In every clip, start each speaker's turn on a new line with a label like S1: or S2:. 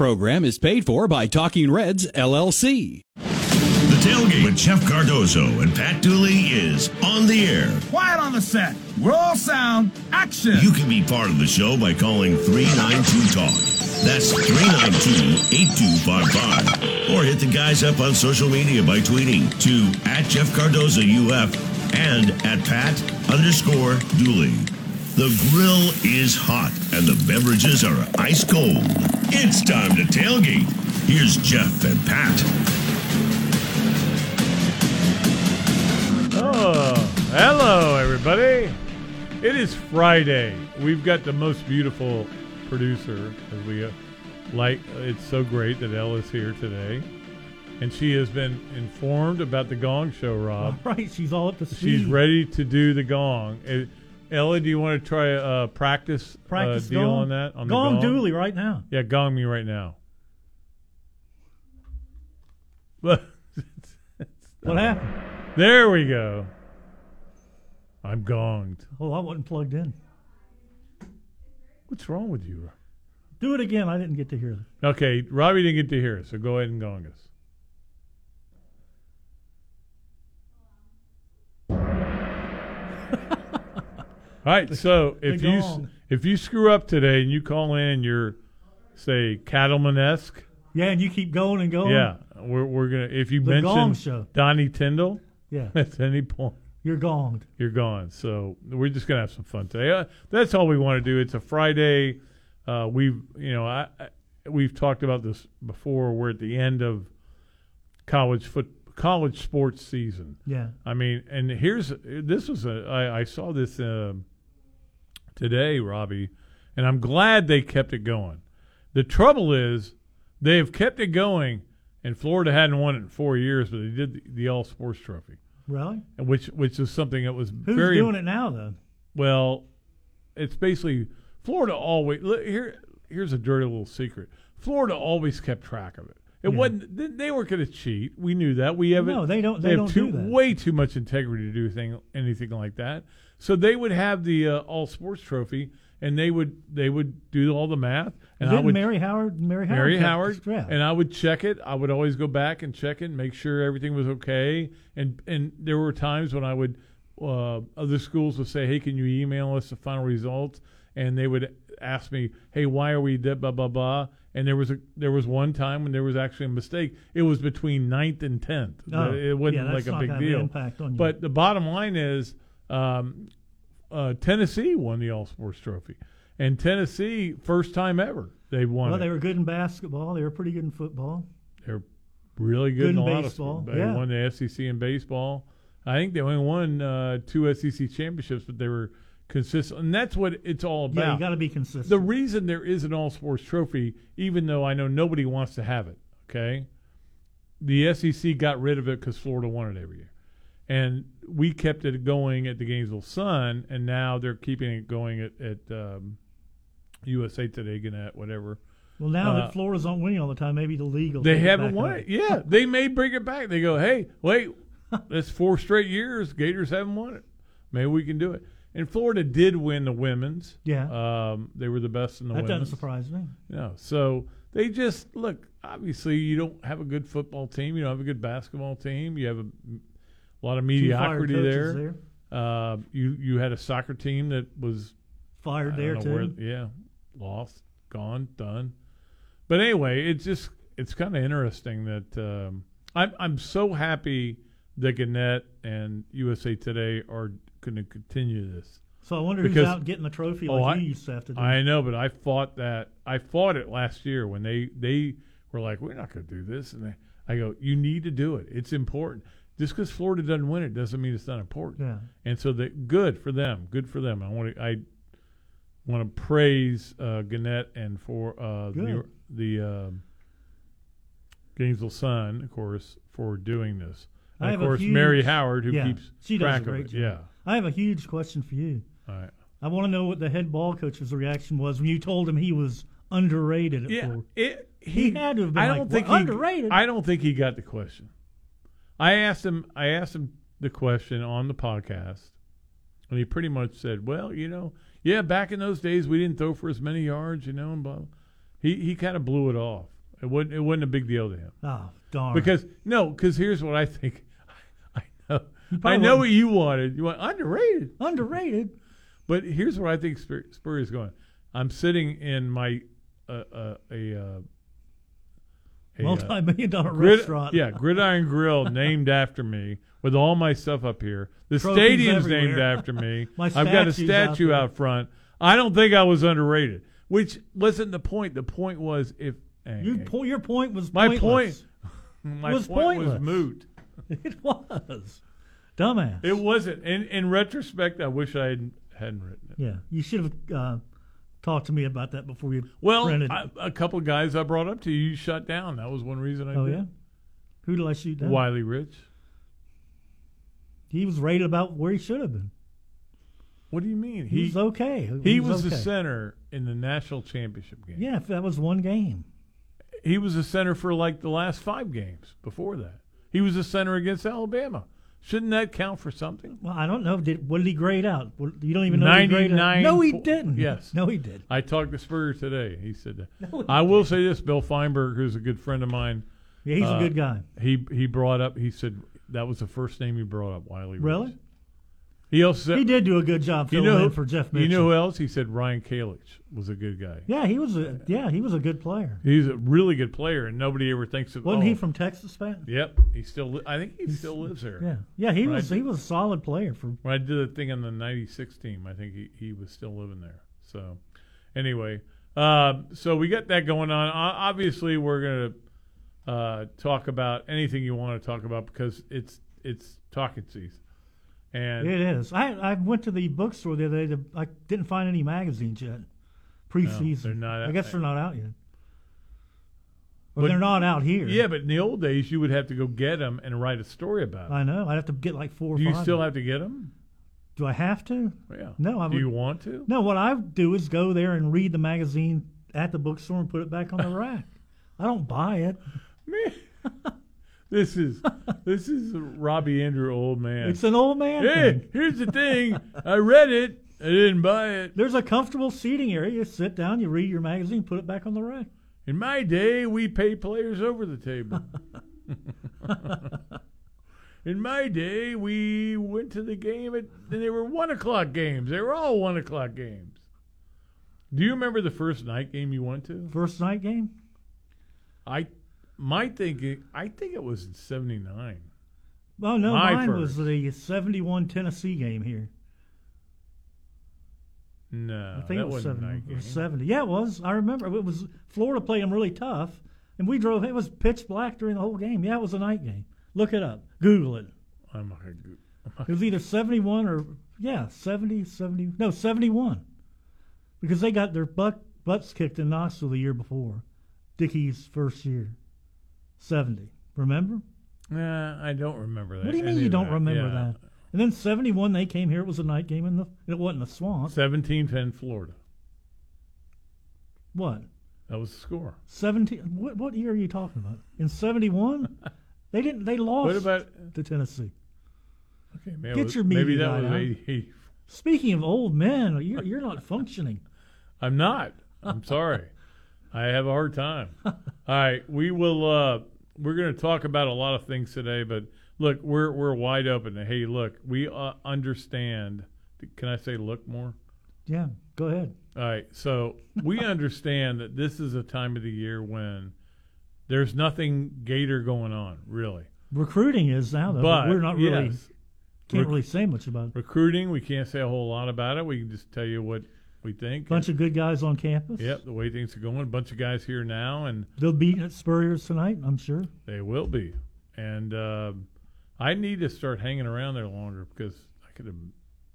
S1: program is paid for by Talking Reds, LLC.
S2: The tailgate with Jeff Cardozo and Pat Dooley is on the air.
S3: Quiet on the set. We're all sound. Action.
S2: You can be part of the show by calling 392 Talk. That's 392 8255. Or hit the guys up on social media by tweeting to at Jeff Cardozo UF and at Pat underscore Dooley. The grill is hot and the beverages are ice cold. It's time to tailgate. Here's Jeff and Pat.
S4: Oh, hello, everybody. It is Friday. We've got the most beautiful producer, as we uh, like. It's so great that Ella's here today. And she has been informed about the gong show, Rob.
S5: Right, she's all up to speed.
S4: She's ready to do the gong. Uh, Ella, do you want to try uh, practice, uh,
S5: Practice
S4: deal
S5: gong.
S4: on that? On
S5: gong,
S4: the gong
S5: Dooley right now.
S4: Yeah, gong me right now.
S5: What happened?
S4: there we go. I'm gonged.
S5: Oh, I wasn't plugged in.
S4: What's wrong with you?
S5: Do it again. I didn't get to hear that.
S4: Okay, Robbie didn't get to hear, it, so go ahead and gong us. All right, so if
S5: the
S4: you s-
S5: gong.
S4: if you screw up today and you call in and you're say cattleman esque,
S5: Yeah, and you keep going and going.
S4: yeah, we're we're gonna if you
S5: The gong
S4: mention
S5: show.
S4: Donnie Tyndall
S5: Yeah.
S4: at any point,
S5: You're gonged.
S4: you're gone. So we're just gonna have some fun today. Uh, that's all we want to do. It's a Friday. Uh, we've you know I, I we've talked about this before. We're at the end of college foot college sports season.
S5: Yeah.
S4: I mean, and here's this was a I, I saw this um today, Robbie, and I'm glad they kept it going. The trouble is they have kept it going, and Florida hadn't won it in four years, but they did the, the All Sports Trophy
S5: Really?
S4: which which is something that was
S5: Who's
S4: very
S5: doing it now, though?
S4: well. It's basically Florida always li- here. Here's a dirty little secret: Florida always kept track of it. It wasn't they, they weren't going to cheat. We knew that. We haven't.
S5: No, they don't- they
S4: have
S5: don't
S4: too,
S5: do that.
S4: way too much integrity to do thing, anything like that. So they would have the uh, all sports trophy, and they would they would do all the math. And I
S5: Didn't
S4: would
S5: Mary Howard? Mary Howard.
S4: Mary
S5: kept
S4: Howard,
S5: the strap.
S4: and I would check it. I would always go back and check it, and make sure everything was okay. And and there were times when I would, uh, other schools would say, "Hey, can you email us the final results?" And they would ask me, "Hey, why are we dead?" Blah blah blah. And there was a there was one time when there was actually a mistake. It was between ninth and tenth.
S5: Oh,
S4: it wasn't
S5: yeah,
S4: like
S5: that's
S4: a
S5: not
S4: big
S5: gonna have an
S4: deal.
S5: impact on you.
S4: But the bottom line is, um, uh, Tennessee won the All Sports Trophy, and Tennessee first time ever they won. it
S5: well, they were good in basketball. They were pretty good in football.
S4: they're really good,
S5: Good
S4: in
S5: in
S4: a lot
S5: baseball,
S4: of sports. They
S5: yeah.
S4: won the SEC in baseball. I think they only won uh, two SEC championships, but they were consistent, and that's what it's all
S5: Yeah,
S4: about.
S5: you got to be consistent.
S4: the reason there is an all sports trophy, even though I know nobody wants to have it, okay, the SEC got rid of it because Florida won it every year, and we kept it going at the Gainesville Sun, and now they're keeping it going at, at um, USA Today, Gannett, whatever.
S5: well, now
S4: uh,
S5: that Florida's not winning all the time, maybe the league will.
S4: They
S5: take it
S4: haven't
S5: back
S4: won
S5: up.
S4: it. Yeah, they may bring it back. They go, hey, wait, that's four straight years. Gators haven't won it. Maybe we can do it. And Florida did win the women's.
S5: Yeah.
S4: um, they were the best in the
S5: That doesn't
S4: women's.
S5: surprise me.
S4: No, so they just look. Obviously, you don't have a good football team. You don't have a good basketball team. You have a, a lot of
S5: Two fired
S4: mediocrity
S5: coaches
S4: there. Uh, you you had a soccer team that was
S5: Fired
S4: I
S5: there
S4: don't know
S5: too.
S4: where- yeah, lost, gone, done. But anyway, it's just it's kind of interesting that um, I'm I'm so happy that Gannett and USA Today are going to continue this.
S5: So I wonder
S4: because-
S5: who's out getting the trophy
S4: Oh,
S5: like
S4: I-
S5: you used to have to do.
S4: I know, but I fought that. I fought it last year when they they were like, "We're not going to do this," and I, I go, "You need to do it. It's important." Just because Florida doesn't win it doesn't mean it's not important.
S5: Yeah.
S4: And so the good for them, good for them. I want to I want to praise uh, Gannett and for uh, the,
S5: Good.
S4: New York- the um, Gainesville Sun, of course, for doing this. And
S5: I
S4: of
S5: have a
S4: course,
S5: huge-
S4: Mary Howard, who
S5: yeah,
S4: keeps
S5: she does a
S4: track
S5: great
S4: of it.
S5: job.
S4: Yeah.
S5: I have a huge question for you.
S4: All right.
S5: I want to know what the head ball coach's reaction was when you told him he was underrated at
S4: Yeah,
S5: Florida.
S4: it,
S5: He had to have been
S4: I don't
S5: like,
S4: think
S5: "Well,
S4: he,
S5: underrated."
S4: I don't think he got the question. I asked him. I asked him the question on the podcast, and he pretty much said, "Well, you know, yeah, back in those days, we didn't throw for as many yards, you know, and blah." blah." He he kind of blew it off. It wasn't it wasn't a big deal to him
S5: Oh, darn.
S4: because no, because here's what I think. I know I know
S5: wouldn't.
S4: what you wanted. You want underrated.
S5: underrated.
S4: But here's where I think Spur- Spurrier's going. I'm sitting in my uh, uh, a, uh, a uh,
S5: Multi-million dollar
S4: grid-
S5: restaurant.
S4: yeah, Gridiron Grill named after me with all my stuff up here. The
S5: Trophies
S4: stadium's named
S5: everywhere.
S4: after me.
S5: My
S4: I've got a
S5: statue's out
S4: statue
S5: there.
S4: out, front. I don't think I was underrated, which wasn't the point. The point was if
S5: You
S4: eh,
S5: po- your point was
S4: my
S5: pointless.
S4: point my
S5: was
S4: point was
S5: pointless.
S4: moot.
S5: It was dumbass.
S4: It wasn't. In in retrospect, I wish I hadn't, hadn't written it.
S5: yeah, you should have uh, talked to me about that before you
S4: Well,
S5: rented. it.
S4: I, a couple of guys I brought up to you, you shut down. That was one reason I
S5: oh
S4: did.
S5: yeah, who did I shoot down?
S4: Wiley Rich.
S5: He was rated about where he should have been.
S4: What do you mean?
S5: He,
S4: He
S5: was okay.
S4: he was the
S5: okay.
S4: center in the national championship game.
S5: Yeah, if that was one game.
S4: He was the center for like the last five games before that. He was the center against Alabama. Shouldn't that count for something?
S5: Well, I don't know. Did what did he grade out? Well, You don't even know. what he graded out.
S4: 99
S5: No, he
S4: po-
S5: didn't.
S4: yes.
S5: No, he did.
S4: I talked to Spurrier today. He said that.
S5: No, he
S4: I will say this: Bill Feinberg, who's a good friend of mine,
S5: Yeah, he's
S4: Uh,
S5: a good guy.
S4: he he brought up. He said that was the first name he brought up. Wiley. Reeves.
S5: Really?
S4: He also said
S5: He did do a good job
S4: You
S5: filling
S4: know
S5: in
S4: who-
S5: for Jeff
S4: You
S5: Mitchell.
S4: know who else? He said Ryan Kalich was a good guy.
S5: yeah, he was a yeah, he was a good player.
S4: He's a really good player, and nobody ever thinks of.
S5: Wasn't
S4: oh,
S5: he from Texas, Pat?
S4: Yep, he still. Li- I think he still lives there.
S5: Yeah, yeah, he
S4: Right.
S5: was he was a solid player for.
S4: When I did the thing on the '96 team, I think he, he was still living there. So, anyway, um, so we got that going on. O- obviously, we're gonna uh, talk about anything you want to talk about because it's it's talking season, and
S5: It is. I I went to the bookstore the other day. To, I didn't find any magazines yet. Preseason.
S4: they're not
S5: I
S4: out
S5: guess
S4: there.
S5: they're not out yet. Or
S4: But-
S5: they're not out here.
S4: yeah, but in the old days, you would have to go get them and write a story about them.
S5: I know. I'd have to get like four. or
S4: Do you
S5: five
S4: still
S5: of
S4: have to get them?
S5: them. Do I have to?
S4: Yeah.
S5: No, I
S4: Do you
S5: would-
S4: want to?
S5: No. What I do is go there and read the magazine at the bookstore and put it back on the rack. I don't buy it.
S4: Man. this is this is Robbie Andrew, old man.
S5: It's an old man.
S4: hey,
S5: thing.
S4: here's the thing. I read it. I didn't buy it.
S5: There's a comfortable seating area. You sit down, you read your magazine, put it back on the rack.
S4: In my day, we pay players over the table. In my day, we went to the game at, and they were one o'clock games. They were all one o'clock games. Do you remember the first night game you went to?
S5: First night game.
S4: I, my thinking, I think it was in '79.
S5: Oh no,
S4: My
S5: mine
S4: first.
S5: was the '71 Tennessee game here.
S4: No,
S5: I think
S4: Oh, that
S5: it was
S4: wasn't a
S5: seventy
S4: night
S5: or
S4: game.
S5: seventy. Yeah, it was. I remember it was Florida played them really tough, and we drove. It was pitch black during the whole game. Yeah, it was a night game. Look it up. Google it.
S4: I'm not gonna go-
S5: It was either seventy-one or yeah, 70, 70 no seventy-one, because they got their butt, butts kicked in Knoxville the year before, Dickey's first year, seventy. Remember?
S4: Nah, I don't remember that.
S5: What do you mean
S4: any
S5: you
S4: of
S5: don't
S4: that.
S5: remember
S4: Yeah.
S5: that? And then seventy-one they came here. It was a night game in the. It wasn't a swamp.
S4: 17-10 Florida.
S5: What?
S4: That was the score.
S5: 17 what, what year are you talking about in 71 they didn't they lost
S4: What about
S5: to tennessee
S4: okay? Maybe,
S5: Oh, Get
S4: it was-
S5: your
S4: maybe
S5: media
S4: that
S5: guy
S4: was
S5: out.
S4: 80.
S5: speaking of old men you're, you're not functioning
S4: I'm not. I'm sorry. I have a hard time. All right, we will. Uh, we're going to talk about a lot of things today, but look, we're we're wide open. Hey, look, we uh, understand. Can I say look more?
S5: yeah go ahead
S4: All right. So we understand that this is a time of the year when there's nothing Gator going on, really.
S5: recruiting is now though
S4: But
S5: we're not really
S4: yes,
S5: can't
S4: Rec-
S5: really say much about it
S4: recruiting. We can't say a whole lot about it. We can just tell you what we think.
S5: bunch of good guys on campus
S4: yep, the way things are going. A bunch of guys here now, and
S5: they'll beat at spurrier's tonight i'm sure
S4: they will be. And um I need to start hanging around there longer because I could have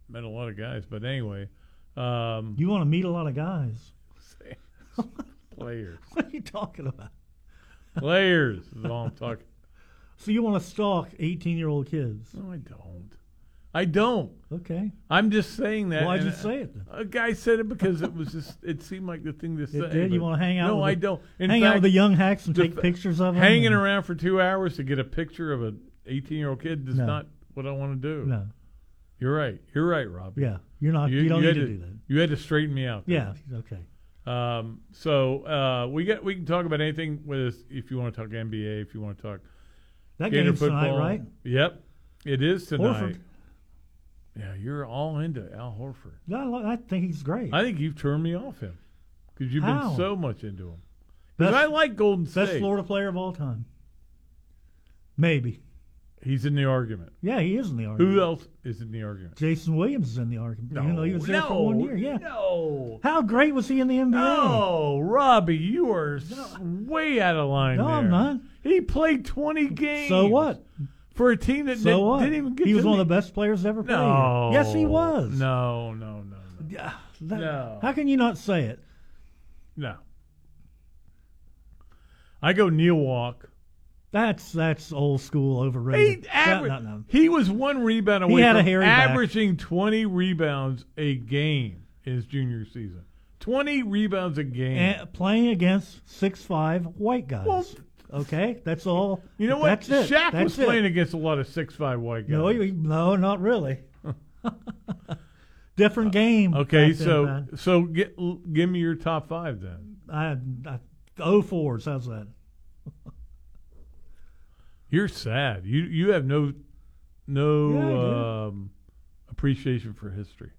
S4: met a lot of guys. But anyway, um,
S5: you want to meet a lot of guys
S4: players,
S5: what are you talking about
S4: players is all I'm talking.
S5: so you want to stalk 18 year old kids
S4: No, I don't. I don't.
S5: okay
S4: I'm just saying that.
S5: why'd
S4: and uh,
S5: you say it then
S4: A guy said it because it was just. It seemed like the thing to say.
S5: did? You
S4: but-
S5: wanna hang out
S4: No,
S5: with
S4: I
S5: the-
S4: don't. In
S5: hang out
S4: fact,
S5: with the young hacks and
S4: the
S5: take
S4: fa-
S5: pictures of them
S4: hanging
S5: and-
S4: around for two hours to get a picture of an 18 year old kid is
S5: No.
S4: not what I want to do.
S5: no
S4: You're right. You're right, Rob.
S5: yeah you're not you, don't
S4: had
S5: need to do that
S4: You had to straighten me out.
S5: yeah okay
S4: Um, so uh, we get we can talk about anything with if you want to talk NBA, if you want to talk
S5: That
S4: Gator
S5: game's
S4: football,
S5: tonight, right?
S4: Yep, it is tonight.
S5: Horford.
S4: Yeah, you're all into Al Horford.
S5: Yeah, I, lo- I think he's great.
S4: I think you've turned me off him because you've
S5: How?
S4: been so much into him. Because
S5: Best-
S4: I like Golden
S5: Best
S4: State.
S5: Florida player of all time. Maybe.
S4: He's in the argument.
S5: Yeah, he is in the argument.
S4: Who else is in the argument?
S5: Jason Williams is in the argument. Even though he was there
S4: no,
S5: for one year. Yeah.
S4: No.
S5: How great was he in the NBA?
S4: No, Robbie, you are s- way out of line.
S5: No, I'm
S4: there.
S5: not.
S4: He played 20 games.
S5: So what?
S4: For a team that
S5: So
S4: didn't,
S5: what?
S4: didn't even get
S5: he
S4: to
S5: was one of the best players ever played.
S4: No.
S5: Yes, he was.
S4: No, no, no, no.
S5: Yeah, that-
S4: No.
S5: How can you not say it?
S4: no. I go Neil Walk.
S5: That's that's old school
S4: He,
S5: overrated.
S4: aver-
S5: No, no, no.
S4: he was one rebound away
S5: had a
S4: from
S5: hairy back.
S4: averaging 20 rebounds a game in his junior season. 20 rebounds a game.
S5: And playing against six five white guys.
S4: Well,
S5: okay, that's all.
S4: you know what?
S5: That's it.
S4: Shaq
S5: that's
S4: was
S5: it.
S4: playing against a lot of six-five white guys.
S5: No, you- no, not really. Different game.
S4: Uh, Okay,
S5: back then,
S4: so
S5: Pat.
S4: so get, l- give me your top five then.
S5: I, I oh fours. How's that?
S4: You're sad. You you have no no
S5: Yeah, I do.
S4: um, appreciation for history.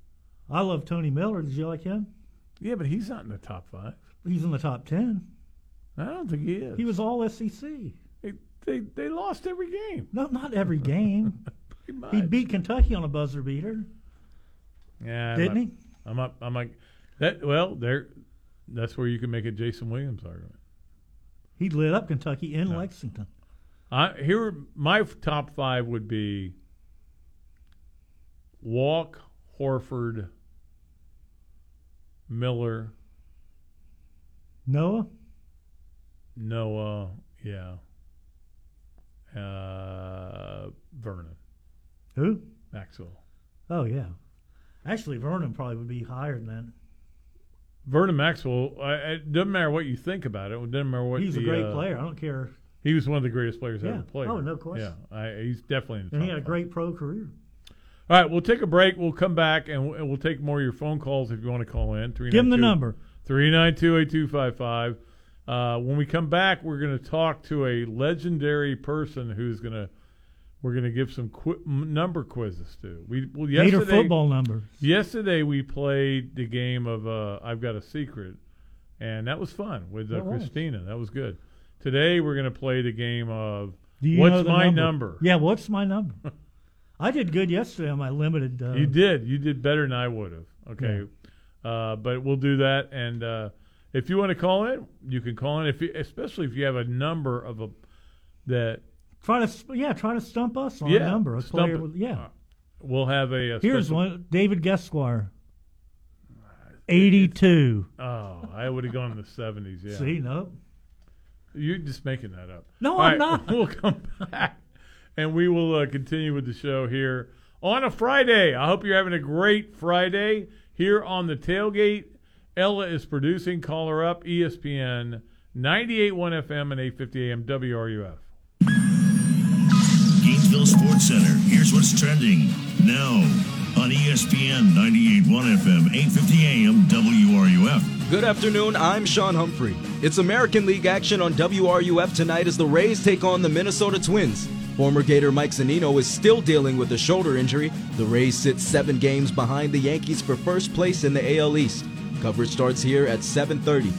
S5: I love Tony Miller. Did you like him?
S4: Yeah, but he's not in the top five.
S5: He's in the top ten.
S4: I don't think he is.
S5: He was all SEC.
S4: They they, they lost every game.
S5: No, not every game.
S4: pretty
S5: he
S4: much.
S5: beat Kentucky on a buzzer beater,
S4: yeah, I'm
S5: didn't
S4: not-
S5: he?
S4: I'm up. I'm like that. Well, there. That's where you can make a Jason Williams argument.
S5: He lit up Kentucky in Lexington.
S4: I here my f- top five would be Walk, Horford, Miller,
S5: Noah,
S4: Noah, yeah, uh, Vernon,
S5: who?
S4: Maxwell.
S5: Oh yeah, actually Vernon probably would be higher than that.
S4: Vernon Maxwell. I, it doesn't matter what you think about it. It doesn't matter what
S5: He's a
S4: the,
S5: great
S4: uh,
S5: player. I don't care.
S4: He was one of the greatest players
S5: Yeah.
S4: ever played.
S5: Oh, no question.
S4: Yeah, I, he's definitely. In the
S5: And he
S4: top
S5: had a
S4: five.
S5: great pro career.
S4: All right, we'll take a break. We'll come back and we'll, and we'll take more of your phone calls if you want to call in.
S5: Give him the number.
S4: 392 8255. Uh, When we come back, we're going to talk to a legendary person who's going to. We're going to give some qu- m- number quizzes to. We well
S5: Gator
S4: yesterday
S5: football number.
S4: yesterday we played the game of uh, I've Got a Secret, and that was fun with uh,
S5: That was.
S4: Christina. That was good. Today we're going to play the game of
S5: Do you
S4: What's
S5: know the
S4: my
S5: number? Yeah, what's my number? I did good yesterday on my limited. Uh,
S4: You did. You did better than I would have. Okay. Uh, but we'll do that. And uh, if you want to call in, you can call in. If you, especially if you have a number of a that
S5: Try to sp- yeah, try to stump us on
S4: yeah
S5: a number. A
S4: stump
S5: player
S4: it.
S5: with- yeah.
S4: Uh, we'll have a, a
S5: Here's
S4: special-
S5: one. David Gesquire. Eighty-two.
S4: Oh, I would have gone in the seventies. Yeah.
S5: See, no,
S4: You're just making that up.
S5: No,
S4: All right,
S5: I'm not.
S4: We'll come back and we will uh, continue with the show here on a Friday. I hope you're having a great Friday here on the tailgate. Ella is producing. Call her up. E ESPN 98.1 FM and 8:50 AM WRUF.
S2: Gainesville Sports Center. Here's what's trending now on E ESPN 98.1 FM, 8:50 AM, WRUF.
S6: Good afternoon, I'm Sean Humphrey. It's American League action on WRUF tonight as the Rays take on the Minnesota Twins. Former Gator Mike Zanino is still dealing with a shoulder injury. The Rays sit seven games behind the Yankees for first place in the AL East. Coverage starts here at 7:30.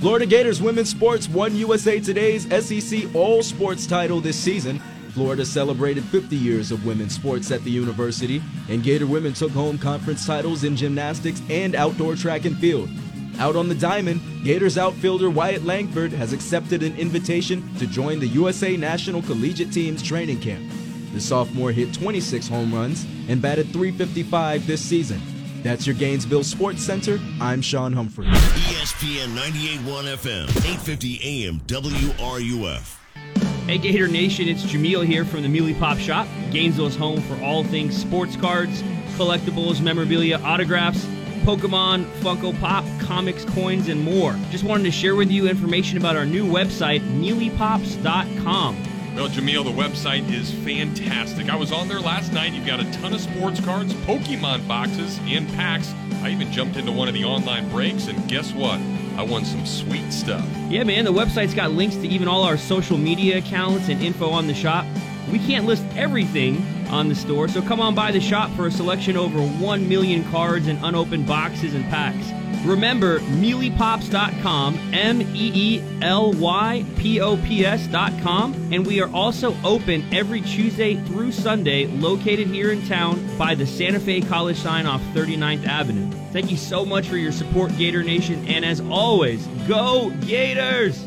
S6: Florida Gators women's sports won USA Today's SEC All Sports title this season. Florida celebrated 50 years of women's sports at the university, and Gator women took home conference titles in gymnastics and outdoor track and field. Out on the diamond, Gators outfielder Wyatt Langford has accepted an invitation to join the USA National Collegiate Team's training camp. The sophomore hit 26 home runs and batted 355 this season. That's your Gainesville Sports Center. I'm Sean Humphrey.
S2: E ESPN 98.1 FM, 8:50 AM, WRUF.
S7: Hey Gator Nation, it's Jameel here from the Mealy Pop Shop. Gainesville's home for all things sports cards, collectibles, memorabilia, autographs, Pokemon, Funko Pop, comics, coins, and more. Just wanted to share with you information about our new website, mealypops.com.
S8: Well, Jameel, the website is fantastic. I was on there last night. You've got a ton of sports cards, Pokemon boxes, and packs. I even jumped into one of the online breaks, and guess what? I won some sweet stuff.
S7: Yeah, man, the website's got links to even all our social media accounts and info on the shop. We can't list everything on the store, so come on by the shop for a selection over 1 million cards and unopened boxes and packs. Remember, mealypops.com, M E E L Y P O P S.com, and we are also open every Tuesday through Sunday, located here in town by the Santa Fe College sign off 39th Avenue. Thank you so much for your support, Gator Nation, and as always, go Gators!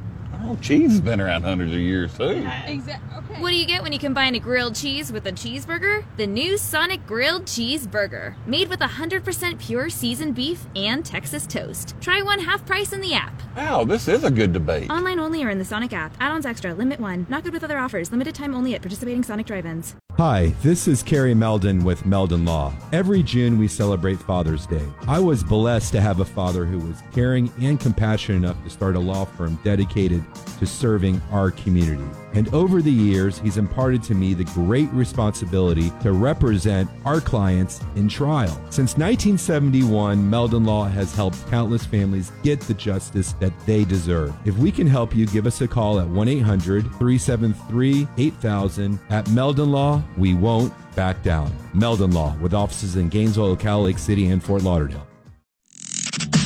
S9: Oh, cheese has been around hundreds of years too.
S10: Exactly. What do you get when you combine a grilled cheese with a cheeseburger? The new Sonic Grilled Cheeseburger, made with 100% pure seasoned beef and Texas toast. Try one half price in the app.
S9: Wow, this is a good debate.
S10: Online only or in the Sonic app. Add-ons extra. Limit one. Not good with other offers. Limited time only at participating Sonic drive-ins.
S11: Hi, this is Carrie Meldon with Meldon Law. Every June we celebrate Father's Day. I was blessed to have a father who was caring and compassionate enough to start a law firm dedicated to serving our community. And over the years, he's imparted to me the great responsibility to represent our clients in trial. Since 1971, Meldon Law has helped countless families get the justice that they deserve. If we can help you, give us a call at 1 800 373 8000. At Meldon Law, we won't back down. Meldon Law, with offices in Gainesville, Ocala Lake City, and Fort Lauderdale.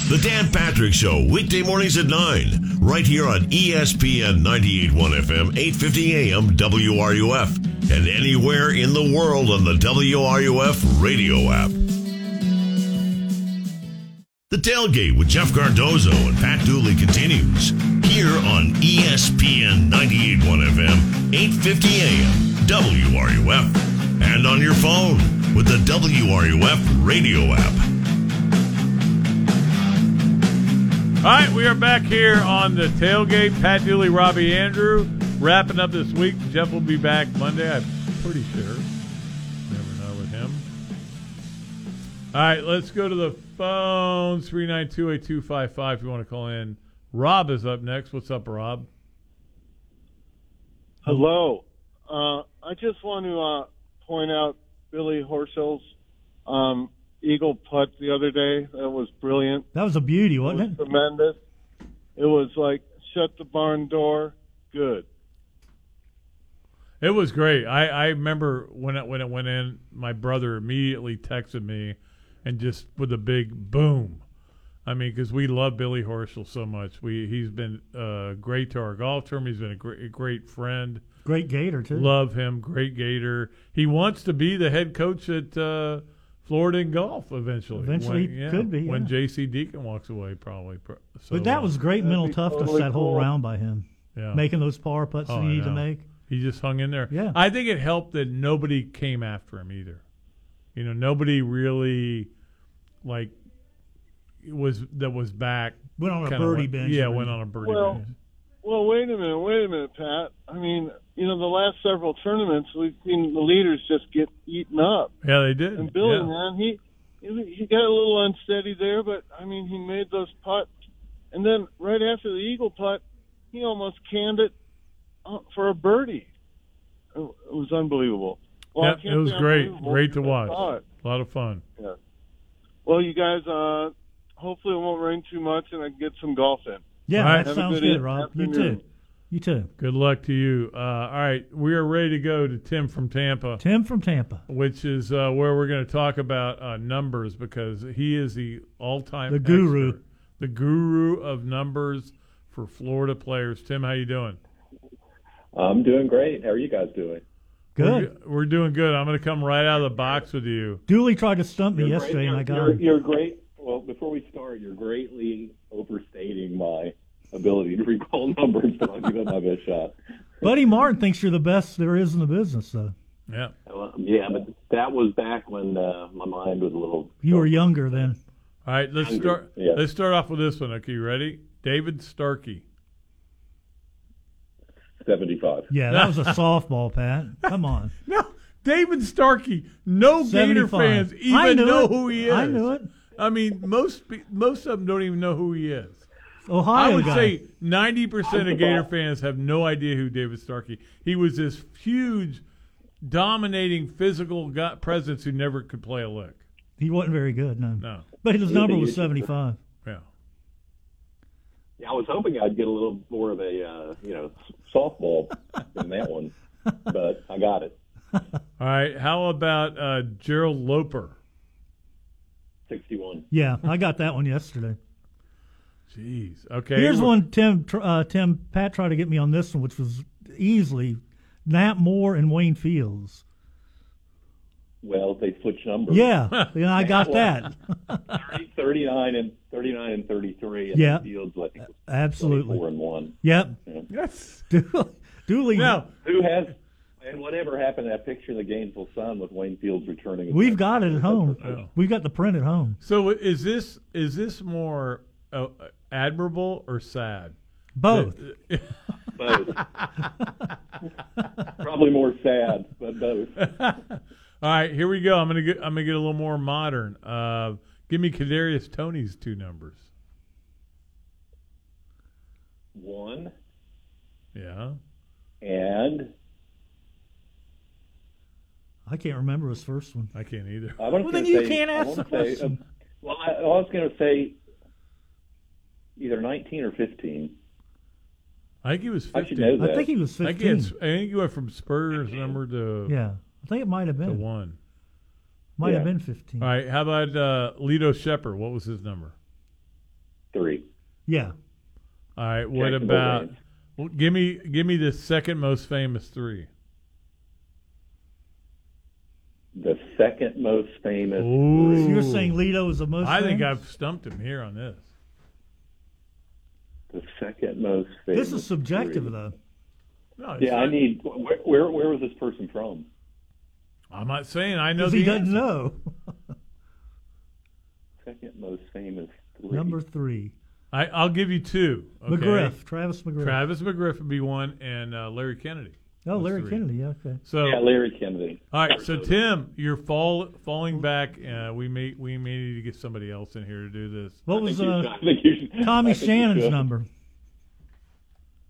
S2: The Dan Patrick Show, weekday mornings at 9, right here on E ESPN 98.1 FM, 8.50 AM, WRUF, and anywhere in the world on the WRUF radio app. The Tailgate with Jeff Cardozo and Pat Dooley continues here on E ESPN 98.1 FM, 8.50 AM, WRUF, and on your phone with the WRUF radio app.
S4: All right, we are back here on the tailgate. Pat Dooley, Robbie Andrew, wrapping up this week. Jeff will be back Monday, I'm pretty sure. Never know with him. All right, let's go to the phone 392 8255 if you want to call in. Rob is up next. What's up, Rob?
S12: Hello. Uh, I just want to uh, point out Billy Horschel's um, eagle putt the other day. That was brilliant.
S5: That was a beauty,
S12: It was
S5: wasn't it?
S12: tremendous. It was like shut the barn door. Good.
S4: It was great. I, I remember when it when it went in, my brother immediately texted me, and just with a big boom. I mean, because we love Billy Horschel so much. We he's been uh, great to our golf term. He's been a great, great friend.
S5: Great Gator too.
S4: Love him. Great Gator. He wants to be the head coach at uh, Florida in golf eventually.
S5: Eventually,
S4: When- yeah,
S5: could be,
S4: when
S5: yeah.
S4: J.C. Deacon walks away, probably. Pro- So,
S5: but that was great
S4: uh,
S5: mental toughness
S4: totally
S5: that whole
S4: cool.
S5: round by him,
S4: Yeah.
S5: making those power putts
S4: Oh,
S5: that
S4: I
S5: he needed to
S4: know.
S5: make.
S4: He just hung in there.
S5: Yeah.
S4: I think it helped that nobody came after him either. You know, nobody really like was that was back.
S5: Went on a
S4: kinda
S5: birdie
S4: went-
S5: bench
S4: Yeah,
S5: or
S4: went
S5: anything.
S4: on a birdie
S12: Well,
S4: bench.
S12: well, wait a minute, wait a minute, Pat. I mean, you know, the last several tournaments, we've seen the leaders just get eaten up.
S4: Yeah, they did.
S12: And Billy,
S4: yeah.
S12: man, he he got a little unsteady there, but I mean, he made those putts, and then right after the eagle putt, he almost canned it uh, for a birdie. It it was unbelievable. Well, I
S4: Yeah,
S12: can't
S4: it was
S12: say
S4: great.
S12: unbelievable
S4: Great to
S12: because I saw
S4: watch.
S12: it.
S4: A lot of fun.
S12: Yeah. Well, you guys, uh, hopefully it won't rain too much, and I can get some golf in.
S5: Yeah,
S4: All right.
S5: that
S12: Have a
S5: sounds
S12: good e-,
S5: good, Rob. You
S12: afternoon.
S5: too. You too.
S4: Good luck to you. Uh, all right, we are ready to go to Tim from Tampa,
S5: Tim from Tampa,
S4: which is uh, where we're going to talk about uh, numbers because he is the all-time
S5: The guru.
S4: expert. the guru of numbers for Florida players. Tim, how you doing?
S13: I'm doing great. How are you guys doing?
S4: We're Good. We're, doing good. I'm going to come right out of the box with you.
S5: Dooley tried to stump me
S13: You're
S5: yesterday,
S13: great-
S5: and I got
S13: you're,
S5: him.
S13: you're great. Well, before we start, you're greatly overstating my ability to recall numbers, but I'll give it my best shot.
S5: Buddy Martin thinks you're the best there is in the business, though.
S4: Yeah.
S13: Well, yeah, but that was back when uh, my mind was a little.
S5: You were younger then.
S4: All right, let's
S13: Andrew,
S4: start.
S13: yeah.
S4: Let's start off with this one. Okay, you ready? David Starkey.
S13: 75.
S5: Yeah, that was a softball, Pat. Come on.
S4: No, David Starkey. No Gator
S5: 75.
S4: fans
S5: I
S4: even
S5: knew
S4: know
S5: it.
S4: who he is.
S5: I knew it.
S4: I mean, most pe- most of them don't even know who he is.
S5: Ohio
S4: I would
S5: guy.
S4: say ninety percent of Gator fans have no idea who David Starkey. He was this huge, dominating physical gut presence who never could play a lick.
S5: He wasn't very good, no.
S4: No.
S5: But his
S4: He-
S5: number
S4: he
S5: was
S4: was-
S5: 75.
S4: Yeah.
S13: Yeah, I was hoping I'd get a little more of a uh, you know softball than that one, but I got it.
S4: All right. How about uh, Gerald Loper?
S13: 61.
S5: Yeah, I got that one yesterday.
S4: Jeez. Okay.
S5: Here's
S4: we're-
S5: one Tim tr- uh, Tim Pat tried to get me on this one, which was easily Nat Moore and Wayne Fields.
S13: Well, they switched numbers.
S5: Yeah, and I got that.
S13: 30, 39 and 39 and 33. And
S5: Yeah.
S13: Fields, I think, was
S5: Absolutely.
S13: 24 and one.
S5: Yep.
S13: Yeah.
S4: Yes.
S5: Dooley.
S13: Who has and whatever happened to that picture of the Gainesville Sun with Wayne Fields returning?
S5: We've got it at home. We've got the print at home.
S4: So is this is this more uh, admirable or sad?
S5: Both.
S13: Both. Probably more sad, but both.
S4: All right, here we go. I'm gonna get I'm gonna get a little more modern. Uh, give me Kadarius Tony's two numbers.
S13: One
S4: Yeah.
S13: and
S5: I can't remember his first one.
S4: I can't either.
S13: I was
S5: Well,
S13: gonna
S5: then you
S13: say-
S5: can't
S13: I
S5: ask the
S13: wanna say,
S5: question.
S13: uh, well, I, I was going to say either 19 or 15.
S4: I think he was
S13: I should
S4: 15.
S13: know that. I think he
S5: was
S4: I think, he had- I think he went from Spurs number to
S5: Yeah, I think it might have
S4: to
S5: been.
S4: one.
S5: Might have been 15.
S4: All right, how about uh, Lito Shepard? What was his number?
S13: Three.
S5: Yeah.
S4: All right, what
S13: Jacksonville
S4: about? Well, give me give me the second most famous three.
S13: The second most famous.
S5: So you're
S13: three.
S5: saying Lito is the most.
S4: I think
S5: famous?
S4: I've stumped him here on this.
S13: the second most famous.
S5: This is subjective
S13: three.
S5: though.
S4: No, it's
S13: Yeah, I
S4: not-
S13: need. Where, where where was this person from?
S4: I'm not saying I know
S5: 'Cause
S4: the
S5: he doesn't
S4: answer.
S5: know.
S13: Second most famous. Three.
S5: Number three,
S4: I, I'll give you two. Okay?
S5: McGriff, Travis McGriff.
S4: Travis McGriff would be one, and uh, Larry Kennedy.
S5: Oh,
S4: was
S5: Larry
S4: three.
S5: Kennedy. Yeah, okay.
S4: So
S13: yeah, Larry Kennedy.
S4: All right, so Tim, you're fall falling back. Uh, we may we may need to get somebody else in here to do this.
S5: What was
S13: think you-
S5: uh,
S13: I think you- I
S5: Tommy
S13: think you
S5: Shannon's
S13: should.
S5: number?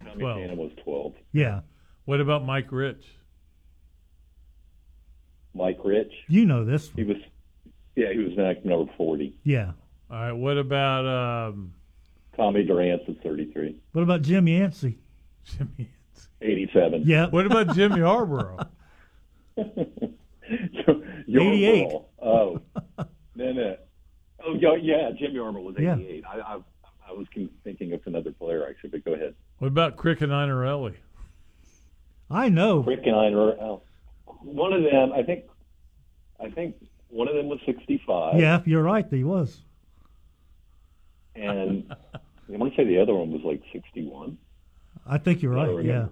S13: Tommy
S4: Twelve.
S13: Cannon was 12.
S5: Yeah,
S4: What about Mike Rich?
S13: Mike Rich.
S5: you know this
S13: He
S5: one.
S13: was. Yeah, he was like number 40.
S5: Yeah.
S4: All right, what about um,
S13: Tommy Durant's at 33.
S5: What about Jim Yancey?
S4: Jimmy?
S13: 87.
S5: Yeah.
S4: What about Jimmy Harborough?
S13: Yarmel. Oh, no, no. Oh, yeah, yeah Jim Yarmel was
S5: Yeah.
S13: 88. I, I, I was con- thinking of another player, actually, but go ahead.
S4: What about Crick and Inorelli?
S5: I know.
S13: Rick and I are oh, one of them. I think, I think one of them was 65.
S5: Yeah, you're right. He was.
S13: And I want to say the other one was like 61.
S5: I think you're
S13: I
S5: right. Yeah.
S13: remember.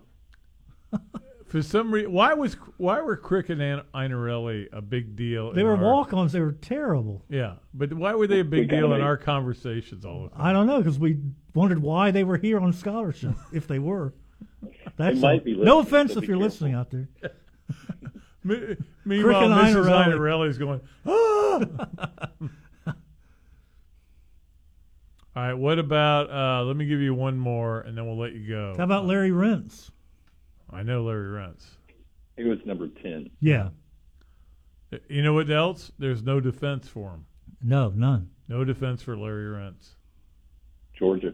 S4: For some reason, why was why were Crick and An- Inorelli a big deal?
S5: They
S4: in
S5: were
S4: our-
S5: walk-ons. They were terrible.
S4: Yeah, but why were they a big
S13: They
S4: deal in
S13: dominate.
S4: our conversations all the time?
S5: I don't know because we wondered why they were here on scholarship if they were. That's
S13: might
S5: all.
S13: be
S5: no
S13: listening,
S5: offense
S13: so
S5: if
S13: be
S5: you're
S13: careful.
S5: listening out there.
S4: Me- Meanwhile,
S5: and
S4: Mrs.
S5: Inorelli.
S4: Inorelli's going, ah! All right, what about, uh, let me give you one more, and then we'll let you go.
S5: How about Larry Rents?
S4: I know Larry Rents.
S13: He was number 10.
S5: Yeah.
S4: You know what else? There's no defense for him.
S5: No, none.
S4: No defense for Larry Rents.
S13: Georgia.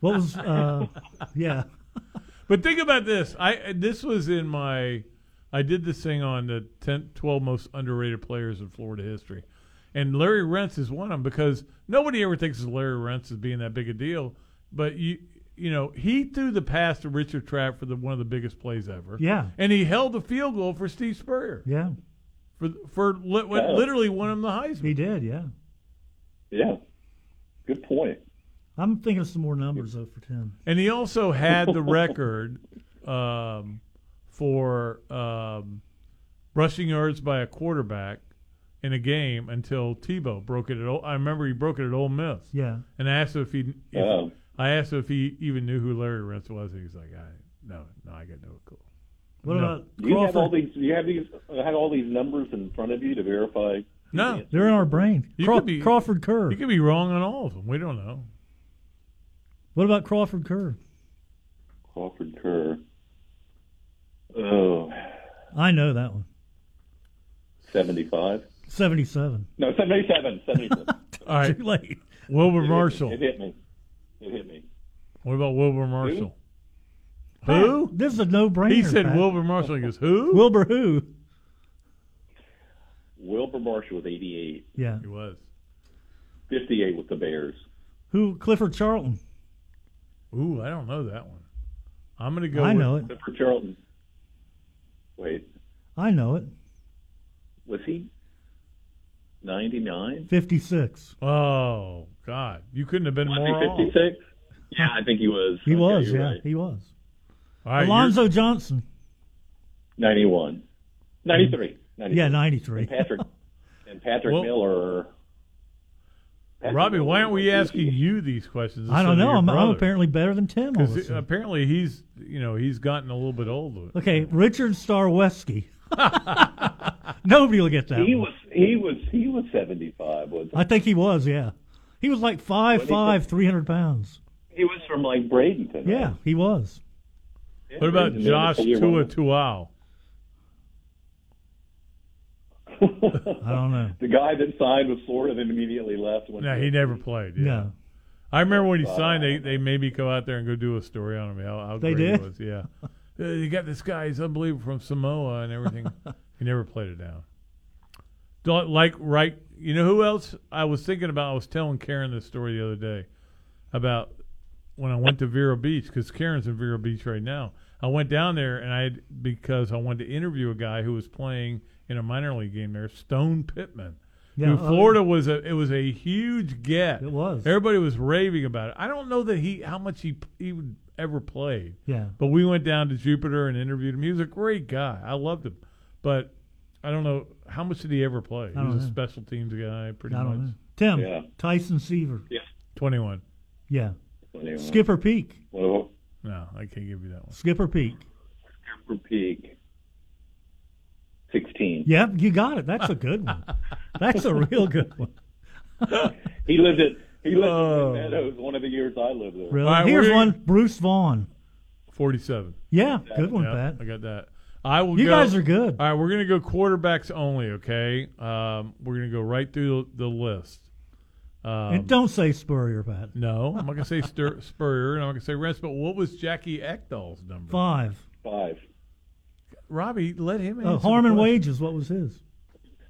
S5: What was? Uh, yeah.
S4: But think about this. I This was in my, I did this thing on the 10, 12 most underrated players in Florida history. And Larry Rents is one of them because nobody ever thinks of Larry Rents as being that big a deal. But you you know he threw the pass to Richard Trapp for the one of the biggest plays ever.
S5: Yeah.
S4: and he held the field goal for Steve Spurrier
S5: Yeah,
S4: for for li- what
S5: Yeah.
S4: literally won him the Heisman.
S5: he did. Yeah,
S14: Yeah. Good point.
S5: I'm thinking of some more numbers though for Tim.
S4: And he also had the record um, for um, rushing yards by a quarterback in a game until Tebow broke it at. Ole, I remember he broke it at Ole Miss.
S5: Yeah.
S4: And I asked him if he. If,
S14: Oh.
S4: I asked him if he even knew who Larry Rentz was, and he's like, "I no, no, I got no clue."
S5: What
S4: No.
S5: about
S14: Do you have all
S5: Crawford?
S14: these? Do you have these? Have all these numbers in front of you to verify?
S4: No,
S5: They're in our brain.
S4: You
S5: Craw-
S4: could be-
S5: Crawford Kerr.
S4: you could be wrong on all of them. We don't know.
S5: What about Crawford Kerr?
S14: Crawford Kerr. Oh,
S5: I know that one.
S14: 75?
S5: Seventy-seven.
S14: No, 77. 77.
S4: All right.
S5: Too late.
S4: Wilbur
S14: It hit me.
S4: Marshall.
S14: It hit me. It hit me.
S4: What about Wilbur Marshall?
S5: Who? This is a no-brainer.
S4: He said
S5: Pat.
S4: Wilbur Marshall. He goes, "Who?"
S5: Wilbur who?
S14: Wilbur Marshall was 88.
S5: Yeah.
S4: He was.
S14: 58 with the Bears.
S5: Who? Clifford Charlton.
S4: Ooh, I don't know that one. I'm gonna go.
S5: I
S4: with-
S5: know it.
S14: Clifford Charlton. Wait,
S5: I know it.
S14: was he 99?
S5: Fifty-six.
S4: Oh God, you couldn't have been
S14: Was
S4: more off.
S14: he 56? Yeah, I think he was.
S5: He
S14: Okay,
S5: was.
S14: you're
S5: Yeah,
S14: right.
S5: he was.
S4: All right,
S5: Alonzo Johnson.
S14: 91. 93. 93.
S5: Yeah, ninety-three.
S14: And Patrick, and Patrick
S5: Well-
S14: Miller. Patrick
S4: Robbie, why
S14: Miller
S4: aren't we
S14: was
S4: asking you these questions?
S5: I don't
S4: instead
S5: know.
S4: of your
S5: I'm, I'm
S4: brother?
S5: apparently better than Tim. All
S4: 'Cause
S5: of a
S4: he- uh,
S5: sudden.
S4: apparently he's you know he's gotten a little bit older.
S5: Okay, Richard Starweski. Nobody will get that.
S14: He
S5: one.
S14: was he was he was 75, wasn't he?
S5: I think he was. Yeah, he was like five five, three hundred pounds.
S14: He was from like Bradenton.
S5: Yeah, he was.
S4: What about Josh Tua Tuau?
S5: I don't know.
S14: The guy that signed with Florida then immediately left. When
S4: No, he never played. Yeah.
S5: No.
S4: I remember when he signed, they, they made me go out there and go do a story on him. How, how
S5: They
S4: great
S5: did?
S4: he was. Yeah. Uh, you got this guy, he's unbelievable from Samoa and everything. he never played it down. Don't like right. You know who else I was thinking about? I was telling Karen this story the other day about when I went to Vero Beach because Karen's in Vero Beach right now. I went down there and I had, because I wanted to interview a guy who was playing in a minor league game there, Stone Pittman.
S5: Yeah,
S4: who
S5: oh, yeah.
S4: Florida was a it was a huge get. It
S5: was.
S4: Everybody was raving about it. I don't know that he how much he he would ever played.
S5: Yeah.
S4: But we went down to Jupiter and interviewed him. He was a great guy. I loved him, but I don't know how much did he ever play. He
S5: I don't
S4: was a
S5: know.
S4: special teams guy, pretty
S5: I
S4: much.
S5: don't know. Tim Tyson Seaver.
S14: Yeah.
S4: Twenty-one.
S5: Yeah.
S14: Anyway.
S5: Skipper Peak.
S14: Well,
S4: No, I can't give you that one.
S5: Skipper Peak.
S14: Cooper Peak. 16.
S5: Yep, you got it. That's a good one. That's a real good one.
S14: He lived at he lived in Twin Meadows one of the years I lived there.
S5: Oh. Really?
S4: All right,
S5: Here's
S4: we're-
S5: one. Bruce Vaughn.
S4: Forty-seven.
S5: Yeah, good one,
S4: Yeah,
S5: Pat.
S4: I got that. I will.
S5: You
S4: go-
S5: guys are good.
S4: All right, we're gonna go quarterbacks only. Okay, um, we're gonna go right through the, the list. Um,
S5: and don't say Spurrier, Pat. Oh,
S4: No, I'm not gonna say Stur- Spurrier, and I'm not gonna say Rents. But what was Jackie Ekdahl's number?
S5: Five.
S14: Five.
S4: Robbie, let him.
S5: Uh,
S4: answer
S5: Harmon
S4: the question.
S5: Wages, what was his?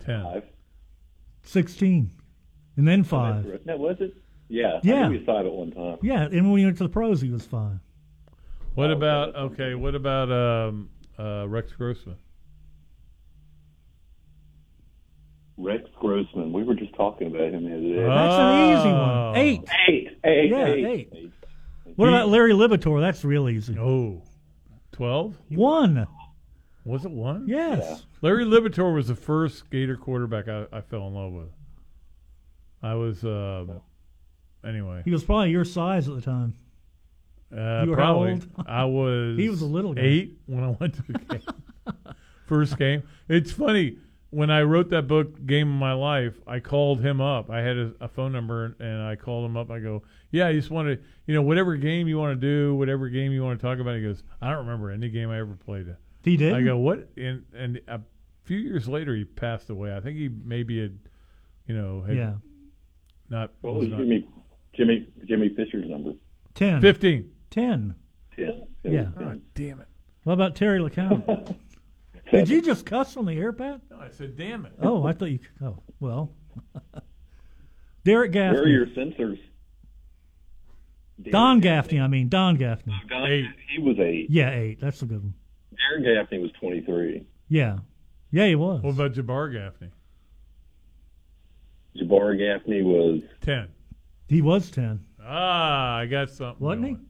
S4: Ten.
S5: Sixteen. And then five.
S14: No, was it? Yeah. I
S5: Yeah.
S14: knew he was five at one time.
S5: Yeah, and when he went to the pros, he was five.
S4: What about okay? What about um, uh, Rex Grossman?
S14: Rex Grossman. We were just talking about him the
S4: Oh.
S14: other day.
S5: That's an easy one. Eight.
S14: Eight. Eight.
S5: Yeah,
S14: eight.
S5: eight. What about Larry Libator? That's real easy.
S4: Oh. Twelve?
S5: One.
S4: Was it one?
S5: Yes. Yeah.
S4: Larry Libator was the first Gator quarterback I, I fell in love with. I was um, anyway.
S5: He was probably your size at the time.
S4: Uh,
S5: You were how
S4: probably.
S5: old?
S4: I was.
S5: He was a little guy.
S4: eight when I went to the game. First game. It's funny when I wrote that book, Game of My Life. I called him up. I had a, a phone number and I called him up. I go, Yeah, I just want to, you know, whatever game you want to do, whatever game you want to talk about. He goes, I don't remember any game I ever played. in."
S5: He did?
S4: I go, What? And and a few years later, he passed away. I think he maybe had, you know, had
S5: Yeah.
S4: Not
S14: What was
S4: not-
S14: Jimmy Jimmy Jimmy Fisher's number?
S5: Ten.
S4: 15.
S5: Ten.
S14: Ten.
S5: Yeah.
S4: Oh, damn it.
S5: What about Terry LeCount? Did you just cuss on the air, Pat?
S4: No, I said, Damn it.
S5: Oh, I thought you. Oh, well. Derek
S14: Where are
S5: Gaffney.
S14: your sensors?
S13: Darren
S5: Don Gaffney, I mean Don Gaffney.
S13: Don, he was eight.
S5: Yeah, eight. That's a good one.
S13: Darren Gaffney was 23.
S5: Yeah, yeah, he was.
S4: What about Jabbar Gaffney?
S13: Jabbar Gaffney was
S4: Ten.
S5: He was ten.
S4: Ah, I got something.
S5: Wasn't
S4: going.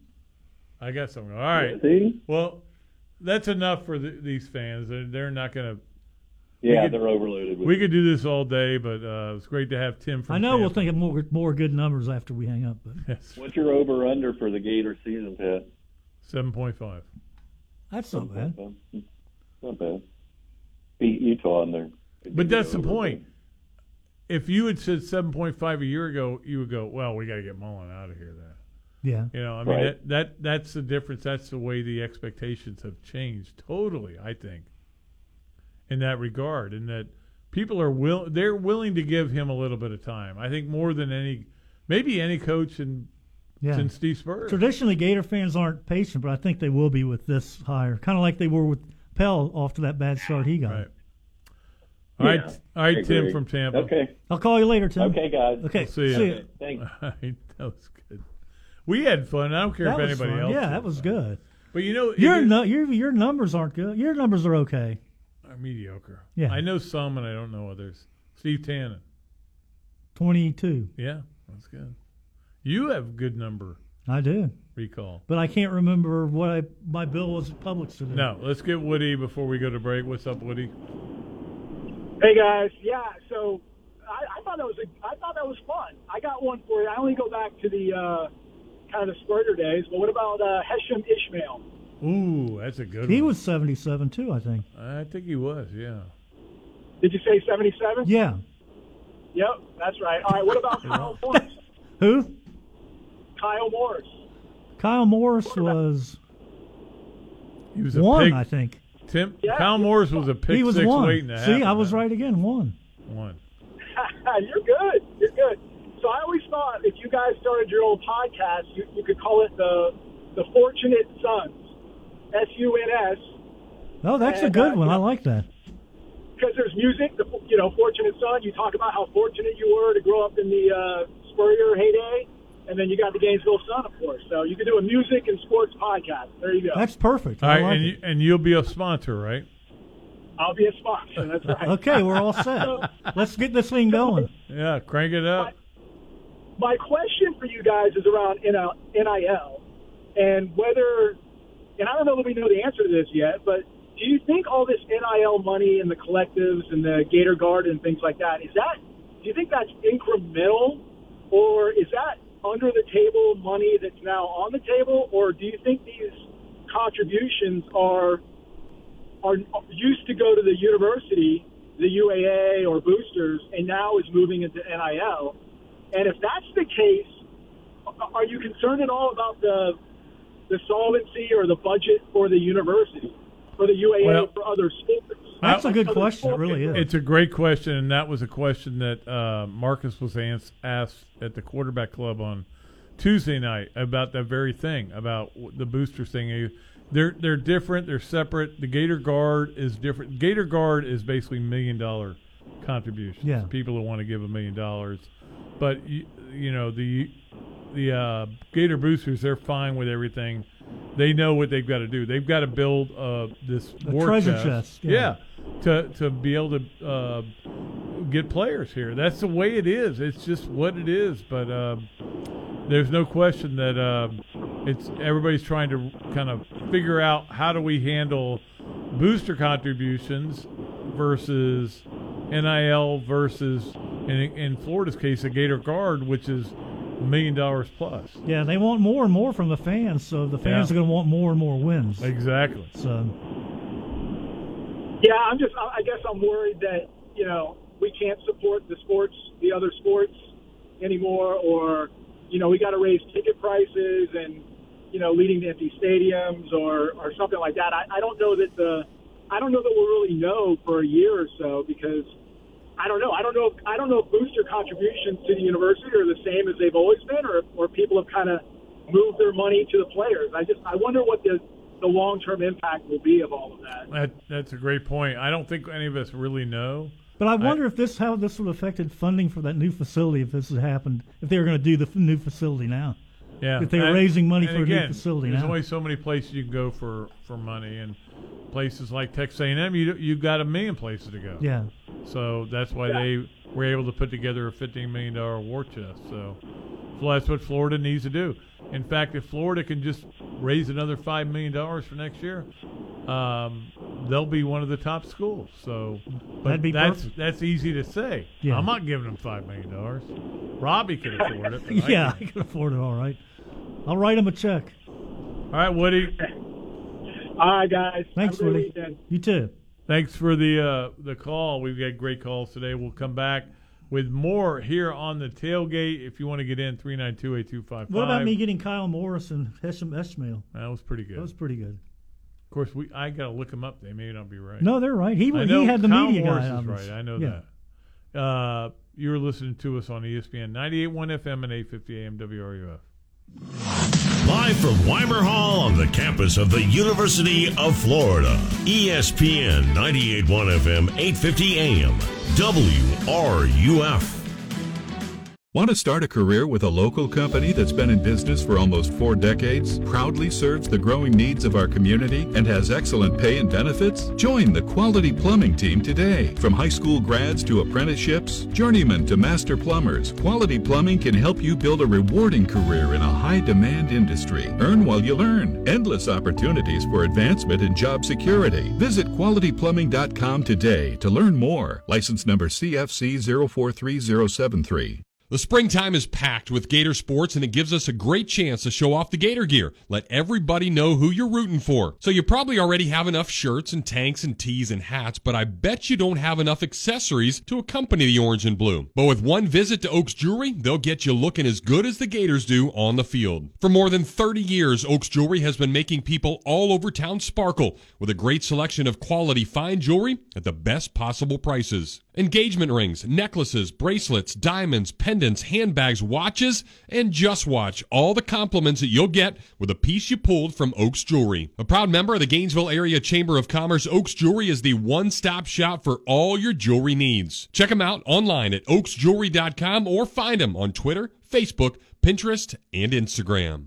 S4: I got something. All right.
S13: See?
S4: Well, that's enough for th these fans. They're, they're not going to.
S13: Yeah, they're overloaded with-
S4: we could do this all day, but uh, it's great to have Tim. From
S5: I know we'll
S4: Tampa.
S5: think of more more good numbers after we hang up, but
S13: What's your over under for the Gator season, Pat?
S4: seven point five.
S5: that's not bad.
S13: Not bad. Beat Utah in there.
S4: But that's the point. If you had said seven point five a year ago, you would go, "Well, we got to get Mullen out of here." Then,
S5: Yeah.
S4: you know, I mean,
S5: Right.
S4: that, that that's the difference. That's the way the expectations have changed totally. I think, in that regard, and that people are will they're willing to give him a little bit of time. I think more than any, maybe any coach in
S5: Yeah.
S4: since Steve Spurrier.
S5: Traditionally, Gator fans aren't patient, but I think they will be with this hire, kind of like they were with Pell after that bad start he got.
S4: All right, all right, Tim from Tampa.
S5: I'll call you later, Tim.
S4: Okay, guys.
S5: Okay,
S4: See ya.
S5: see ya.
S13: Thanks.
S4: that was good. We had fun. I don't care
S5: That
S4: if
S5: was
S4: anybody
S5: fun.
S4: else.
S5: Yeah,
S4: did.
S5: that was good.
S4: But you know,
S5: your nu- your your numbers aren't good. Your numbers are okay.
S4: are mediocre.
S5: Yeah.
S4: I know some, and I don't know others. Steve Tannen.
S5: Twenty two.
S4: Yeah, that's good. You have good number
S5: I do,
S4: recall.
S5: but I can't remember what I, my bill was at Publix today.
S4: No, let's get Woody before we go to break. What's up, Woody?
S15: Hey guys, yeah. So I, I thought that was a, I thought that was fun. I got one for you. I only go back to the uh, kind of the Spurter days, but what about uh, Heshem Ishmael?
S4: Ooh, that's a good
S5: he
S4: one.
S5: was seventy seven too. I think.
S4: I think he was. Yeah.
S15: Did you say seventy-seven?
S5: Yeah.
S15: Yep, that's right. All right. What about Kyle Morris?
S5: Who?
S15: Kyle Morris.
S5: Kyle Morris was.
S4: He was a
S5: one,
S4: pick-
S5: I think.
S4: Tim Kyle Morris was a pick
S5: he was
S4: six
S5: one.
S4: waiting to
S5: See,
S4: happen.
S5: I was right again. One.
S4: One.
S15: You're good. You're good. So I always thought if you guys started your own podcast, you, you could call it the the Fortunate Sons, S U N S,
S5: Oh, that's a
S15: And,
S5: good
S15: uh,
S5: one.
S15: you
S5: I
S15: know-
S5: like that.
S15: because there's music. The you know Fortunate Son. You talk about how fortunate you were to grow up in the uh, Spurrier heyday, and then you got the Gainesville Sun, of course. So you could do a music and sports podcast. There you go.
S5: That's perfect.
S4: All
S5: I
S4: right,
S5: like
S4: and
S5: it.
S4: you, and you'll be a sponsor, right?
S15: I'll be a sponsor. That's right.
S5: Okay, we're all set.
S15: So-
S5: Let's get this thing going.
S4: Yeah, crank it up.
S15: my question for you guys is around NIL NIL and whether, and I don't know that we know the answer to this yet, but do you think all this NIL money and the collectives and the Gator Guard and things like that, is that, do you think that's incremental or is that under the table money that's now on the table or do you think these contributions are, are used to go to the university, the UAA or boosters, and now is moving into NIL? And if that's the case, are you concerned at all about the the solvency or the budget for the university, for the UAA,
S4: Well-
S15: for other sports?
S4: That's a good
S15: Other
S4: question.
S15: sports.
S5: really is.
S4: It's a great question, and that was a question that uh, Marcus was ans- asked at the quarterback club on Tuesday night about that very thing, about w- the booster thing. They're they're different. They're separate. The Gator Guard is different. Gator Guard is basically million dollar contributions.
S5: Yeah.
S4: people who want to give a million dollars, but you, you know the the uh, Gator boosters, they're fine with everything. They know what they've got to do. They've got to build uh, this
S5: A
S4: war
S5: treasure
S4: chest.
S5: chest,
S4: Yeah.
S5: yeah.
S4: to to be able to uh, get players here. That's the way it is. It's just what it is. But um, there's no question that um, it's everybody's trying to kind of figure out how do we handle booster contributions versus NIL versus in in Florida's case a Gator Guard, which is a million dollars plus.
S5: Yeah, they want more and more from the fans, so the fans
S4: Yeah.
S5: are going to want more and more wins.
S4: Exactly.
S5: So
S15: Yeah, I'm just. I I guess I'm worried that you know we can't support the sports, the other sports anymore, or you know we got to raise ticket prices and you know leading to empty stadiums or or something like that. I, I don't know that the I don't know that we'll really know for a year or so because I don't know. I don't know. If, I don't know if booster contributions to the university are the same as they've always been, or or people have kind of moved their money to the players. I just I wonder what the the long term impact will be of all of that.
S4: That that's a great point. I don't think any of us really know.
S5: But I wonder if this how this would have affected funding for that new facility if this had happened if they were going to do the f- new facility now.
S4: Yeah,
S5: That they were
S4: And-
S5: raising money
S4: and
S5: for a
S4: again,
S5: new facility.
S4: There's
S5: Now,
S4: only so many places you can go for, for money, and places like Texas A&M, you you got a million places to go.
S5: Yeah.
S4: So that's why they were able to put together a 15 million dollar war chest. So, so that's what Florida needs to do. In fact, if Florida can just raise another five million dollars for next year, um, they'll be one of the top schools. So, but
S5: That'd be
S4: that's
S5: perfect.
S4: that's easy to say.
S5: Yeah.
S4: I'm not giving them five million dollars. Robbie can afford it. but I
S5: yeah,
S4: can't.
S5: I can afford it all right. I'll write him a check.
S4: All right, Woody.
S16: All right, guys.
S5: Thanks,
S16: Have a good
S5: Woody.
S16: weekend.
S5: You too.
S4: Thanks for the uh, the call. We've got great calls today. We'll come back with more here on the tailgate. If you want to get in, three nine two eight two five five.
S5: What about me getting Kyle Morris and Hesham Esmail?
S4: That was pretty good.
S5: That was pretty good.
S4: Of course, we I gotta look them up. They may not be right.
S5: No, they're right. He-
S4: I
S5: he
S4: know
S5: had the
S4: Kyle
S5: media guy
S4: Morris
S5: on
S4: is
S5: this.
S4: right. I know
S5: Yeah.
S4: that. Uh, you're listening to us on E ESPN 98.1 FM and 850 AM WRUF.
S2: Live from Weimer Hall on the campus of the University of Florida. E ESPN 98.1 FM, 850 AM, WRUF.
S17: Want to start a career with a local company that's been in business for almost four decades, proudly serves the growing needs of our community, and has excellent pay and benefits? Join the Quality Plumbing Team today. From high school grads to apprenticeships, journeymen to master plumbers, Quality Plumbing can help you build a rewarding career in a high demand industry. Earn while you learn. Endless opportunities for advancement and job security. Visit qualityplumbing.com today to learn more. License number CFC 043073.
S8: The springtime is packed with Gator sports, and it gives us a great chance to show off the Gator gear. Let everybody know who you're rooting for. So, you probably already have enough shirts and tanks and tees and hats, but I bet you don't have enough accessories to accompany the orange and blue. But with one visit to Oaks Jewelry, they'll get you looking as good as the Gators do on the field. For more than 30 years, Oaks Jewelry has been making people all over town sparkle with a great selection of quality fine jewelry at the best possible prices. Engagement rings, necklaces, bracelets, diamonds, pendants, handbags, watches, and just watch all the compliments that you'll get with a piece you pulled from Oaks Jewelry. A proud member of the Gainesville Area Chamber of Commerce, Oaks Jewelry is the one stop shop for all your jewelry needs. Check them out online at oaksjewelry.com or find them on Twitter, Facebook, Pinterest, and Instagram.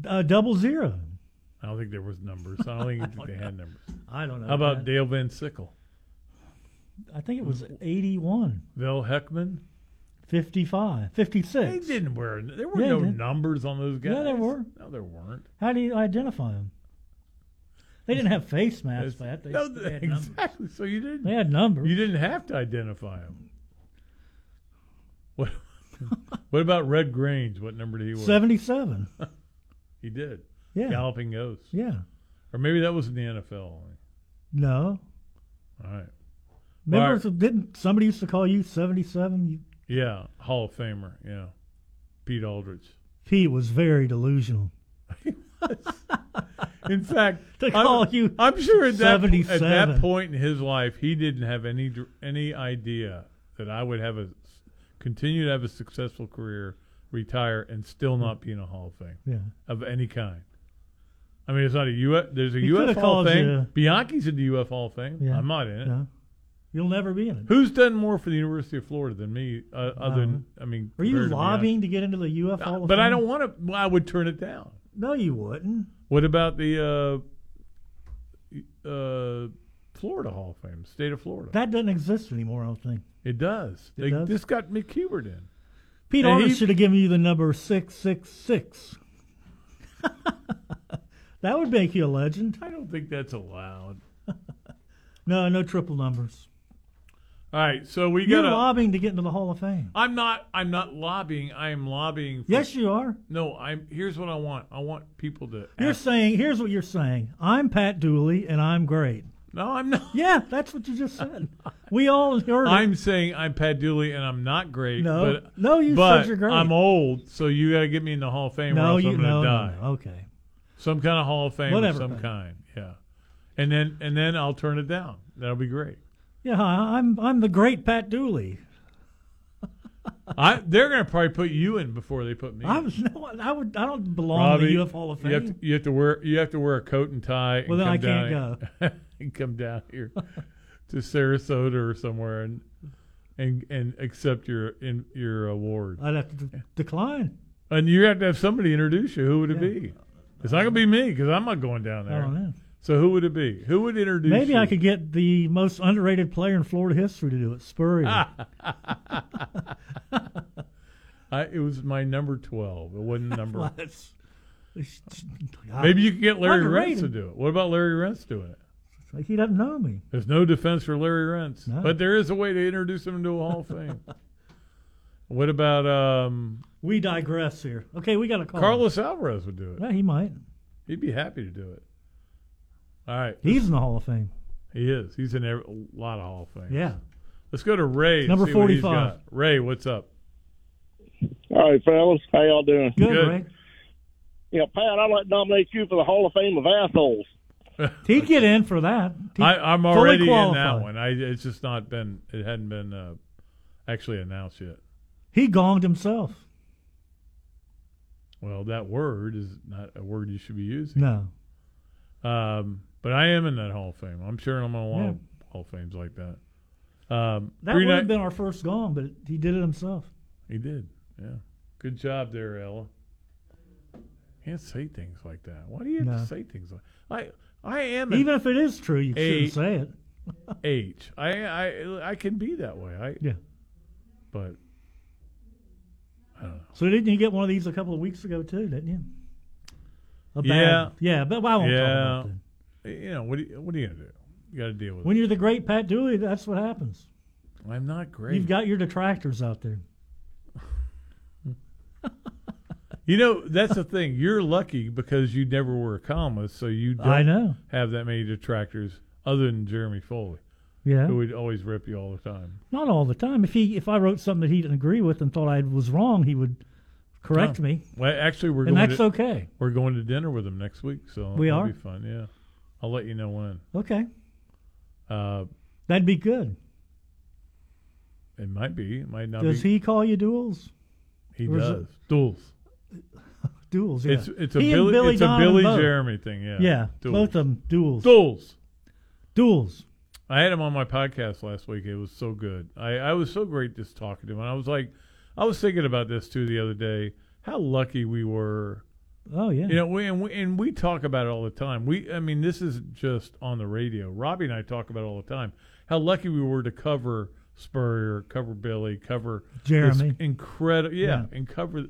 S5: Uh, double zero.
S4: I don't think there was numbers. I don't even think they had numbers.
S5: I don't know.
S4: How about
S5: man.
S4: Dale Van Sickle?
S5: I think it was 81,
S4: Vel Heckman?
S5: 55,
S4: They
S5: 56.
S4: didn't wear. There were
S5: Yeah,
S4: no
S5: they did.
S4: numbers on those guys.
S5: Yeah, there were.
S4: No, there weren't.
S5: How do you identify them? They didn't have face masks,
S4: That's-
S5: Pat. They,
S4: no,
S5: they had numbers.
S4: exactly. So you didn't.
S5: They had numbers.
S4: You didn't have to identify him. What? what about Red Grange? What number did he wear?
S5: 77.
S4: He did.
S5: Yeah.
S4: Galloping Ghost.
S5: Yeah.
S4: Or maybe that was in the NFL. All
S5: No.
S4: right.
S5: Remember,
S4: Alright.
S5: so didn't somebody used to call you 77? You,
S4: Yeah. Hall of Famer. Yeah. Pete Aldrich.
S5: Pete was very delusional.
S4: In fact,
S5: To call
S4: I'm,
S5: you
S4: I'm sure at that, at
S5: 77.
S4: that point in his life, he didn't have any dr- any idea that I would have a continue to have a successful career, retire, and still not be in a Hall of Fame
S5: Yeah.
S4: of any kind. I mean, it's not a U. There's a
S5: He
S4: UF
S5: could've
S4: Hall of
S5: called
S4: Fame.
S5: you-
S4: Bianchi's in the UF Hall of Fame.
S5: Yeah.
S4: I'm not in it.
S5: No. You'll never be in it.
S4: Who's done more for the University of Florida than me? Uh, other than I mean,
S5: Are you
S4: compared to Bianchi?
S5: lobbying to get into the UFO? Hall of
S4: But I
S5: Fame?
S4: don't want to. I would turn it down.
S5: No, you wouldn't.
S4: What about the uh, uh, Florida Hall of Fame, state of Florida?
S5: That doesn't exist anymore. I don't think.
S4: It does.
S5: It
S4: they
S5: does?
S4: just got McHubert in.
S5: Pete
S4: And he-
S5: Aldridge should have given you the number six six six. That would make you a legend.
S4: I don't think that's allowed.
S5: No, no triple numbers.
S4: All right, so we
S5: You're
S4: got. i
S5: lobbying to get into the Hall of Fame.
S4: I'm not. I'm not lobbying. I am lobbying. For,
S5: Yes, you are.
S4: No, I'm. Here's what I want. I want people to.
S5: You're saying here's what you're saying. I'm Pat Dooley, and I'm great.
S4: No, I'm not.
S5: Yeah, that's what you just said. we all heard. it.
S4: I'm saying I'm Pat Dooley and I'm not great.
S5: No.
S4: but,
S5: No, you said
S4: but
S5: you're great.
S4: I'm old, so you got to get me in the Hall of Fame,
S5: No,
S4: or else
S5: you-
S4: I'm going to
S5: no, no,
S4: die.
S5: no. Okay.
S4: some kind of Hall of Fame,
S5: Whatever
S4: of some
S5: thing.
S4: kind. Yeah, and then and then I'll turn it down. That'll be great.
S5: yeah, I'm I'm the great Pat Dooley.
S4: I they're going to probably put you in before they put me.
S5: I
S4: in.
S5: was no, I would I don't belong
S4: Robbie,
S5: in the UF Hall of Fame.
S4: You have, to, you have to wear you have to wear a coat and tie. And
S5: Well, then
S4: come
S5: I
S4: down
S5: can't
S4: here- and come down here to Sarasota or somewhere and and and accept your in your award.
S5: I'd have to de- decline.
S4: And you have to have somebody introduce you. Who would it be? It's not going to be me because I'm not going down there.
S5: I don't know.
S4: So who would it be? Who would introduce?
S5: Oh, Maybe
S4: you?
S5: I could get the most underrated player in Florida history to do it, Spurrier.
S4: Ah, I, it was my number twelve. It wasn't number.
S5: That's-
S4: Maybe you could get Larry Rentz to
S5: Underrated.
S4: do it. What about Larry Rentz doing it?
S5: It's like he doesn't know me.
S4: There's no defense for Larry Rentz,
S5: No.
S4: but there is a way to introduce him to a Hall of Fame. what about um,
S5: Hmm. We digress here. Okay, we got a call.
S4: Carlos Alvarez would do it?
S5: Yeah, he might.
S4: He'd be happy to do it. All right,
S5: He's in the Hall of Fame.
S4: he is. He's in every, a lot of Hall of Fame.
S5: Yeah.
S4: Let's go to Ray. and
S5: Number
S4: see what he's
S5: 45.
S4: got. Ray, what's up?
S18: All right, fellas. How y'all doing?
S5: Good, Ray.
S18: Yeah, Pat, I'd like to nominate you for the Hall of Fame of Assholes.
S5: He'd get in for that. He-
S4: I, I'm
S5: fully
S4: already in that
S5: qualified.
S4: one. I, it's just not been. It hadn't been uh, actually announced yet.
S5: He gonged himself.
S4: Well, that word is not a word you should be using.
S5: No.
S4: Um, but I am in that Hall of Fame. I'm sure I'm in a lot of Hall of Fames like that. Um,
S5: That
S4: three
S5: would have
S4: ni-
S5: been our first gong, but he did it himself.
S4: He did. Yeah. Good job there, Ella. can't say things like that. Why do you have
S5: No.
S4: to say things like I? I am an
S5: Even if it is true, you
S4: a-
S5: shouldn't say it.
S4: H. I I I can be that way. I
S5: Yeah.
S4: But
S5: So didn't you get one of these a couple of weeks ago too? Didn't you? A
S4: yeah,
S5: bad- yeah. But I won't
S4: yeah.
S5: talk about
S4: You know what? Do you, what are you gonna do? You got to deal with
S5: When you're the great Pat Dooley, that's what happens.
S4: it. I'm not great.
S5: You've got your detractors out there.
S4: You know, that's the thing. You're lucky because you never were a columnist, so you don't
S5: I know.
S4: have that many detractors other than Jeremy Foley.
S5: Yeah.
S4: Who would always rip you all the time.
S5: Not all the time. If he, if I wrote something that he didn't agree with and thought I was wrong, he would correct
S4: Huh.
S5: me.
S4: Well, actually, we're
S5: and
S4: going
S5: that's
S4: to,
S5: okay.
S4: We're going to dinner with him next week, so
S5: We
S4: that'll
S5: are?
S4: be fun. Yeah, I'll let you know when.
S5: Okay,
S4: Uh,
S5: that'd be good.
S4: it might be. It might not.
S5: Does
S4: be.
S5: he call you duels?
S4: He
S5: Or is
S4: does duels.
S5: Duels. Yeah.
S4: It's it's a
S5: He and
S4: Billy, it's a
S5: Donovan
S4: Billy
S5: both.
S4: Jeremy thing. Yeah.
S5: Yeah.
S4: Duels.
S5: Both of them duels.
S4: Duels.
S5: Duels.
S4: I had him on my podcast last week. It was so good. I, I was so great just talking to him. And I was like, I was thinking about this too the other day. How lucky we were.
S5: Oh yeah.
S4: You know, we, and we and we talk about it all the time. We, I mean, this is just on the radio. Robbie and I talk about it all the time. How lucky we were to cover Spurrier, cover Billy, cover this
S5: Jeremy.
S4: Incredible, yeah,
S5: Yeah.
S4: and cover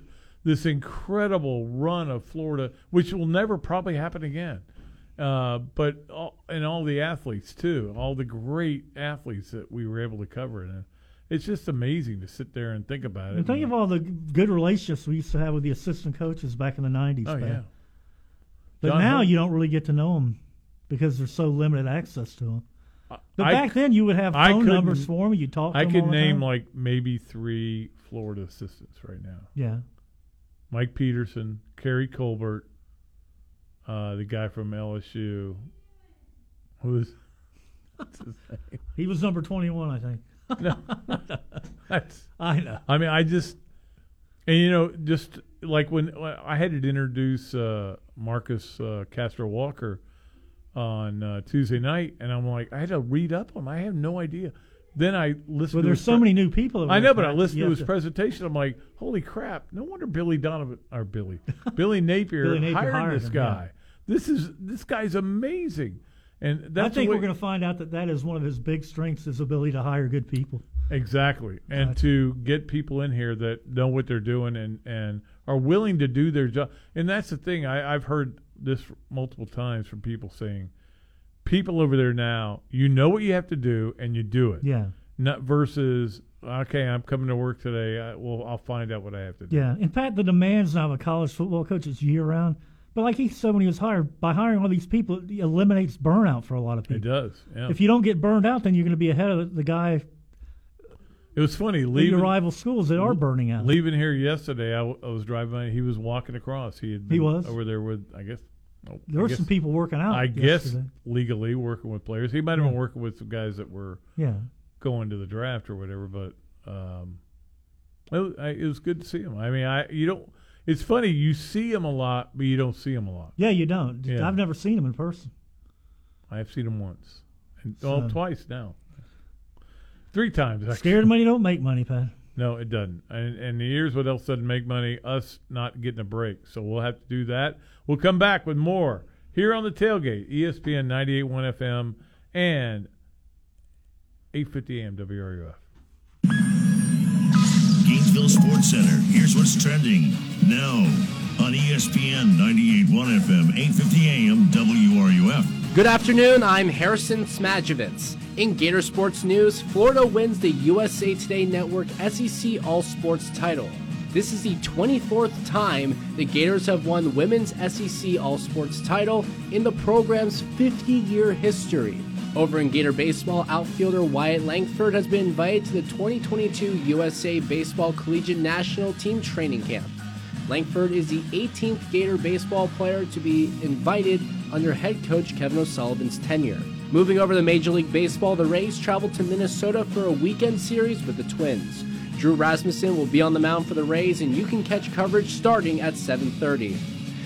S4: this incredible run of Florida, which will never probably happen again. Uh, but all, and all the athletes too, all the great athletes that we were able to cover, and it's just amazing to sit there and think about it.
S5: And think of all the g- good relationships we used to have with the assistant coaches back in the '90s.
S4: Oh,
S5: Pat.
S4: yeah.
S5: But
S4: John
S5: now
S4: Hurt-
S5: you don't really get to know them because there's so limited access to them. But
S4: I-
S5: back then you would have
S4: I
S5: phone
S4: couldn't-
S5: numbers for them. You talk. To
S4: I
S5: 'em
S4: could
S5: all the
S4: name
S5: time.
S4: like maybe three Florida assistants right now.
S5: Yeah.
S4: Mike Peterson, Kerry Colbert, uh, the guy from LSU, who's
S5: he was number 21, I think.
S4: No, that's,
S5: I know.
S4: I mean, I just and you know, just like when when I had to introduce uh, Marcus uh, Castro Walker on uh, Tuesday night, and I'm like, I had to read up on. him. I have no idea. Then I listened.
S5: Well,
S4: to
S5: there's
S4: his
S5: so
S4: pre-
S5: many new people that
S4: I
S5: we
S4: know,
S5: have
S4: but I
S5: to-
S4: listened
S5: you
S4: to
S5: have
S4: his
S5: to-
S4: presentation. I'm like, holy crap! No wonder Billy Donovan or Billy Billy Napier,
S5: Billy Napier
S4: hired,
S5: hired
S4: this
S5: him, yeah.
S4: guy. This is this guy's amazing, and that's
S5: I
S4: the
S5: think
S4: way-
S5: we're going to find out that that is one of his big strengths: his ability to hire good people.
S4: Exactly. And to get people in here that know what they're doing and, and are willing to do their job. And that's the thing. I, I've heard this multiple times from people saying, people over there now, you know what you have to do and you do it.
S5: Yeah.
S4: Not versus, okay, I'm coming to work today. I, well, I'll find out what I have to do.
S5: Yeah. In fact, the demands now of a college football coach is year round. But like he said when he was hired, by hiring all these people, it eliminates burnout for a lot of people.
S4: It does. Yeah.
S5: If you don't get burned out, then you're going to be ahead of the guy
S4: It was funny.
S5: at
S4: Leaving,
S5: your rival schools that are burning out.
S4: Leaving here yesterday, I, w- I was driving. by, He was walking across. He had been
S5: He was?
S4: over there with, I guess. oh,
S5: There
S4: I
S5: were
S4: guess-
S5: some people working out
S4: I guess
S5: yesterday.
S4: legally working with players. He might have been
S5: Yeah.
S4: working with some guys that were
S5: Yeah.
S4: going to the draft or whatever. But um, it, was, I, it was good to see him. I mean, I you don't. It's funny you see him a lot, but you don't see him a lot.
S5: Yeah, you don't.
S4: Yeah.
S5: I've never seen him in person.
S4: I've seen him once, and well,
S5: So-
S4: twice now, three times. actually.
S5: Scared money don't make money, Pat.
S4: No, it doesn't. And, and here's what else doesn't make money us not getting a break. So we'll have to do that. We'll come back with more here on the tailgate, E ESPN 98.1 FM and 850 AM WRUF.
S2: Gainesville Sports Center. Here's what's trending now on E ESPN 98.1 FM, 8:50 AM, WRUF.
S1: Good afternoon, I'm Harrison Smadjevitz. In Gator Sports News, Florida wins the USA Today Network SEC All Sports title. This is the 24th time the Gators have won women's SEC All Sports title in the program's 50 year history. Over in Gator Baseball, outfielder Wyatt Langford has been invited to the 2022 USA Baseball Collegiate National Team Training Camp. Langford is the 18th Gator baseball player to be invited under head coach Kevin O'Sullivan's tenure. Moving over to Major League Baseball, the Rays travel to Minnesota for a weekend series with the Twins. Drew Rasmussen will be on the mound for the Rays, and you can catch coverage starting at 7:30.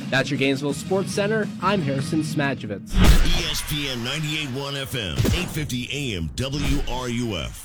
S1: That's your Gainesville Sports Center. I'm Harrison Smadjevitz.
S2: ESPN 98.1 FM, 8:50 AM, WRUF.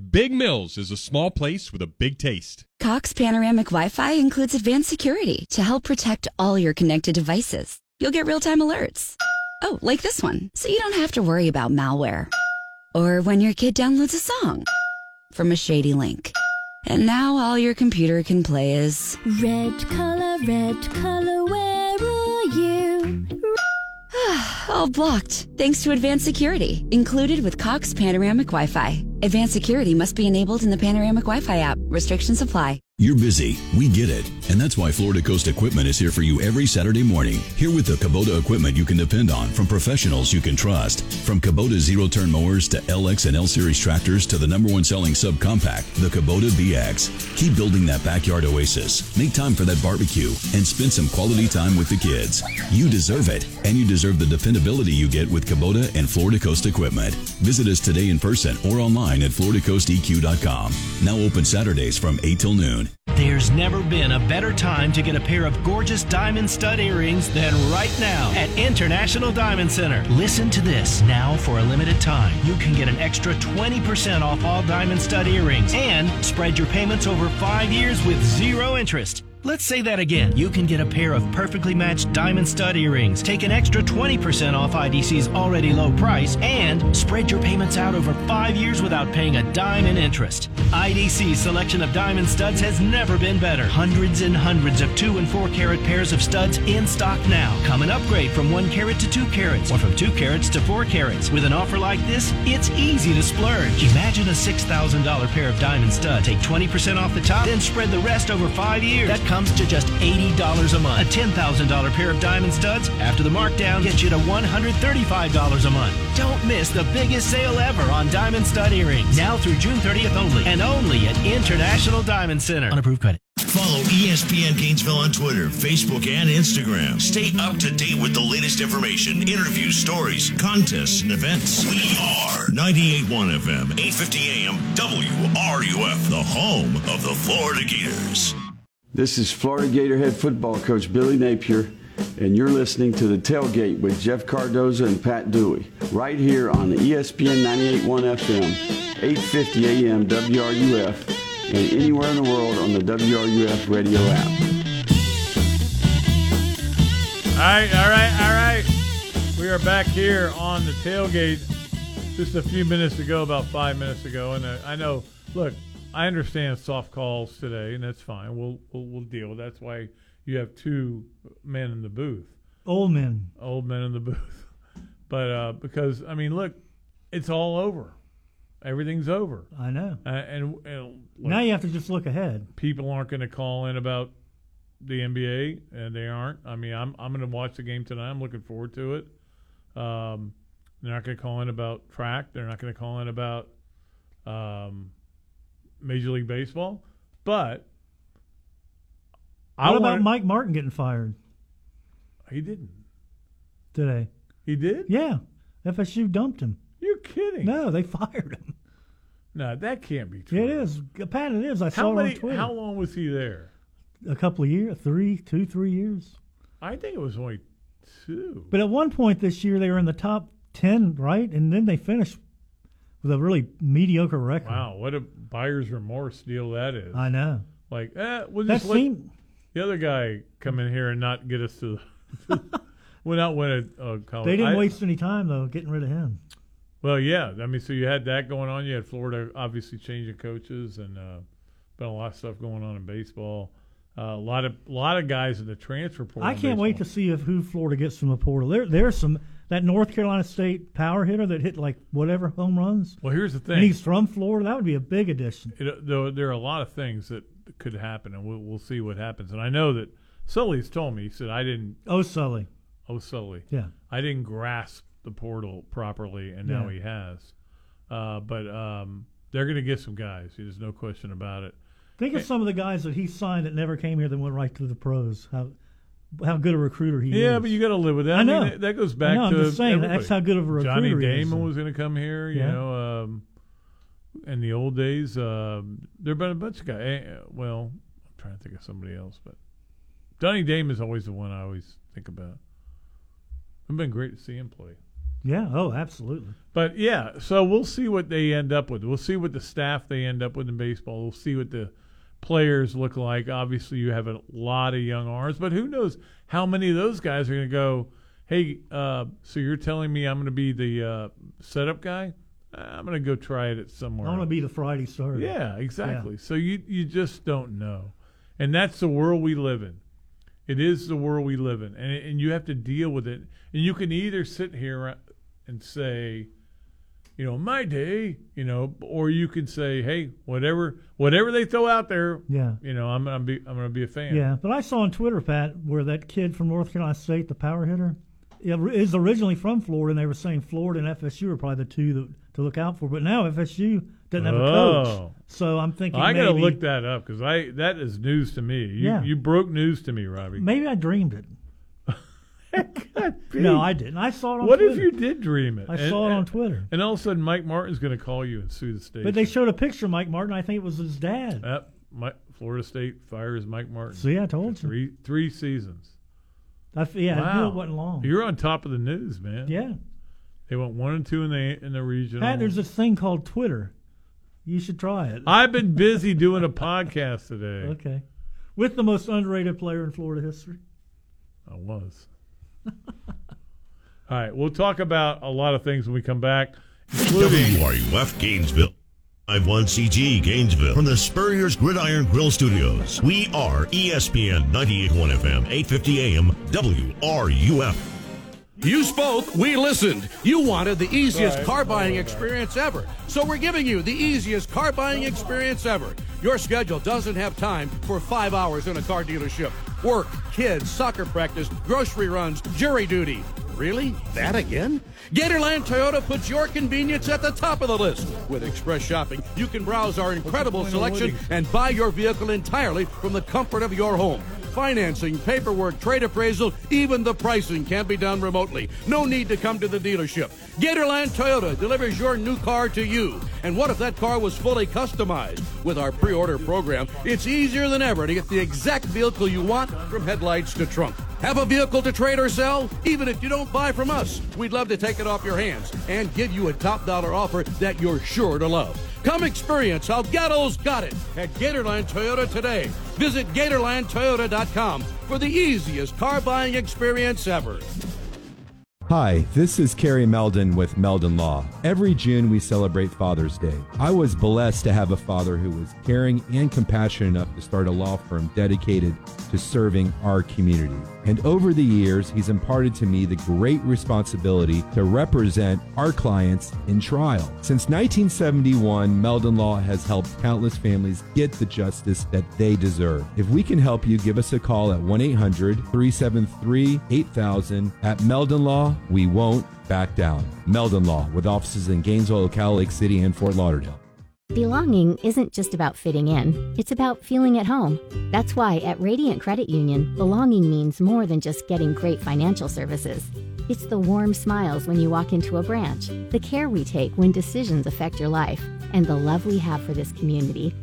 S8: Big Mills is a small place with a big taste.
S3: Cox Panoramic Wi Fi includes advanced security to help protect all your connected devices. You'll get real time alerts. Oh, like this one, so you don't have to worry about malware. Or when your kid downloads a song from a shady link. And now all your computer can play is
S19: Red color, red color, where are you?
S3: all blocked thanks to advanced security included with Cox Panoramic Wi Fi. Advanced security must be enabled in the Panoramic Wi Fi app. Restrictions apply.
S7: You're busy. We get it. And that's why Florida Coast Equipment is here for you every Saturday morning. Here with the Kubota equipment you can depend on from professionals you can trust. From Kubota zero turn mowers to LX and L series tractors to the number one selling subcompact, the Kubota BX. Keep building that backyard oasis. Make time for that barbecue and spend some quality time with the kids. You deserve it. And you deserve the dependability you get with Kubota and Florida Coast Equipment. Visit us today in person or online at floridacoasteq.com. Now open Saturdays from 8 till noon.
S20: There's never been a better time to get a pair of gorgeous diamond stud earrings than right now at International Diamond Center. Listen to this. Now, for a limited time, you can get an extra 20% off all diamond stud earrings and spread your payments over five years with zero interest. Let's say that again. You can get a pair of perfectly matched diamond stud earrings, take an extra 20% off IDC's already low price, and spread your payments out over five years without paying a dime in interest. IDC's selection of diamond studs has never been better. Hundreds and hundreds of 2 and 4 carat pairs of studs in stock now. Come and upgrade from 1 carat to 2 carats, or from 2 carats to 4 carats. With an offer like this, it's easy to splurge. Imagine a $6,000 pair of diamond studs. Take 20% off the top, then spread the rest over five years. That comes to just $80 a month. A $10,000 pair of diamond studs after the markdown gets you to $135 a month. Don't miss the biggest sale ever on diamond stud earrings. Now through June 30th only and only at International Diamond Center. On approved credit.
S2: Follow E ESPN Gainesville on Twitter, Facebook, and Instagram. Stay up to date with the latest information, interviews, stories, contests, and events. We are 98.1 FM, 8:50 AM, WRUF, the home of the Florida Gators.
S21: This is Florida Gator head football coach Billy Napier, and you're listening to The Tailgate with Jeff Cardoza and Pat Dooley, right here on E ESPN 98.1 FM, 8.50 AM WRUF, and anywhere in the world on the WRUF radio app.
S4: All right, all right, all right. We are back here on the tailgate just a few minutes ago, about five minutes ago. And uh, I know, look, I understand soft calls today, and that's fine. We'll, we'll, we'll deal with That's why you have two men in the booth,
S5: Old men.
S4: old men in the booth. But uh, because, I mean, look, it's all over. Everything's over.
S5: I know.
S4: Uh, and, and look,
S5: Now you have to just look ahead.
S4: people aren't going to call in about the NBA, and they aren't. I mean, I'm I'm going to watch the game tonight. I'm looking forward to it. Um, they're not going to call in about track. They're not going to call in about um, Major League Baseball. But I
S5: what about
S4: wanna-
S5: Mike Martin getting fired
S4: he didn't.
S5: today?
S4: He did?
S5: Yeah. FSU dumped him.
S4: You're kidding.
S5: No, they fired him.
S4: No, that can't be true.
S5: It is. Pat, it is. I saw
S4: How
S5: it
S4: many?
S5: on Twitter.
S4: How long was he there?
S5: a couple of years, three, two, three years.
S4: I think it was only two.
S5: But at one point this year, they were in the top 10, right? And then they finished with a really mediocre record.
S4: Wow, what a buyer's remorse deal that is.
S5: I know.
S4: Like, eh, we'll
S5: That
S4: just let
S5: seem-
S4: the other guy come in here and not get us to. the We'll not win a, a college.
S5: They didn't
S4: Oh, I-
S5: waste any time, though, getting rid of him.
S4: Well, yeah. I mean, so you had that going on. You had Florida obviously changing coaches, and uh, been a lot of stuff going on in baseball. Uh, a lot of lot of guys in the transfer portal.
S5: I
S4: in
S5: can't wait to see if who Florida gets from the portal. There, there's some that North Carolina State power hitter that hit like whatever home runs.
S4: Well, here's the
S5: And
S4: thing.
S5: he's from Florida. That would be a big addition.
S4: It, though there are a lot of things that could happen, and we'll, we'll see what happens. And I know that Sully's told me he said I didn't.
S5: Oh, Sully.
S4: Oh, Sully.
S5: Yeah.
S4: I didn't grasp the portal properly, and now
S5: Yeah.
S4: he has. Uh, but um, They're going to get some guys. There's no question about it.
S5: Think of some of the guys that he signed that never came here that went right to the pros. How how good a recruiter he is.
S4: Yeah, but you got to live with that.
S5: I know.
S4: mean, that- that goes back
S5: I know, I'm
S4: to
S5: just saying,
S4: everybody.
S5: that's how good of a recruiter
S4: Johnny
S5: he is.
S4: Damon was going to come here. You
S5: Yeah.
S4: know, um, in the old days, um, there have been a bunch of guys. eh, eh, Well, I'm trying to think of somebody else, but Johnny Damon is always the one I always think about. It's been great to see him play.
S5: Yeah. Oh, absolutely.
S4: But yeah, so we'll see what they end up with. We'll see what the staff they end up with in baseball. We'll see what the players look like. Obviously, you have a lot of young arms, but who knows how many of those guys are going to go? Hey, uh, so you're telling me I'm going to be the uh, setup guy? I'm going to go try it at
S5: I
S4: somewhere.
S5: want to
S4: else."
S5: be the Friday starter.
S4: Yeah, exactly. So you you just don't know, and that's the world we live in. It is the world we live in, and and you have to deal with it. And you can either sit here and say, you know, my day, you know, or you can say, hey, whatever whatever they throw out there,
S5: Yeah.
S4: you know, I'm gonna be I'm gonna be a fan.
S5: Yeah, but I saw on Twitter, Pat, where that kid from North Carolina State, the power hitter, yeah, is originally from Florida, and they were saying Florida and FSU are probably the two that, to look out for. But now FSU doesn't have a coach,
S4: Oh.
S5: so I'm thinking
S4: I gotta
S5: maybe-
S4: look that up because I that is news to me. You,
S5: Yeah.
S4: you broke news to me, Robbie.
S5: Maybe I dreamed it.
S4: be.
S5: no, I didn't. I saw it on
S4: what
S5: Twitter.
S4: if you did dream it?
S5: I saw it on Twitter.
S4: And all of a sudden, Mike Martin's going to call you and sue the state.
S5: But they showed a picture of Mike Martin. I think it was his dad.
S4: Yep. Mike, Florida State fires Mike Martin.
S5: See, I told
S4: for three, you. Three seasons.
S5: I f yeah, I knew
S4: Wow.
S5: it wasn't long.
S4: You're on top of the news, man.
S5: Yeah.
S4: They went one and two in the in the regional.
S5: Pat, there's this thing called Twitter. You should try it.
S4: I've been busy doing a podcast today.
S5: Okay. With the most underrated player in Florida history.
S4: I was. All right, we'll talk about a lot of things when we come back, including
S2: WRUF Gainesville. I've won CG Gainesville from the Spurrier's Gridiron Grill Studios. We are E ESPN 981 FM, 850 AM, WRUF.
S22: You spoke, we listened. You wanted the easiest
S2: Right.
S22: car buying experience ever. So we're giving you the easiest car buying experience ever. Your schedule doesn't have time for five hours in a car dealership. Work, kids, soccer practice, grocery runs, jury duty. Really? That again? Gatorland Toyota puts your convenience at the top of the list. With Express Shopping, you can browse our incredible
S4: point of
S22: selection
S4: winning?
S22: and buy your vehicle entirely from the comfort of your home. Financing, paperwork, trade appraisal, even the pricing can be done remotely. No need to come to the dealership. Gatorland Toyota delivers your new car to you. And what if that car was fully customized? With our pre order program, it's easier than ever to get the exact vehicle you want from headlights to trunk. Have a vehicle to trade or sell? Even if you don't buy from us, we'd love to take it off your hands and give you a top dollar offer that you're sure to love. Come experience how Gatto's got it at Gatorland Toyota today. Visit GatorlandToyota.com for the easiest car buying experience ever.
S11: Hi, this is Carrie Meldon with Meldon Law. Every June we celebrate Father's Day. I was blessed to have a father who was caring and compassionate enough to start a law firm dedicated to serving our community. And over the years, he's imparted to me the great responsibility to represent our clients in trial. Since 1971, Meldon Law has helped countless families get the justice that they deserve. If we can help you, give us a call at 1 800 373 8000. At Meldon Law, we won't back down. Meldon Law, with offices in Gainesville, Ocala Lake City, and Fort Lauderdale.
S23: Belonging isn't just about fitting in, it's about feeling at home. That's why at Radiant Credit Union, belonging means more than just getting great financial services. It's the warm smiles when you walk into a branch, the care we take when decisions affect your life, and the love we have for this community.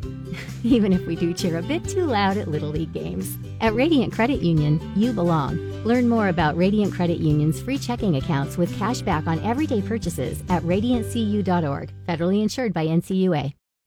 S23: Even if we do cheer a bit too loud at Little League games. At Radiant Credit Union, you belong. Learn more about Radiant Credit Union's free checking accounts with cash back on everyday purchases at radiantcu.org, federally insured by NCUA.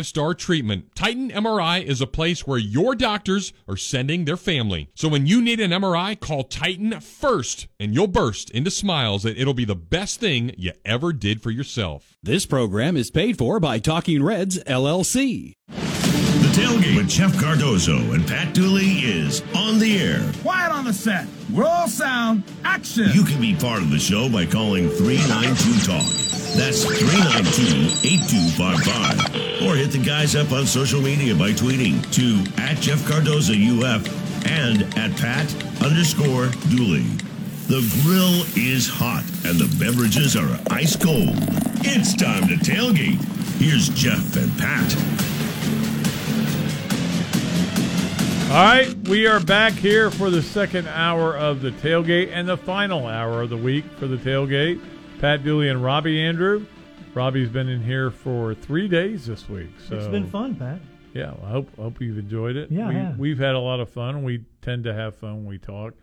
S8: five star treatment. Titan MRI is a place where your doctors are sending their family. So when you need an MRI, call Titan first and you'll burst into smiles that it'll be the best thing you ever did for yourself.
S24: This program is paid for by Talking Reds LLC.
S2: The tailgate with Jeff Cardozo and Pat Dooley is on the air.
S25: Quiet on the set. Roll sound. Action.
S2: You can be part of the show by calling 392 Talk. That's 392 8255. Or hit the guys up on social media by tweeting to at Jeff Cardoza UF and at Pat underscore Dooley. The grill is hot and the beverages are ice cold. It's time to tailgate. Here's Jeff and Pat.
S4: All right, we are back here for the second hour of the tailgate and the final hour of the week for the tailgate. Pat Dooley and Robbie Andrew. Robbie's been in here for three days this week. So
S5: It's been fun, Pat.
S4: Yeah, I hope hope you've enjoyed it.
S5: Yeah, I
S4: we,
S5: have.
S4: we've had a lot of fun. We tend to have fun when we talk.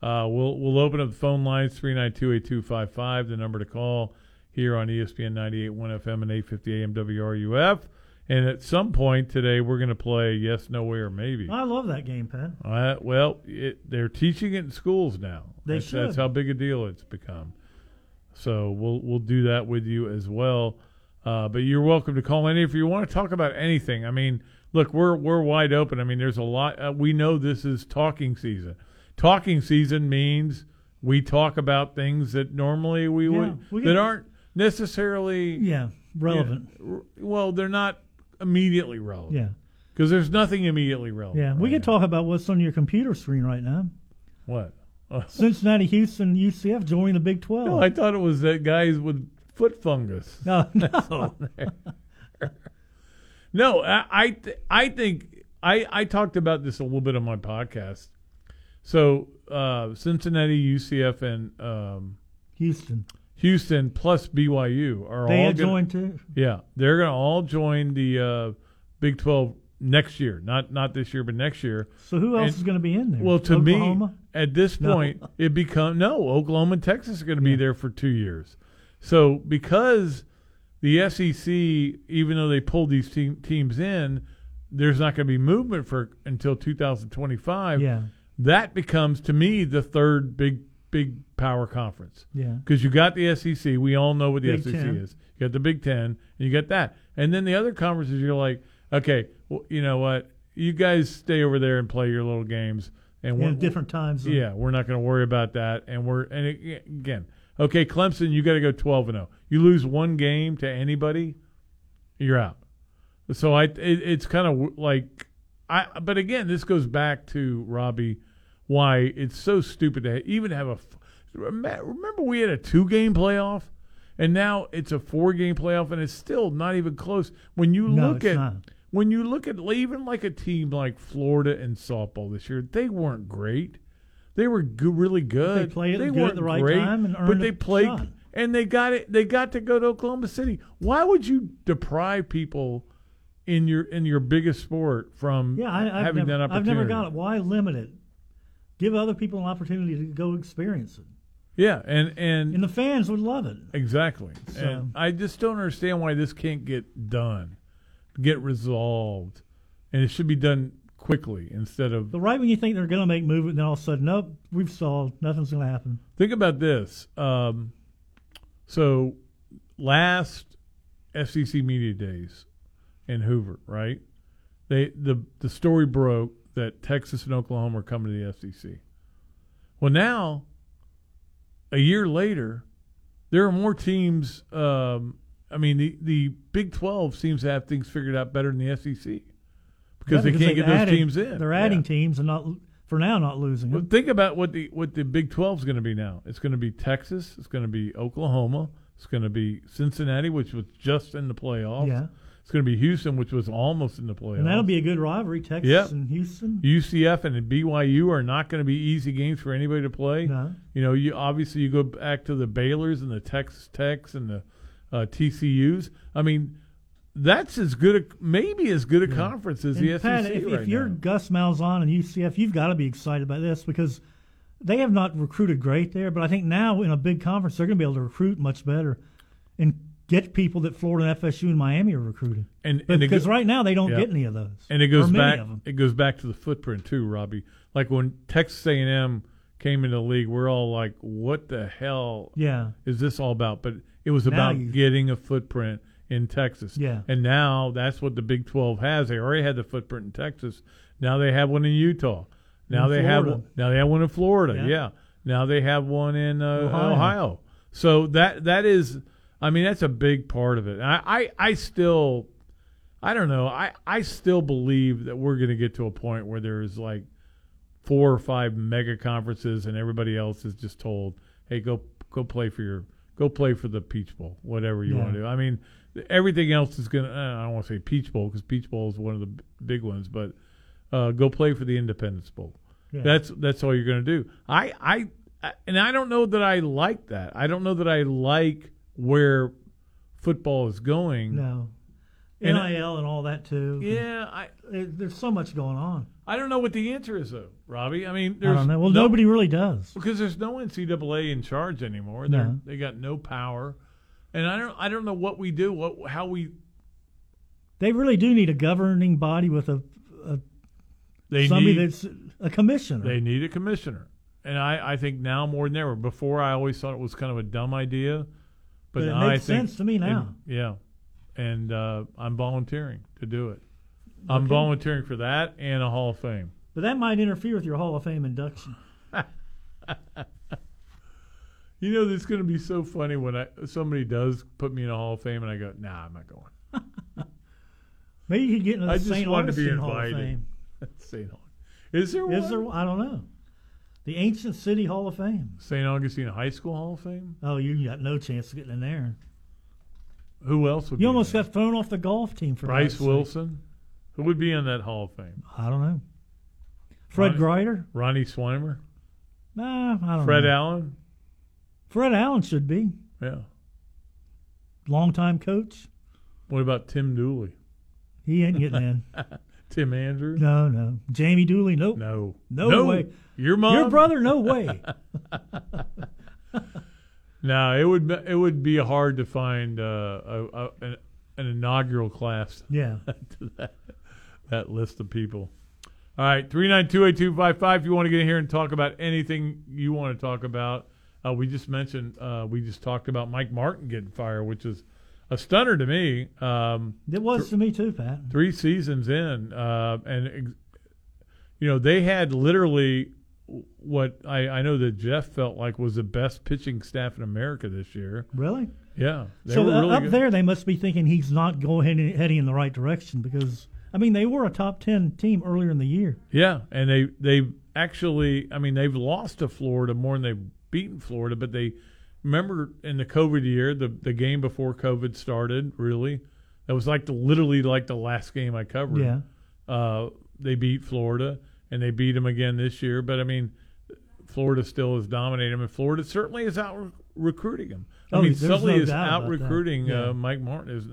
S4: Uh, we'll we'll open up the phone lines 392-8255, the number to call here on E ESPN 98.1 FM and 850 AM WRUF. And at some point today, we're going to play Yes, No, Way, or Maybe.
S5: I love that game, Pat.
S4: Uh, well, it, they're teaching it in schools now.
S5: They
S4: that's, that's
S5: should.
S4: how big a deal it's become. So we'll we'll do that with you as well. Uh, but you're welcome to call any if you want to talk about anything. I mean, look, we're we're wide open. I mean, there's a lot. Uh, we know this is talking season. Talking season means we talk about things that normally we
S5: Yeah,
S4: would
S5: we
S4: that
S5: get-
S4: aren't necessarily
S5: Yeah, relevant.
S4: Yeah, r- well, they're not immediately relevant.
S5: Yeah.
S4: because there's nothing immediately relevant.
S5: Yeah, we can talk about what's on your computer screen right now.
S4: What? Oh.
S5: Cincinnati, Houston, UCF joining the Big Twelve.
S4: No, I thought it was that guys with foot fungus.
S5: No,
S4: That's
S5: no.
S4: on there. no, I I, th- I think I I talked about this a little bit on my podcast. So uh, Cincinnati, UCF, and um,
S5: Houston,
S4: Houston plus BYU are
S5: They
S4: all
S5: had
S4: gonna-
S5: joined too?
S4: Yeah, they're going to all join the uh, Big Twelve next year. Not not this year, but next year.
S5: So who else
S4: And-
S5: is going to be in there?
S4: well, to
S5: Oklahoma?
S4: me, at this
S5: No.
S4: point, it become no Oklahoma and Texas are going to be there for two years. So because the SEC, even though they pulled these team, teams in, there's not going to be movement for until 2025.
S5: Yeah.
S4: that becomes to me the third big big power conference.
S5: Yeah.
S4: because you got the SEC. We all know what the
S5: Big
S4: SEC
S5: Ten.
S4: is. You got the Big Ten, and you got that, and then the other conferences. You're like, okay, well, you know what? You guys stay over there and play your little games, and
S5: In
S4: we're
S5: a different time zone.
S4: Yeah, we're not going to worry about that, and we're and it, again, okay, Clemson, you got to go twelve and zero. You lose one game to anybody, you're out. So I, it, it's kind of like I, but again, this goes back to Robbie, why it's so stupid to ha- even have a. f- remem- Remember, we had a two-game playoff, and now it's a four-game playoff, and it's still not even close. When you
S5: No,
S4: look
S5: it's
S4: at
S5: not.
S4: when you look at even like a team like Florida and softball this year, they weren't great. They were go- really good.
S5: played it
S4: They
S5: good at
S4: weren't
S5: the right
S4: great,
S5: time and
S4: but
S5: earned
S4: they
S5: a
S4: played
S5: shot.
S4: and they got it. They got to go to Oklahoma City. Why would you deprive people in your in your biggest sport from
S5: Yeah, I, I've
S4: having
S5: never,
S4: that opportunity?
S5: I've never got it. Why limit it? Give other people an opportunity to go experience it.
S4: Yeah, and and
S5: And the fans would love it.
S4: exactly.
S5: So-
S4: And I just don't understand why this can't get done, get resolved, and it should be done quickly instead of
S5: But right when you think they're going to make movement, then all of a sudden, nope, we've stalled. Nothing's going to happen.
S4: Think about this. Um, so, last FCC media days in Hoover, right? They the the story broke that Texas and Oklahoma are coming to the FCC. Well, now a year later, there are more teams. Um, I mean, the the Big Twelve seems to have things figured out better than the SEC because they
S5: Yeah,
S4: can't
S5: they've
S4: get those
S5: added-
S4: teams in.
S5: They're
S4: Yeah.
S5: adding teams and not, for now, not losing.
S4: Well,
S5: them.
S4: think about what the what the Big Twelve is going to be now. It's going to be Texas. It's going to be Oklahoma. It's going to be Cincinnati, which was just in the playoffs.
S5: Yeah.
S4: It's going to be Houston, which was almost in the playoffs.
S5: And that'll be a good rivalry, Texas
S4: Yep.
S5: and Houston.
S4: UCF and BYU are not going to be easy games for anybody to play.
S5: No.
S4: You know, you obviously you go back to the Baylor's and the Texas Techs and the uh, TCU's. I mean, that's as good a maybe as good a conference as the
S5: And Pat,
S4: SEC
S5: if,
S4: right
S5: if you're
S4: now.
S5: Gus Malzahn and UCF, you've got to be excited about this because they have not recruited great there. But I think now in a big conference, they're going to be able to recruit much better and get people that Florida and FSU and Miami are recruiting.
S4: And,
S5: But-
S4: and it
S5: because
S4: go-
S5: right now they don't
S4: Yeah.
S5: get any of those,
S4: And it goes
S5: or many
S4: back.
S5: of them.
S4: It goes back to the footprint too, Robbie. Like when Texas A&M came into the league, we're all like, "What the hell?
S5: Yeah.
S4: is this all about?" But it was
S5: Now
S4: about
S5: you-
S4: getting a footprint in Texas.
S5: Yeah.
S4: and now that's what the Big Twelve has. They already had the footprint in Texas. Now they have one in Utah. Now
S5: In
S4: they have
S5: Florida.
S4: now they have one in Florida.
S5: Yeah.
S4: Yeah. Now they have one in uh,
S5: Ohio.
S4: Ohio. So that that is, I mean, that's a big part of it. I I, I still, I don't know. I I still believe that we're going to get to a point where there's like four or five mega conferences, and everybody else is just told, hey, go go play for your go play for the Peach Bowl, whatever you
S5: Yeah.
S4: want to do. I mean, everything else is going to. I don't want to say Peach Bowl because Peach Bowl is one of the b- big ones, but uh, go play for the Independence Bowl.
S5: Yeah.
S4: That's that's all you're going to do. I, I I and I don't know that I like that. I don't know that I like where football is going.
S5: No.
S4: And-
S5: NIL and all that too.
S4: Yeah, I,
S5: there's so much going on.
S4: I don't know what the answer is though, Robbie. I mean,
S5: I
S4: there's
S5: don't know. Well,
S4: no-
S5: nobody really does.
S4: because there's no NCAA in charge anymore.
S5: No.
S4: They're They got no power, and I don't I don't know what we do. What how we
S5: They really do need a governing body with a, a
S4: They
S5: somebody
S4: need-
S5: that's a commissioner.
S4: They need a commissioner. And I, I think now more than ever. Before I always thought it was kind of a dumb idea, but,
S5: But it
S4: now I
S5: makes
S4: think-
S5: sense to me
S4: and-
S5: now.
S4: yeah, and uh, I'm volunteering to do it. I'm
S5: Okay.
S4: volunteering for that and a Hall of Fame.
S5: But that might interfere with your Hall of Fame induction.
S4: You know, it's going to be so funny when I somebody does put me in a Hall of Fame, and I go, "Nah, I'm not going."
S5: Maybe you could get into
S4: I
S5: the
S4: just
S5: St.
S4: wanted to be
S5: Augustine Hall of
S4: invited.
S5: Fame.
S4: St. Augustine. Is there
S5: Is
S4: one?
S5: there? I don't know. The Ancient City Hall of Fame.
S4: St. Augustine High School Hall of Fame.
S5: Oh, you got no chance of getting in there.
S4: Who else would
S5: You
S4: be
S5: almost got thrown off the golf team for God's
S4: Bryce
S5: sake.
S4: Wilson? Who would be in that Hall of Fame?
S5: I don't know. Fred Greider?
S4: Ronnie Swimer,
S5: Nah, I don't
S4: Fred
S5: know.
S4: Allen.
S5: Fred Allen should be
S4: Yeah.
S5: longtime coach.
S4: What about Tim Dooley?
S5: He ain't getting in.
S4: Tim Andrews?
S5: No, no. Jamie Dooley? Nope.
S4: No.
S5: No,
S4: No.
S5: way.
S4: Your mom?
S5: Your brother? No way.
S4: No, it would be, it would be hard to find uh, a, a, an, an inaugural class.
S5: Yeah.
S4: to that, that list of people. All right, three nine two eight two five five. If you want to get in here and talk about anything you want to talk about, uh, we just mentioned uh, we just talked about Mike Martin getting fired, which is a stunner to me. Um,
S5: it was to me too, Pat.
S4: three seasons in, uh, and ex- you know they had literally what I, I know that Jeff felt like was the best pitching staff in America this year.
S5: Really?
S4: Yeah, they
S5: so
S4: were
S5: uh,
S4: really
S5: up
S4: good.
S5: there, they must be thinking he's not going heading in the right direction because I mean they were a top ten team earlier in the year.
S4: Yeah, and they they've actually, I mean, they've lost to Florida more than they've beaten Florida, but they remember in the COVID year, the the game before COVID started, really, that was like the literally like the last game I covered.
S5: Yeah.
S4: uh, they beat Florida, and they beat them again this year. But I mean, Florida still is dominating them, and Florida certainly is out recruiting them. I
S5: Oh,
S4: mean,
S5: there's
S4: Sully
S5: no
S4: is
S5: doubt about
S4: out
S5: that.
S4: recruiting
S5: Yeah.
S4: uh, Mike Martin. Is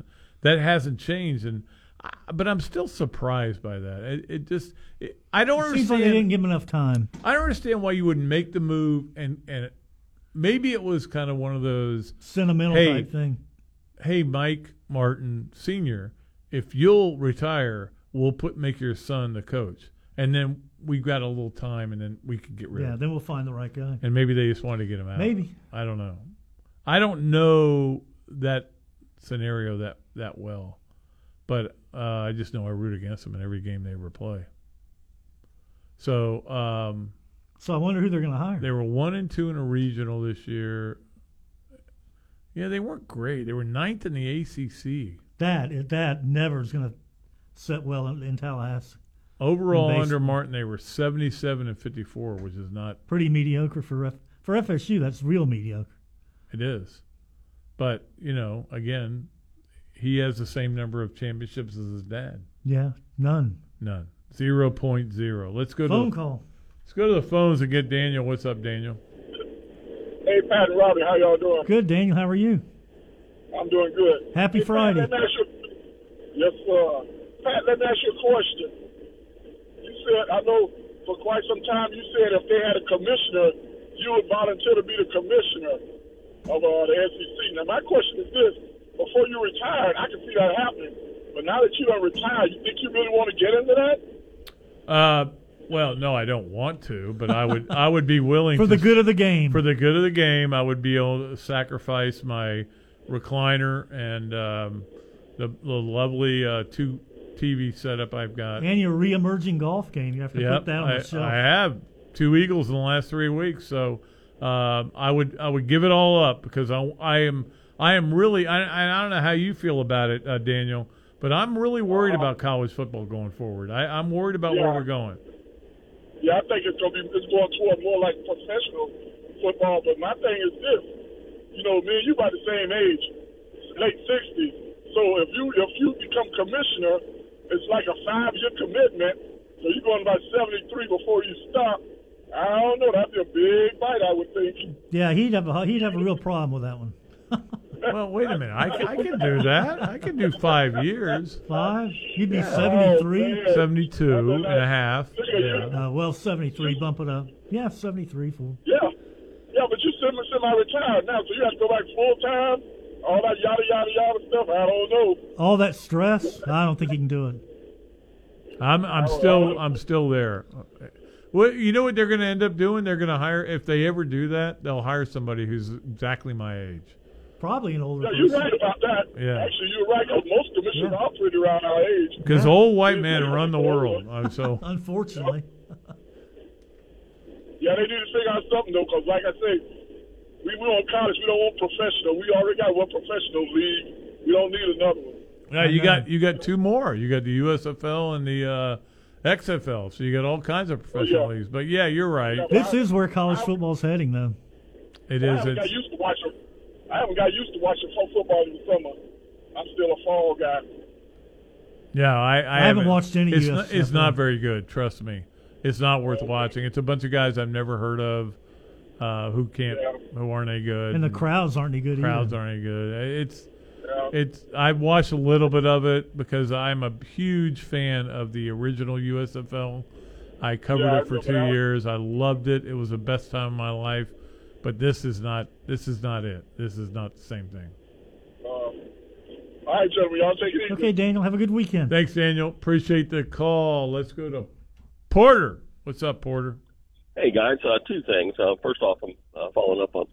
S4: that hasn't changed, and I, but I'm still surprised by that. It, it just it, I don't
S5: Seems like
S4: understand.
S5: they didn't give him enough time.
S4: I don't understand why you wouldn't make the move, and and it, maybe it was kind of one of those
S5: Sentimental
S4: hey,
S5: type thing.
S4: Hey, Mike Martin Senior, if you'll retire, we'll put make your son the coach, and then we've got a little time, and then we could get rid
S5: Yeah,
S4: of him.
S5: then we'll find the right guy.
S4: And maybe they just wanted to get him out.
S5: Maybe.
S4: I don't know. I don't know that scenario that that well, but uh, I just know I root against them in every game they ever play. So. um
S5: So I wonder who they're going to hire.
S4: they were one and two in a regional this year. Yeah, they weren't great. They were ninth in the ACC
S5: That that never is going to set well in, in Tallahassee.
S4: overall.
S5: In base-
S4: Under Martin, they were seventy-seven and fifty-four, which is not
S5: pretty mediocre for F, for FSU. That's real mediocre.
S4: it is, but you know, again, he has the same number of championships as his dad.
S5: Yeah, none.
S4: None. Zero point zero. Let's go
S5: Phone
S4: to
S5: call.
S4: Let's go to the phones and get Daniel. What's up, Daniel?
S18: Hey, Pat and Robbie, how y'all doing?
S5: Good, Daniel. How are you?
S18: I'm doing good.
S5: Happy
S18: Hey, Pat,
S5: Friday.
S18: let me ask you- yes, sir. Pat, let me ask you a question. You said, I know for quite some time you said if they had a commissioner, you would volunteer to be the commissioner of uh, the SEC. Now, my question is this. Before you retired, I can see that happening. But now that you are retired, you think you really want to get into that?
S4: Uh, well, no, I don't want to, but I would. I would be willing
S5: For
S4: to-
S5: the good of the game.
S4: For the good of the game, I would be able to sacrifice my recliner and um, the, the lovely uh, two TV setup I've got.
S5: And your re-emerging golf game. You have to
S4: Yep,
S5: put that on
S4: I,
S5: the shelf.
S4: I have two Eagles in the last three weeks, so um, I would I would give it all up because I, I am I am really I, I don't know how you feel about it, uh, Daniel, but I'm really worried about college football going forward. I, I'm worried about where
S18: Yeah.
S4: we're going.
S18: Yeah, I think it's gonna be it's going toward more like professional football. But my thing is this, you know, me and you about the same age, late sixties. So if you if you become commissioner, it's like a five year commitment. So you're going about seventy three before you stop. I don't know. That'd be a big bite, I would think.
S5: Yeah, he'd have a he'd have a real problem with that one.
S4: well, wait a minute. I can, I can do that. I can do five years.
S5: Five? You'd be
S4: Yeah.
S5: 73?
S4: 72 and a half.
S5: Uh, well, 73. Bump it up. Yeah, 73, fool.
S18: Yeah, yeah. But you semi semi retired now, so you have to go back full time. All that yada yada yada stuff. I don't know.
S5: All that stress? I don't think he can do it.
S4: I'm I'm still I'm still there. Well, you know what they're going to end up doing? They're going to hire if they ever do that, they'll hire somebody who's exactly my age.
S5: Probably an older
S18: Yeah,
S5: person.
S18: you're right about that.
S4: Yeah.
S18: Actually, you're right. 'cause most commissioners are pretty around our age.
S4: Because old white men run the world. Uh, So
S5: Unfortunately.
S18: Yeah, they need to figure out something though, 'cause like I say, we we on college. We don't want professional. We already got one professional league. We don't need another one.
S4: yeah, you got you got two more. You got the USFL and the uh, XFL. So you got all kinds of professional leagues. But yeah, you're right.
S5: Oh, This is where college football's heading, though.
S4: It
S18: I
S4: is.
S18: haven't got
S4: It's,
S18: used to watching. I haven't got used to watching fo- football in the summer. I'm still a fall guy.
S4: yeah, I, I,
S5: haven't watched any
S4: It's not, it's
S5: USFL.
S4: not very good. Trust me, it's not worth watching. It's a bunch of guys I've never heard of, uh, who can't, who aren't any good.
S5: And the crowds aren't any good
S4: crowds
S5: either.
S4: aren't any good. It's it's I watched a little bit of it because I'm a huge fan of the original USFL. I covered
S12: Yeah, I
S4: it for
S12: remember
S4: two
S12: that one.
S4: years. I loved it. It was the best time of my life. But this is not this is not it. This is not the same thing.
S18: All right, gentlemen, y'all take it easy.
S5: Okay, Daniel, have a good weekend.
S4: Thanks, Daniel. Appreciate the call. Let's go to Porter. What's up, Porter?
S14: Hey guys, uh, two things. Uh, first off, I'm uh, following up on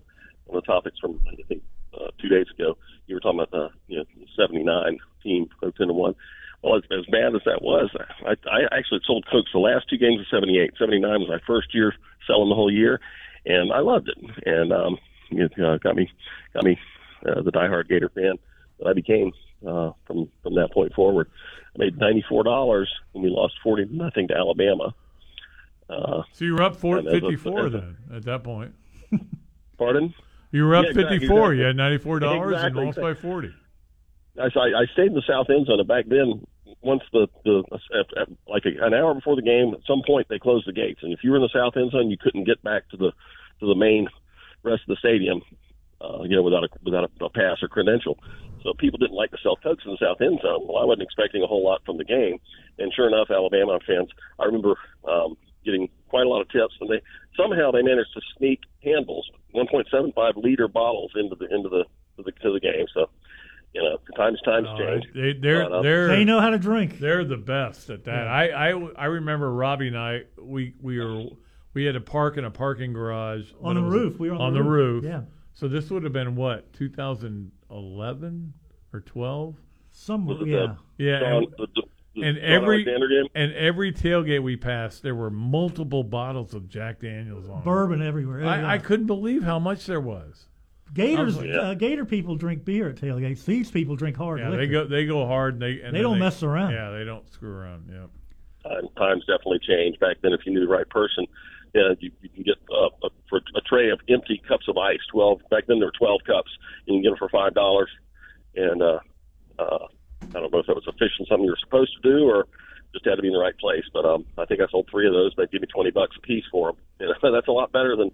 S14: one of the topics from I think uh, two days ago. You were talking about the you know '79 team go ten to one. Well, as, as bad as that was, I, I actually sold Cokes the last two games of '78. '79 was my first year selling the whole year, and I loved it. And um, it uh, got me got me uh, the diehard Gator fan that I became uh, from from that point forward. I made ninety four dollars when we lost forty nothing to Alabama. Uh,
S4: So you were up four
S14: and as a-
S4: fifty four
S14: as a-
S4: then at that point.
S14: Pardon?
S4: You were up
S14: Yeah, exactly,
S4: fifty four. You
S14: exactly.
S4: had ninety four dollars
S14: Exactly,
S4: and lost by
S14: exactly.
S4: forty.
S14: I, I stayed in the south end zone, and back then, once the the at- at- like an hour before the game, at some point they closed the gates, and if you were in the south end zone, you couldn't get back to the to the main rest of the stadium, uh, you know, without a without a, a pass or credential. So people didn't like to sell cokes in the south end zone. Well, I wasn't expecting a whole lot from the game, and sure enough, Alabama fans. I remember um, getting quite a lot of tips, and they somehow they managed to sneak handles, 1.75 liter bottles into the into the to the, to the game. So you know, times times change.
S4: They, they're
S14: But, uh,
S4: they're
S5: They know how to drink.
S4: They're the best at that.
S5: Yeah.
S4: I, I I remember Robbie and I we we were we had a park in a parking garage
S5: On
S4: but
S5: the
S4: it was
S5: roof. We were on the roof. Yeah.
S4: So this would have been what 2011 or 12.
S5: Some
S14: Was it
S5: yeah.
S14: the-
S4: Yeah,
S14: Don-
S4: and,
S14: the- the-
S4: and
S14: Don
S4: every
S14: Alexander game?
S4: and every tailgate we passed, there were multiple bottles of Jack Daniels on. them.
S5: Bourbon everywhere.
S4: I, I couldn't believe how much there was.
S5: Gators,
S18: Oh,
S4: I was like-
S5: uh, Gator people drink beer at tailgates. These people drink hard
S4: Yeah,
S5: liquor.
S4: they go they go hard. And they and
S5: They
S4: then
S5: don't mess around.
S4: Yeah, they don't screw around. Yeah.
S14: time, times definitely change. Back then, if you knew the right person, you, know, you, you can get uh, a, for a tray of empty cups of ice. Twelve back then there were twelve cups. You can get them for five dollars, and uh, Uh, I don't know if that was official, something you're supposed to do, or just had to be in the right place. But um, I think I sold three of those. They give me twenty bucks a piece for them. You know, that's a lot better than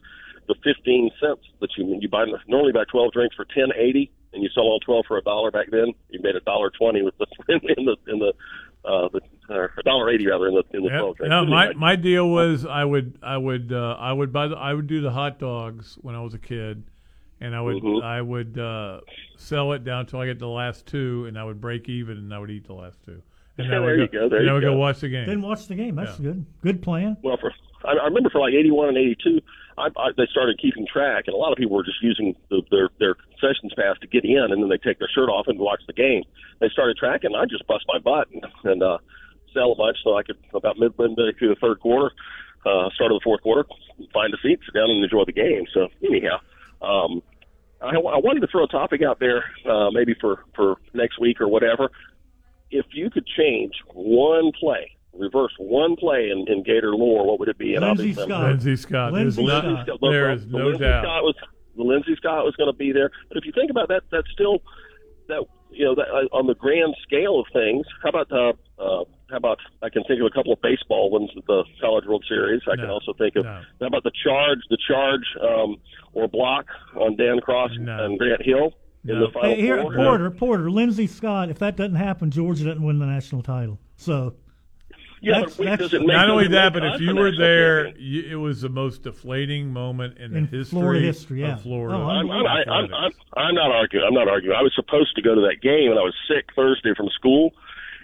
S14: the fifteen cents that you you buy normally buy twelve drinks for ten eighty, and you sell all twelve for a dollar. Back then, you made a dollar twenty with the in the in the uh, the a dollar eighty rather in the in the
S4: Yeah,
S14: twelve drinks.
S4: No, my,
S14: Anyway,
S4: my deal was I would I would uh, I would buy the, I would do the hot dogs when I was a kid, and I would
S14: Mhm.
S4: I would uh, sell it down until I get the last two, and I would break even, and I would eat the last two, and I
S14: There
S4: would
S14: you go, there
S4: and I
S14: you
S4: would go.
S14: go.
S4: watch the game.
S5: Then watch the game. That's good. Good plan.
S14: Well, for I, I remember for like '81 and '82, I, I, they started keeping track, and a lot of people were just using the, their their concessions pass to get in, and then they take their shirt off and watch the game. They started tracking. and I just bust my butt and, and uh, sell a bunch, so I could about mid midway through the third quarter, uh, start of the fourth quarter, find a seat, sit down, and enjoy the game. So anyhow, um, I, I wanted to throw a topic out there, uh, maybe for for next week or whatever if you could change one play, reverse one play in, in Gator lore, what would it be? And
S4: Lindsey
S14: obviously I'm-
S4: Scott. Lindsey Scott. Uh, There's no-
S14: the-
S4: there is
S14: the
S4: no
S14: Lindsey
S4: doubt.
S14: Scott was the Lindsey Scott was going to be there, but if you think about that, that's still that you know that, uh, on the grand scale of things. How about uh, uh, how about I can think of a couple of baseball ones, the College World Series. I can also think of how about the charge, the charge um, or block on Dan Cross and Grant Hill in the final
S5: Hey, here,
S14: four.
S5: Porter, Porter, Lindsey Scott. If that doesn't happen, Georgia doesn't win the national title. So,
S14: Yeah,
S5: that's,
S14: but we-
S5: that's
S14: does it make
S4: Not
S14: them
S4: only
S14: make
S4: that, but
S14: odds
S4: if
S14: for
S4: you were
S14: national
S4: there, you, it was the most deflating moment in,
S5: In
S4: the history,
S5: Florida history, yeah.
S4: of Florida.
S5: Oh,
S14: I'm, I'm, I- I'm, I'm, I'm not arguing. I'm not arguing. I was supposed to go to that game, and I was sick Thursday from school.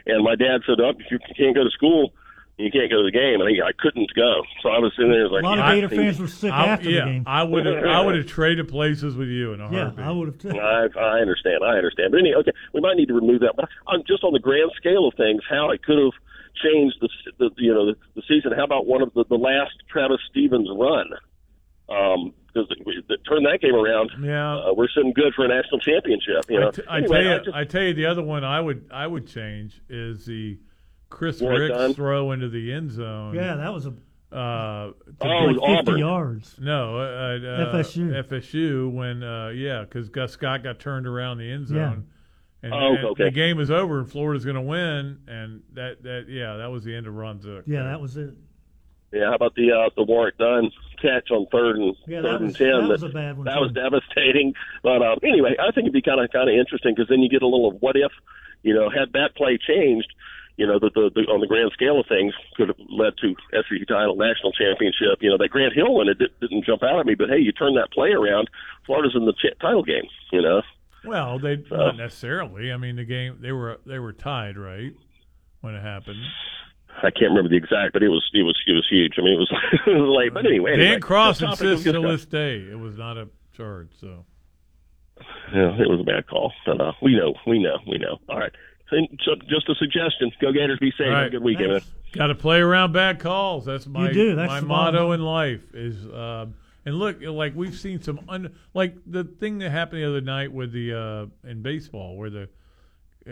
S14: And my dad said, "Up, if you can't go to school, you can't go to the game." And I, I couldn't go, so I was sitting there like
S4: I-
S14: I-
S4: I, yeah, I would have I would have traded places with you in a
S14: Yeah,
S4: heartbeat.
S5: I would have too.
S14: I, I understand. I understand. But anyway, okay, we might need to remove that. But on just on the grand scale of things, how it could have changed the, s- the you know the, the season. How about one of the, the last Travis Stevens run? Um, Because turn that game around,
S4: Yeah.
S14: uh, we're sitting good for a national championship. You know,
S4: I t- I
S14: Anyway,
S4: tell you,
S14: I
S4: I,
S14: just-
S4: tell you, the other one I would I would change is the Chris
S14: Warwick
S4: Ricks
S14: Dunn?
S4: throw into the end zone.
S5: Yeah, that was a-
S4: uh, to
S5: Oh,
S4: beat-
S5: it was Like 50 Auburn. yards.
S4: No, uh, uh,
S5: FSU.
S4: FSU when uh, yeah, because Gus Scott got turned around the end zone.
S5: Yeah.
S4: And,
S14: Oh,
S4: and
S14: okay.
S4: the game is over, and Florida's going to win, and that, that yeah, that was the end of Ron Zook.
S5: yeah, that was it.
S14: Yeah, how about the uh, the Warwick Dunn catch on third and
S5: Yeah, that
S14: third and
S5: was-
S14: ten?
S5: that was a bad one,
S14: That
S5: too.
S14: was devastating. But uh, anyway, I think it'd be kind of kind of interesting because then you get a little of what if, you know, had that play changed, you know, the, the, the on the grand scale of things could have led to SEC title, national championship. You know, that Grant Hill one it did, didn't jump out at me, but hey, you turn that play around, Florida's in the ch- title game. You know,
S4: Well, they
S14: So-
S4: not necessarily. I mean, the game they were they were tied right when it happened.
S14: I can't remember the exact, but it was it was it was huge. I mean, it was, it was late, but anyway, anyway
S4: Dan Cross
S14: the topic was
S4: insists to
S14: discussed.
S4: this day it was not a charge. So
S14: Yeah, it was a bad call. But, uh, we know, we know, we know. All right. And so just a suggestion. Go Gators, be
S4: All
S14: safe. Have
S4: right.
S14: a good weekend. man.
S4: got to play around bad calls. That's my
S5: do. That's
S4: my
S5: the bottom
S4: motto in life is. Um, and look, like we've seen some un, like the thing that happened the other night with the uh, in baseball where the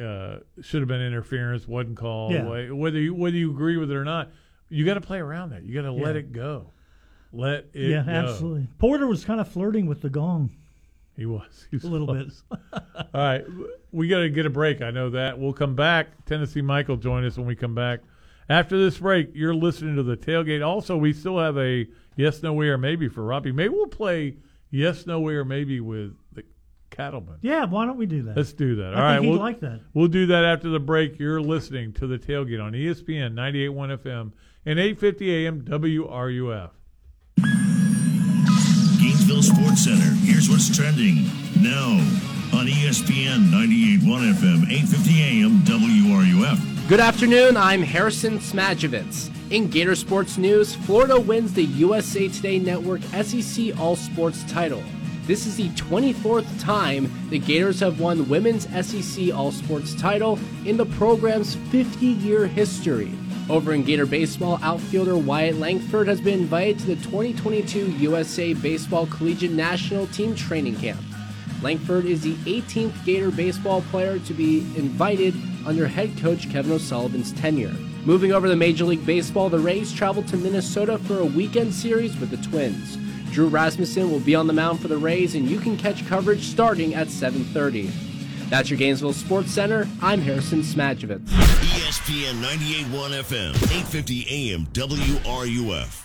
S4: uh, should have been interference wasn't called.
S5: Yeah.
S4: Wh- Whether you, whether you agree with it or not, you got to play around that. You got to let
S5: Yeah.
S4: it go. Let it
S5: Yeah,
S4: go.
S5: absolutely. Porter was kind of flirting with the gong.
S4: He was. He was
S5: A little bit.
S4: bit. All right. w- We got to get a break. I know that. We'll come back. Tennessee Michael join us when we come back. After this break, you're listening to the tailgate. Also, we still have a yes, no, way, or maybe for Robbie. Maybe we'll play yes, no, way, or maybe with the cattleman.
S5: Yeah, why don't we do that?
S4: Let's do that.
S5: I
S4: All right,
S5: think he'd
S4: we'll,
S5: like that.
S4: We'll do that after the break. You're listening to the tailgate on E ESPN 98.1 FM and 8:50 AM WRUF.
S2: Gainesville Sports Center. Here's what's trending now on E ESPN 98.1 FM, 8:50 AM, WRUF.
S1: Good afternoon, I'm Harrison Smadjevitz. In Gator Sports News, Florida wins the USA Today Network SEC All Sports title. This is the 24th time the Gators have won women's SEC All Sports title in the program's 50 year history. Over in Gator Baseball, outfielder Wyatt Langford has been invited to the 2022 USA Baseball Collegiate National Team Training Camp. Langford is the 18th Gator baseball player to be invited under head coach Kevin O'Sullivan's tenure. Moving over to Major League Baseball, the Rays travel to Minnesota for a weekend series with the Twins. Drew Rasmussen will be on the mound for the Rays, and you can catch coverage starting at 7:30. That's your Gainesville Sports Center. I'm Harrison Smadjevitz.
S2: ESPN 98.1 FM, 850 AM, WRUF.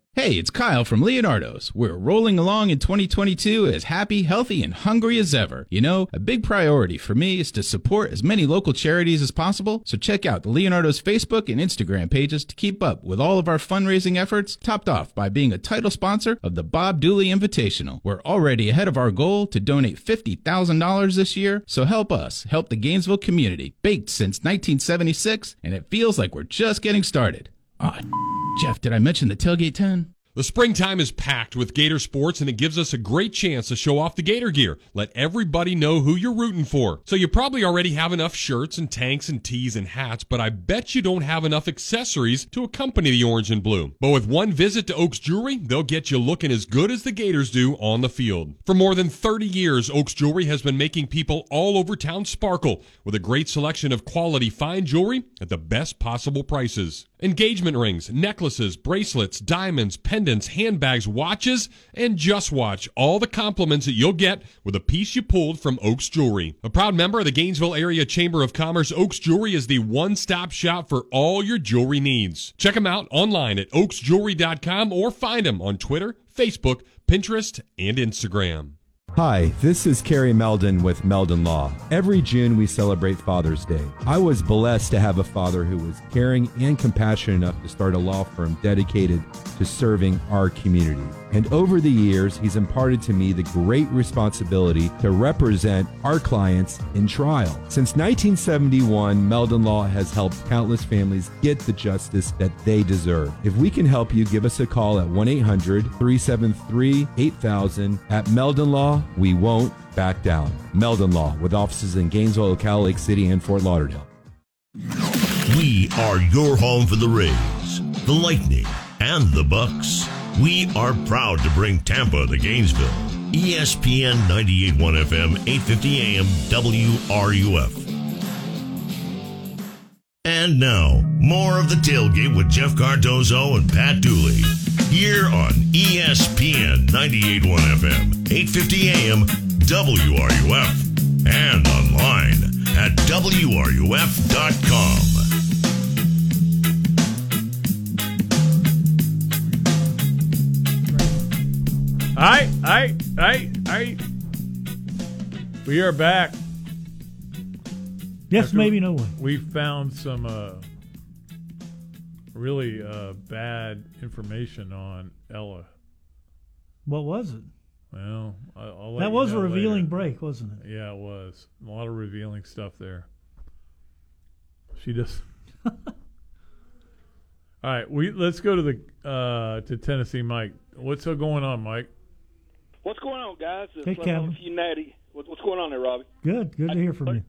S12: Hey, it's Kyle from Leonardo's. We're rolling along in 2022 as happy, healthy, and hungry as ever. You know, a big priority for me is to support as many local charities as possible, so check out the Leonardo's Facebook and Instagram pages to keep up with all of our fundraising efforts, topped off by being a title sponsor of the Bob Dooley Invitational. We're already ahead of our goal to donate $50,000 this year, so help us help the Gainesville community, baked since 1976, and it feels like we're just getting started. Ah, Jeff, did I mention the tailgate 10?
S8: The springtime is packed with Gator sports, and it gives us a great chance to show off the Gator gear. Let everybody know who you're rooting for. So, you probably already have enough shirts and tanks and tees and hats, but I bet you don't have enough accessories to accompany the orange and blue. But with one visit to Oaks Jewelry, they'll get you looking as good as the Gators do on the field. For more than 30 years, Oaks Jewelry has been making people all over town sparkle with a great selection of quality fine jewelry at the best possible prices. Engagement rings, necklaces, bracelets, diamonds, pendants, handbags, watches, and just watch all the compliments that you'll get with a piece you pulled from Oaks Jewelry. A proud member of the Gainesville Area Chamber of Commerce, Oaks Jewelry is the one stop shop for all your jewelry needs. Check them out online at oaksjewelry.com or find them on Twitter, Facebook, Pinterest, and Instagram.
S11: Hi, this is Carrie Meldon with Meldon Law. Every June we celebrate Father's Day. I was blessed to have a father who was caring and compassionate enough to start a law firm dedicated to serving our community. And over the years, he's imparted to me the great responsibility to represent our clients in trial. Since 1971, Meldon Law has helped countless families get the justice that they deserve. If we can help you, give us a call at 1 800 373 8000 at Meldon Law we won't back down. Meldon Law, with offices in Gainesville, Ocala, Lake City, and Fort Lauderdale.
S2: We are your home for the Rays, the Lightning, and the Bucks. We are proud to bring Tampa to Gainesville. E ESPN 98.1 FM, 850 AM, WRUF. And now, more of the tailgate with Jeff Cardozo and Pat Dooley. Here on E ESPN 98.1 FM, 8.50 AM, WRUF. And online at WRUF.com.
S4: I, I, I, I. We are back.
S5: Yes, maybe, no way.
S4: We found some uh, really uh, bad information on Ella.
S5: What was it?
S4: Well, I, I'll let
S5: that
S4: you
S5: was a
S4: know
S5: revealing
S4: later.
S5: break, wasn't it?
S4: Yeah, it was. A lot of revealing stuff there. She does. All right, we let's go to the uh, to Tennessee, Mike. What's uh, going on, Mike?
S26: What's going on, guys? It's
S5: Hey,
S26: Slap
S5: Calvin.
S26: on a few natty. What, what's going on there, Robbie?
S5: Good, good to hear from you.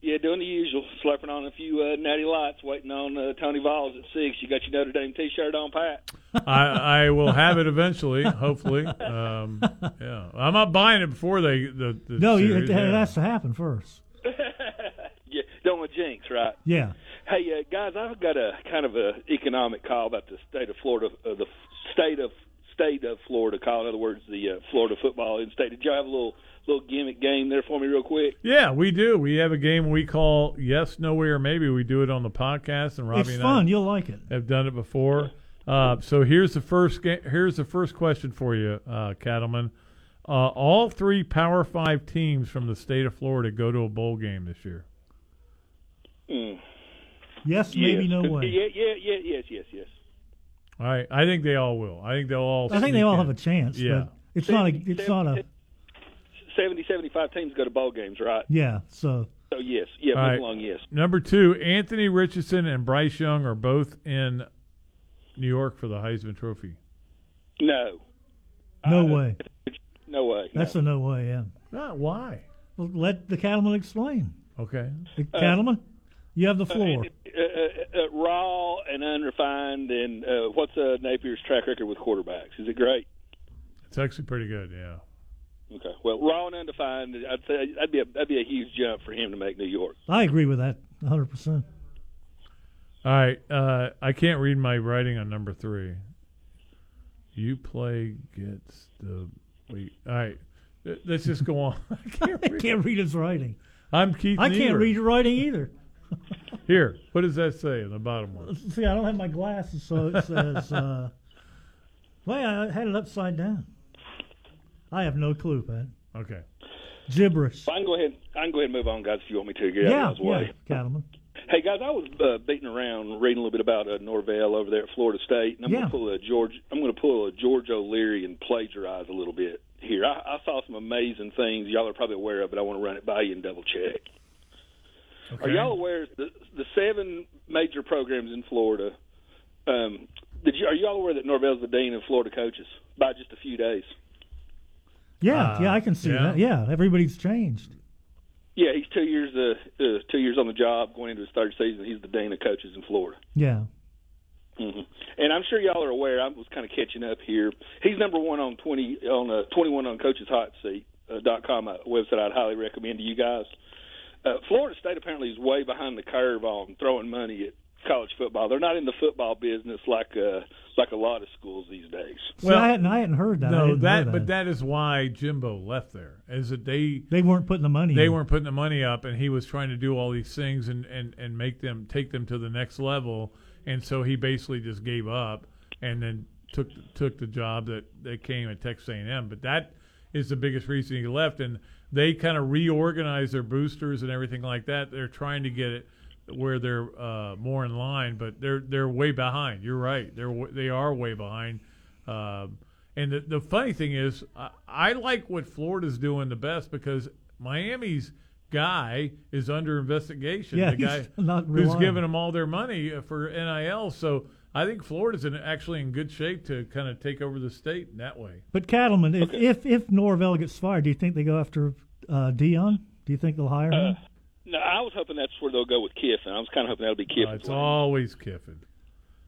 S26: Yeah, doing the usual, slapping on a few uh, natty lights, waiting on uh, Tony Vols at six. You got your Notre Dame T-shirt on, Pat?
S4: I, I will have it eventually, hopefully. Um, yeah, I'm not buying it before they the, the
S5: No, you,
S4: series,
S5: it, it
S4: yeah.
S5: has to happen first.
S26: yeah, don't want jinx, right?
S5: Yeah.
S26: Hey, uh, guys, I've got a kind of a economic call about the state of Florida, uh, the state of state of Florida call. In other words, the uh, Florida football in state. Did you have a little little gimmick game there for me, real quick?
S4: Yeah, we do. We have a game we call Yes, No Way, or Maybe. We do it on the podcast, and Robbie
S5: it's
S4: and
S5: fun.
S4: I
S5: You'll like it.
S4: have done it before. Uh, so here's the first ga- here's the first question for you, uh, Cattleman. Uh, all three Power Five teams from the state of Florida go to a bowl game this year.
S26: Mm.
S5: Yes, maybe, no way.
S26: Yeah, yeah, yeah, yes, yes, yes.
S4: All right, I think they all will. I think they'll all.
S5: I think they
S4: sneak
S5: all
S4: in.
S5: have a chance.
S4: Yeah.
S5: But it's not a. It's not a.
S26: 70, 75 teams go to bowl games, right?
S5: Yeah. So
S26: So yes, yeah,
S4: All
S26: move
S4: right.
S26: along, yes.
S4: Number two, Anthony Richardson and Bryce Young are both in New York for the Heisman Trophy.
S26: No,
S5: no way.
S26: no way.
S5: That's
S26: no.
S5: a no way. Yeah.
S4: Not why.
S5: Well, let the cattleman explain.
S4: Okay.
S5: The
S26: Uh,
S5: cattleman, you have the floor.
S26: uh, uh, uh, raw and unrefined. And uh, what's uh, Napier's track record with quarterbacks? Is it great?
S4: It's actually pretty good. Yeah.
S26: Okay. Well, raw and undefined. I'd say that'd be a, that'd be a huge jump for him to make New York.
S5: I agree with that 100. percent
S4: All right. Uh, I can't read my writing on number three. You play gets the wait. All right. Th- Let's just go on. I
S5: can't read his writing.
S4: I'm Keith.
S5: I can't
S4: Niebuhr.
S5: read your writing either.
S4: Here. What does that say in the bottom one?
S5: See, I don't have my glasses, so it says. Uh, well, I had it upside down. I have no clue, Pat.
S4: Okay.
S5: Gibberish.
S26: I can go ahead. I can go ahead and move on, guys. If you want me to, get
S5: yeah,
S26: out of his
S5: yeah,
S26: way.
S5: cattleman.
S26: Hey guys, I was uh, beating around reading a little bit about uh, Norvell over there at Florida State, and I'm
S5: Yeah.
S26: gonna pull a George. I'm gonna pull a George O'Leary and plagiarize a little bit here. I, I saw some amazing things y'all are probably aware of, but I want to run it by you and double check. Are y'all aware the the seven major programs in Florida? Um, did you are y'all aware that Norvell's the dean of Florida coaches by just a few days?
S5: Yeah,
S26: Uh,
S5: yeah, I can see
S26: yeah.
S5: that. Yeah, everybody's changed.
S26: Yeah, he's two years uh, uh, two years on the job, going into his third season. He's the dean of coaches in Florida.
S5: Yeah.
S26: hmm And I'm sure y'all are aware. I was kind of catching up here. He's number one on twenty on uh, twenty one on Coaches Hot Seat uh, dot com a website. I'd highly recommend to you guys. Uh, Florida State apparently is way behind the curve on throwing money at college football. They're not in the football business like uh, like a lot of schools these days.
S5: See, I hadn't, I hadn't heard that. I
S4: No,
S5: didn't know
S4: that, but that is why Jimbo left there. Is that they
S5: they weren't putting the money.
S4: they
S5: in.
S4: weren't putting the money up, and he was trying to do all these things and and and make them take them to the next level. And so he basically just gave up, and then took took the job that that came at Texas A&M. But that is the biggest reason he left, and they kind of reorganized their boosters and everything like that. They're trying to get it where they're uh, more in line, but they're they're way behind. You're right. They're w- they are way behind. Um, and the, the funny thing is, I, I like what Florida's doing the best because Miami's guy is under investigation.
S5: Yeah,
S4: the guy
S5: he's not
S4: who's
S5: reliable.
S4: giving them all their money uh, for NIL. So I think Florida's in, actually in good shape to kind of take over the state in that way.
S5: But Cattleman, if, if if Norvell gets fired, do you think they go after uh, Dion? Do you think they'll hire him?
S26: No, I was hoping that's where they'll go with Kiffin. I was kind of hoping that'll be Kiffin.
S4: Uh, it's always Kiffin.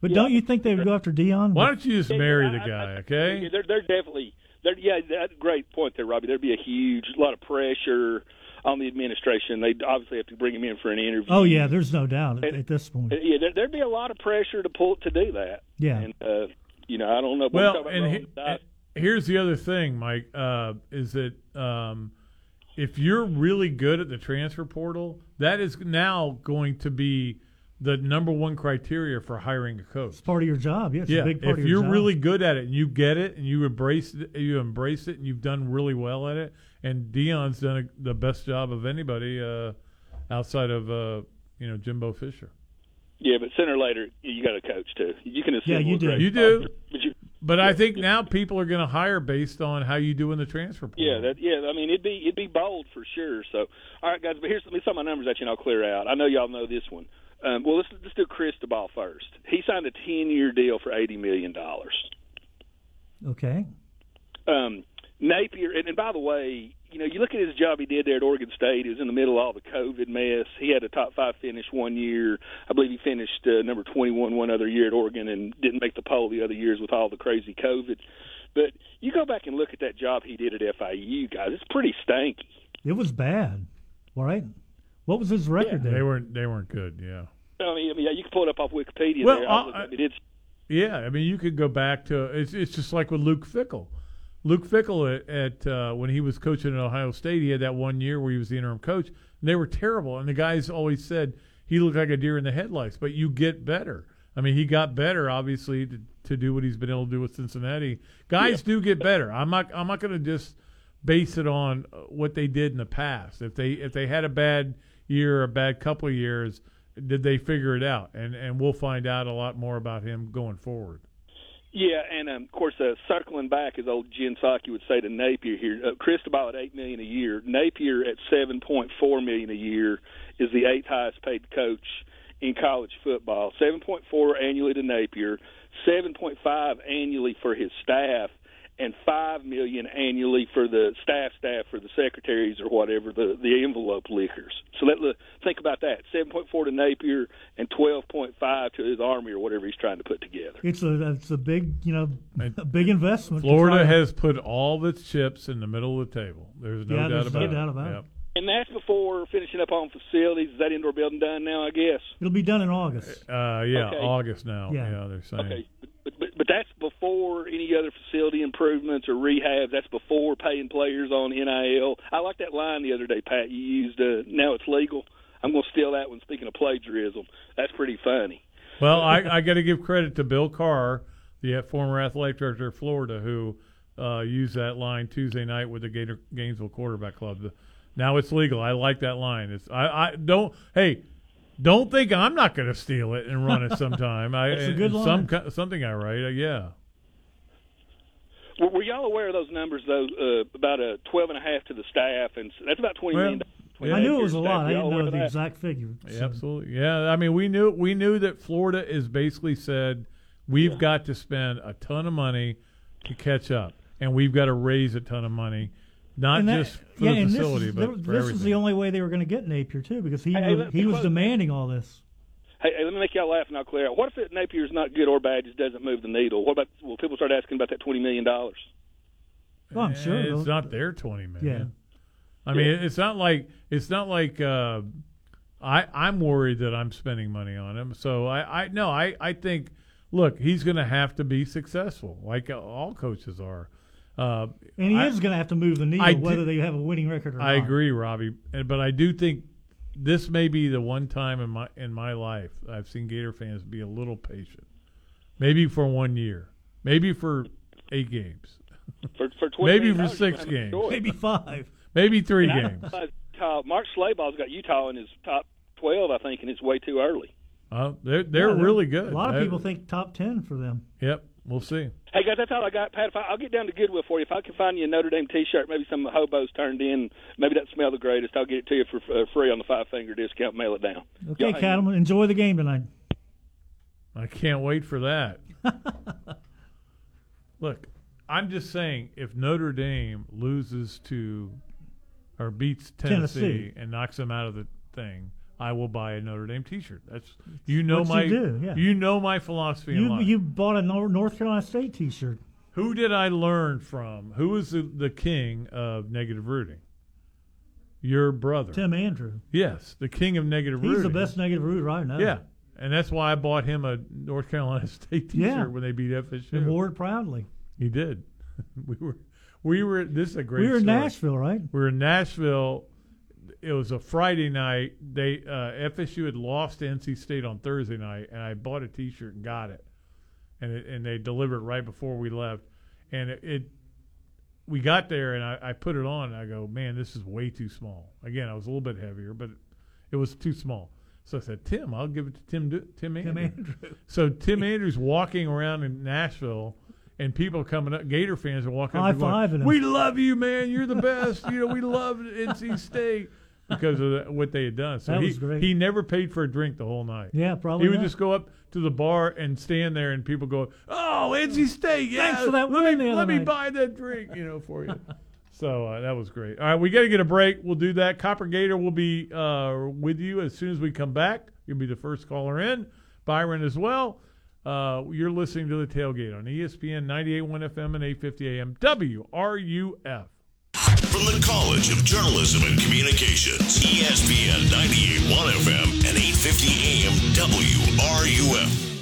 S5: But don't you think they would go after Dion?
S4: Why don't you just marry the guy, okay?
S26: Yeah, they're they're definitely they're yeah. That great point there, Robbie. There'd be a huge lot of pressure on the administration. They'd obviously have to bring him in for an interview. Uh,
S5: Oh yeah, there's no doubt at, at this point.
S26: yeah. There, there'd be a lot of pressure to pull to do that.
S5: Yeah.
S26: And uh, you know, I don't know. but we're
S4: Well,
S26: talking about
S4: and,
S26: rolling
S4: he-
S26: the dice.
S4: and here's the other thing, Mike, uh, is that um, if you're really good at the transfer portal, that is now going to be the number one criteria for hiring a coach. It's
S5: part of your job. Yeah, it's
S4: yeah,
S5: a big part
S4: if
S5: of your
S4: you're
S5: job.
S4: really good at it and you get it and you embrace it, you embrace it and you've done really well at it, and Dion's done a, the best job of anybody uh, outside of uh, you know Jimbo Fisher.
S26: yeah, but sooner or later you got a coach too. You can assemble.
S4: Yeah, you
S26: a
S4: do.
S26: great
S4: You do.
S26: roster, But you,
S4: But I think now people are going to hire based on how you do in the transfer portal.
S26: Yeah, that, yeah. I mean, it'd be it'd be bold for sure. So, all right, guys. But here's let me some of my numbers at you, and I'll clear out. I know y'all know this one. Um, well, let's let's do Cristobal first. He signed a ten year deal for eighty million dollars.
S5: Okay.
S26: Um, Napier, and, and by the way, you know, you look at his job he did there at Oregon State. He was in the middle of all the COVID mess. He had a top five finish one year. I believe he finished uh, number twenty one one other year at Oregon, and didn't make the poll the other years with all the crazy COVID. But you go back and look at that job he did at FIU, guys. It's pretty stanky.
S5: It was bad. All right. What was his record there?
S4: They weren't they weren't good. Yeah.
S26: I mean, I mean, yeah, you can pull it up off Wikipedia.
S4: Well,
S26: there.
S4: uh,
S26: I was, I mean, it's
S4: Yeah, I mean, you could go back to it's. It's just like with Luke Fickle. Luke Fickle at, at uh, when he was coaching at Ohio State, he had that one year where he was the interim coach, and they were terrible. And the guys always said he looked like a deer in the headlights, but you get better. I mean, he got better, obviously, to, to do what he's been able to do with Cincinnati. Guys do get better. I'm not. I'm not going to just base it on uh, what they did in the past. If they if they had a bad year, a bad couple of years, did they figure it out? And and we'll find out a lot more about him going forward.
S26: Yeah, and um, of course, uh, circling back, as old Jen Psaki would say to Napier here, uh, Cristobal at eight million a year, Napier at seven point four million a year is the eighth highest paid coach in college football. Seven point four annually to Napier, seven point five annually for his staff, and five million annually for the staff staff for the secretaries or whatever the the envelope lickers. So let look, think about that: seven point four to Napier and twelve point five to his army or whatever he's trying to put together.
S5: It's a it's a big you know a big investment. to
S4: Florida
S5: try to-
S4: has put all of its chips in the middle of the table. There's no
S5: Yeah,
S4: doubt
S5: there's no
S4: about it.
S5: doubt about it.
S4: Yep.
S26: And that's before finishing up on facilities. Is that indoor building done now? I guess.
S5: It'll be done in August.
S4: Uh, yeah,
S26: Okay.
S4: August now.
S5: Yeah.
S4: Yeah, they're saying.
S26: Okay, but, but but that's before any other facility improvements or rehab. That's before paying players on NIL. I like that line the other day, Pat. You used. Uh, now it's legal. I'm going to steal that one. Speaking of plagiarism, that's pretty funny.
S4: Well, I, I got to give credit to Bill Carr, the former athletic director of Florida, who uh, used that line Tuesday night with the Gator, Gainesville Quarterback Club. The- Now it's legal. I like that line. It's I, I don't hey, don't think I'm not going to steal it and run it sometime. I
S26: That's a good line.
S4: some co- something I write. uh, yeah,
S26: Were, were y'all aware of those numbers though? Uh, about a twelve and a half to the staff, and s- that's about twenty
S4: Well,
S26: million
S4: yeah.
S5: I knew it was a
S26: Staff,
S5: lot. I
S26: y'all
S5: didn't
S26: aware
S5: know
S26: of
S5: the
S26: that?
S5: exact figure.
S4: Yeah, absolutely. Yeah, I mean we knew we knew that Florida is basically said we've got to spend a ton of money to catch up, and we've got to raise a ton of money, not
S5: And that-
S4: just for
S5: yeah,
S4: the
S5: and this
S4: facility,
S5: is-
S4: but
S5: there-
S4: for
S5: this
S4: everything.
S5: is the only way they were going to get Napier too, because he
S26: Hey, hey,
S5: was,
S26: let me
S5: he was
S26: close-
S5: demanding all this.
S26: Hey, hey, let me make y'all laugh and I'll clear out. What if it, Napier's not good or bad, just doesn't move the needle? What about will people start asking about that twenty million dollars?
S5: Well, Oh, I'm sure
S4: it's
S5: they'll-
S4: not their twenty million. I
S26: Yeah.
S4: mean, it's not like it's not like uh, I I'm worried that I'm spending money on him. So I I no I I think look he's going to have to be successful like uh, all coaches are. Uh,
S5: And he
S4: I-
S5: is going to have to move the needle,
S4: I
S5: whether
S4: did-
S5: they have a winning record or
S4: I
S5: not.
S4: agree, Robbie, and- but I do think this may be the one time in my in my life I've seen Gator fans be a little patient. Maybe for one year, maybe for eight games,
S26: For for twenty
S4: maybe
S26: million
S4: for
S26: dollars, you
S4: six
S26: don't have a
S4: games,
S26: choice.
S4: maybe three
S26: And I
S4: games.
S26: don't realize Utah- Mark Slayball's got Utah in his top twelve, I think, and it's way too early.
S4: Uh, they're they're
S5: Yeah,
S4: really good.
S5: A lot
S4: I-
S5: of people think top ten for them.
S4: Yep, we'll see.
S26: Hey guys, that's all I got, Pat. If I, I'll get down to Goodwill for you. If I can find you a Notre Dame T-shirt, maybe some hobos turned in, maybe that smell the greatest. I'll get it to you for uh, free on the five finger discount. Mail it down.
S5: Okay,
S26: Y'all hang-
S5: Cattleman, enjoy the game tonight.
S4: I can't wait for that. Look, I'm just saying, if Notre Dame loses to or beats Tennessee,
S5: Tennessee.
S4: and knocks them out of the thing, I will buy a Notre Dame T-shirt. That's you know
S5: What
S4: my
S5: you do, yeah.
S4: you know my philosophy. in
S5: You
S4: life.
S5: you bought a Nor- North Carolina State T-shirt.
S4: Who did I learn from? Who is the, the king of negative rooting? Your brother,
S5: Tim Andrew.
S4: Yes, the king of negative
S5: He's
S4: rooting.
S5: the best negative rooter I know.
S4: Yeah, and that's why I bought him a North Carolina State T-shirt
S5: Yeah.
S4: when they beat FSU.
S5: and wore it proudly.
S4: He did. we were, we were. This is a great.
S5: We were in
S4: story.
S5: Nashville, right?
S4: We were in Nashville. It was a Friday night. They uh, FSU had lost to NC State on Thursday night, and I bought a T-shirt and got it, and it, and they delivered it right before we left, and it. it we got there and I, I put it on and I go, man, this is way too small. Again, I was a little bit heavier, but it was too small. So I said, Tim, I'll give it to Tim Du- Tim Andrews.
S5: Andrews.
S4: So Tim Andrews walking around in Nashville, and people coming up, Gator fans are walking up. to him
S5: High-fiving
S4: Going,
S5: him.
S4: we love you, man. You're the best. you know, we love NC State because of the, what they had done. So
S5: That
S4: he,
S5: was great.
S4: he never paid for a drink the whole night.
S5: Yeah, probably
S4: He would
S5: not.
S4: just go up to the bar and stand there, and people go, "Oh, NC State, yeah,
S5: Thanks for that
S4: let
S5: win
S4: me
S5: the other
S4: let me
S5: night."
S4: buy that drink, you know, for you." So uh, that was great. All right, we got to get a break. We'll do that. Copper Gator will be uh, with you as soon as we come back. You'll be the first caller in. Byron as well. Uh, you're listening to the tailgate on E ESPN 98.1 FM and 850 AM WRUF.
S2: From the College of Journalism and Communications, E ESPN 98.1 FM and 850 AM WRUF.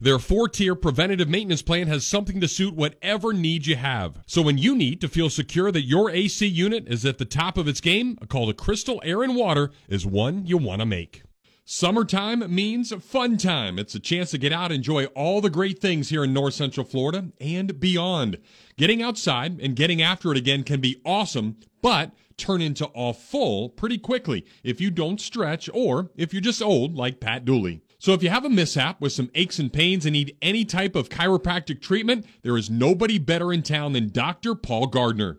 S8: Their four tier preventative maintenance plan has something to suit whatever need you have. So when you need to feel secure that your AC unit is at the top of its game, a call to Crystal Air and Water is one you want to make. Summertime means fun time. It's a chance to get out and enjoy all the great things here in North Central Florida and beyond. Getting outside and getting after it again can be awesome, but turn into a full pretty quickly if you don't stretch or if you're just old like Pat Dooley. So if you have a mishap with some aches and pains and need any type of chiropractic treatment, there is nobody better in town than Dr. Paul Gardner.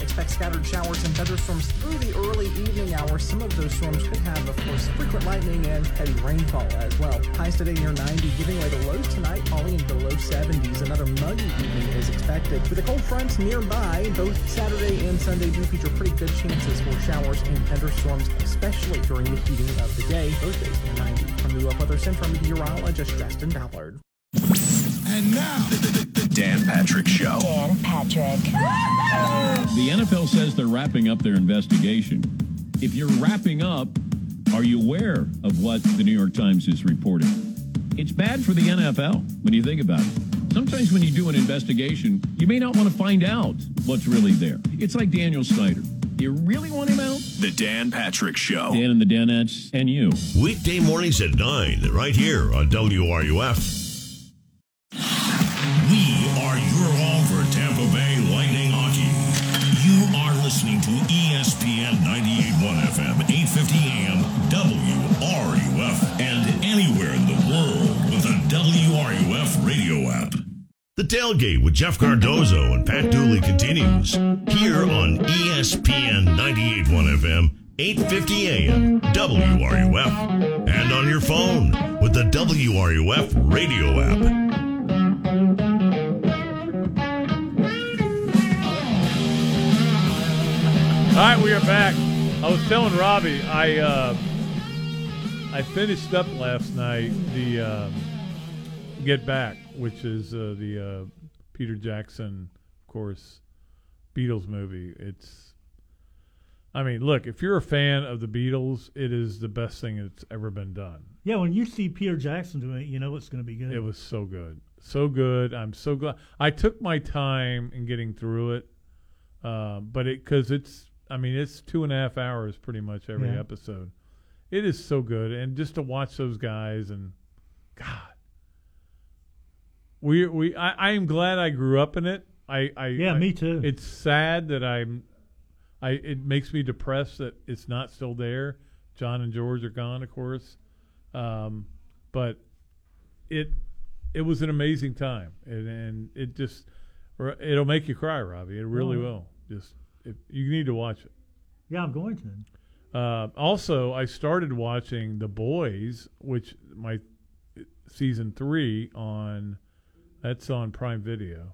S17: Expect scattered showers and thunderstorms through the early evening hours. Some of those storms could have, of course, frequent lightning and heavy rainfall as well. Highs today near 90, giving way to lows tonight, falling into the low 70s. Another muggy evening is expected. With the cold fronts nearby, both Saturday and Sunday do feature pretty good chances for showers and thunderstorms, especially during the heating of the day. Those days near 90. From the UF Weather Center meteorologist Justin Ballard.
S25: And now,
S2: The Dan Patrick Show.
S27: Dan Patrick.
S28: The NFL says they're wrapping up their investigation. If you're wrapping up, are you aware of what the New York Times is reporting? It's bad for the NFL when you think about it. Sometimes when you do an investigation, you may not want to find out what's really there. It's like Daniel Snyder. You really want him out?
S2: The Dan Patrick Show.
S28: Dan and the Danettes and you.
S2: Weekday mornings at 9, right here on WRUF. We are your home for Tampa Bay Lightning Hockey. You are listening to E ESPN 98.1 FM, 850 AM, WRUF, and anywhere in the world with the WRUF radio app. The tailgate with Jeff Cardozo and Pat Dooley continues here on E ESPN 98.1 FM, 8:50 a.m. WRUF, and on your phone with the WRUF radio app.
S4: All right, we are back. I was telling Robbie, I uh, I finished up last night the um, Get Back, which is uh, the uh, Peter Jackson, of course, Beatles movie. It's, I mean, look, if you're a fan of the Beatles, it is the best thing that's ever been done.
S5: Yeah, when you see Peter Jackson doing it, you know it's going to be good.
S4: It was so good. So good. I'm so glad. I took my time in getting through it, uh, but it because it's. I mean, it's two and a half hours pretty much every
S5: Yeah.
S4: episode. It is so good, and just to watch those guys and God, we we I, I am glad I grew up in it. I, I
S5: Yeah,
S4: I-
S5: me too.
S4: It's sad that I'm. I it makes me depressed that it's not still there. John and George are gone, of course, um, but it it was an amazing time, and, and it just it'll make you cry, Robbie. It really
S5: Oh.
S4: will. Just if, you need to watch it.
S5: Yeah, I'm going to.
S4: Uh, also, I started watching The Boys, which my season three on that's on Prime Video.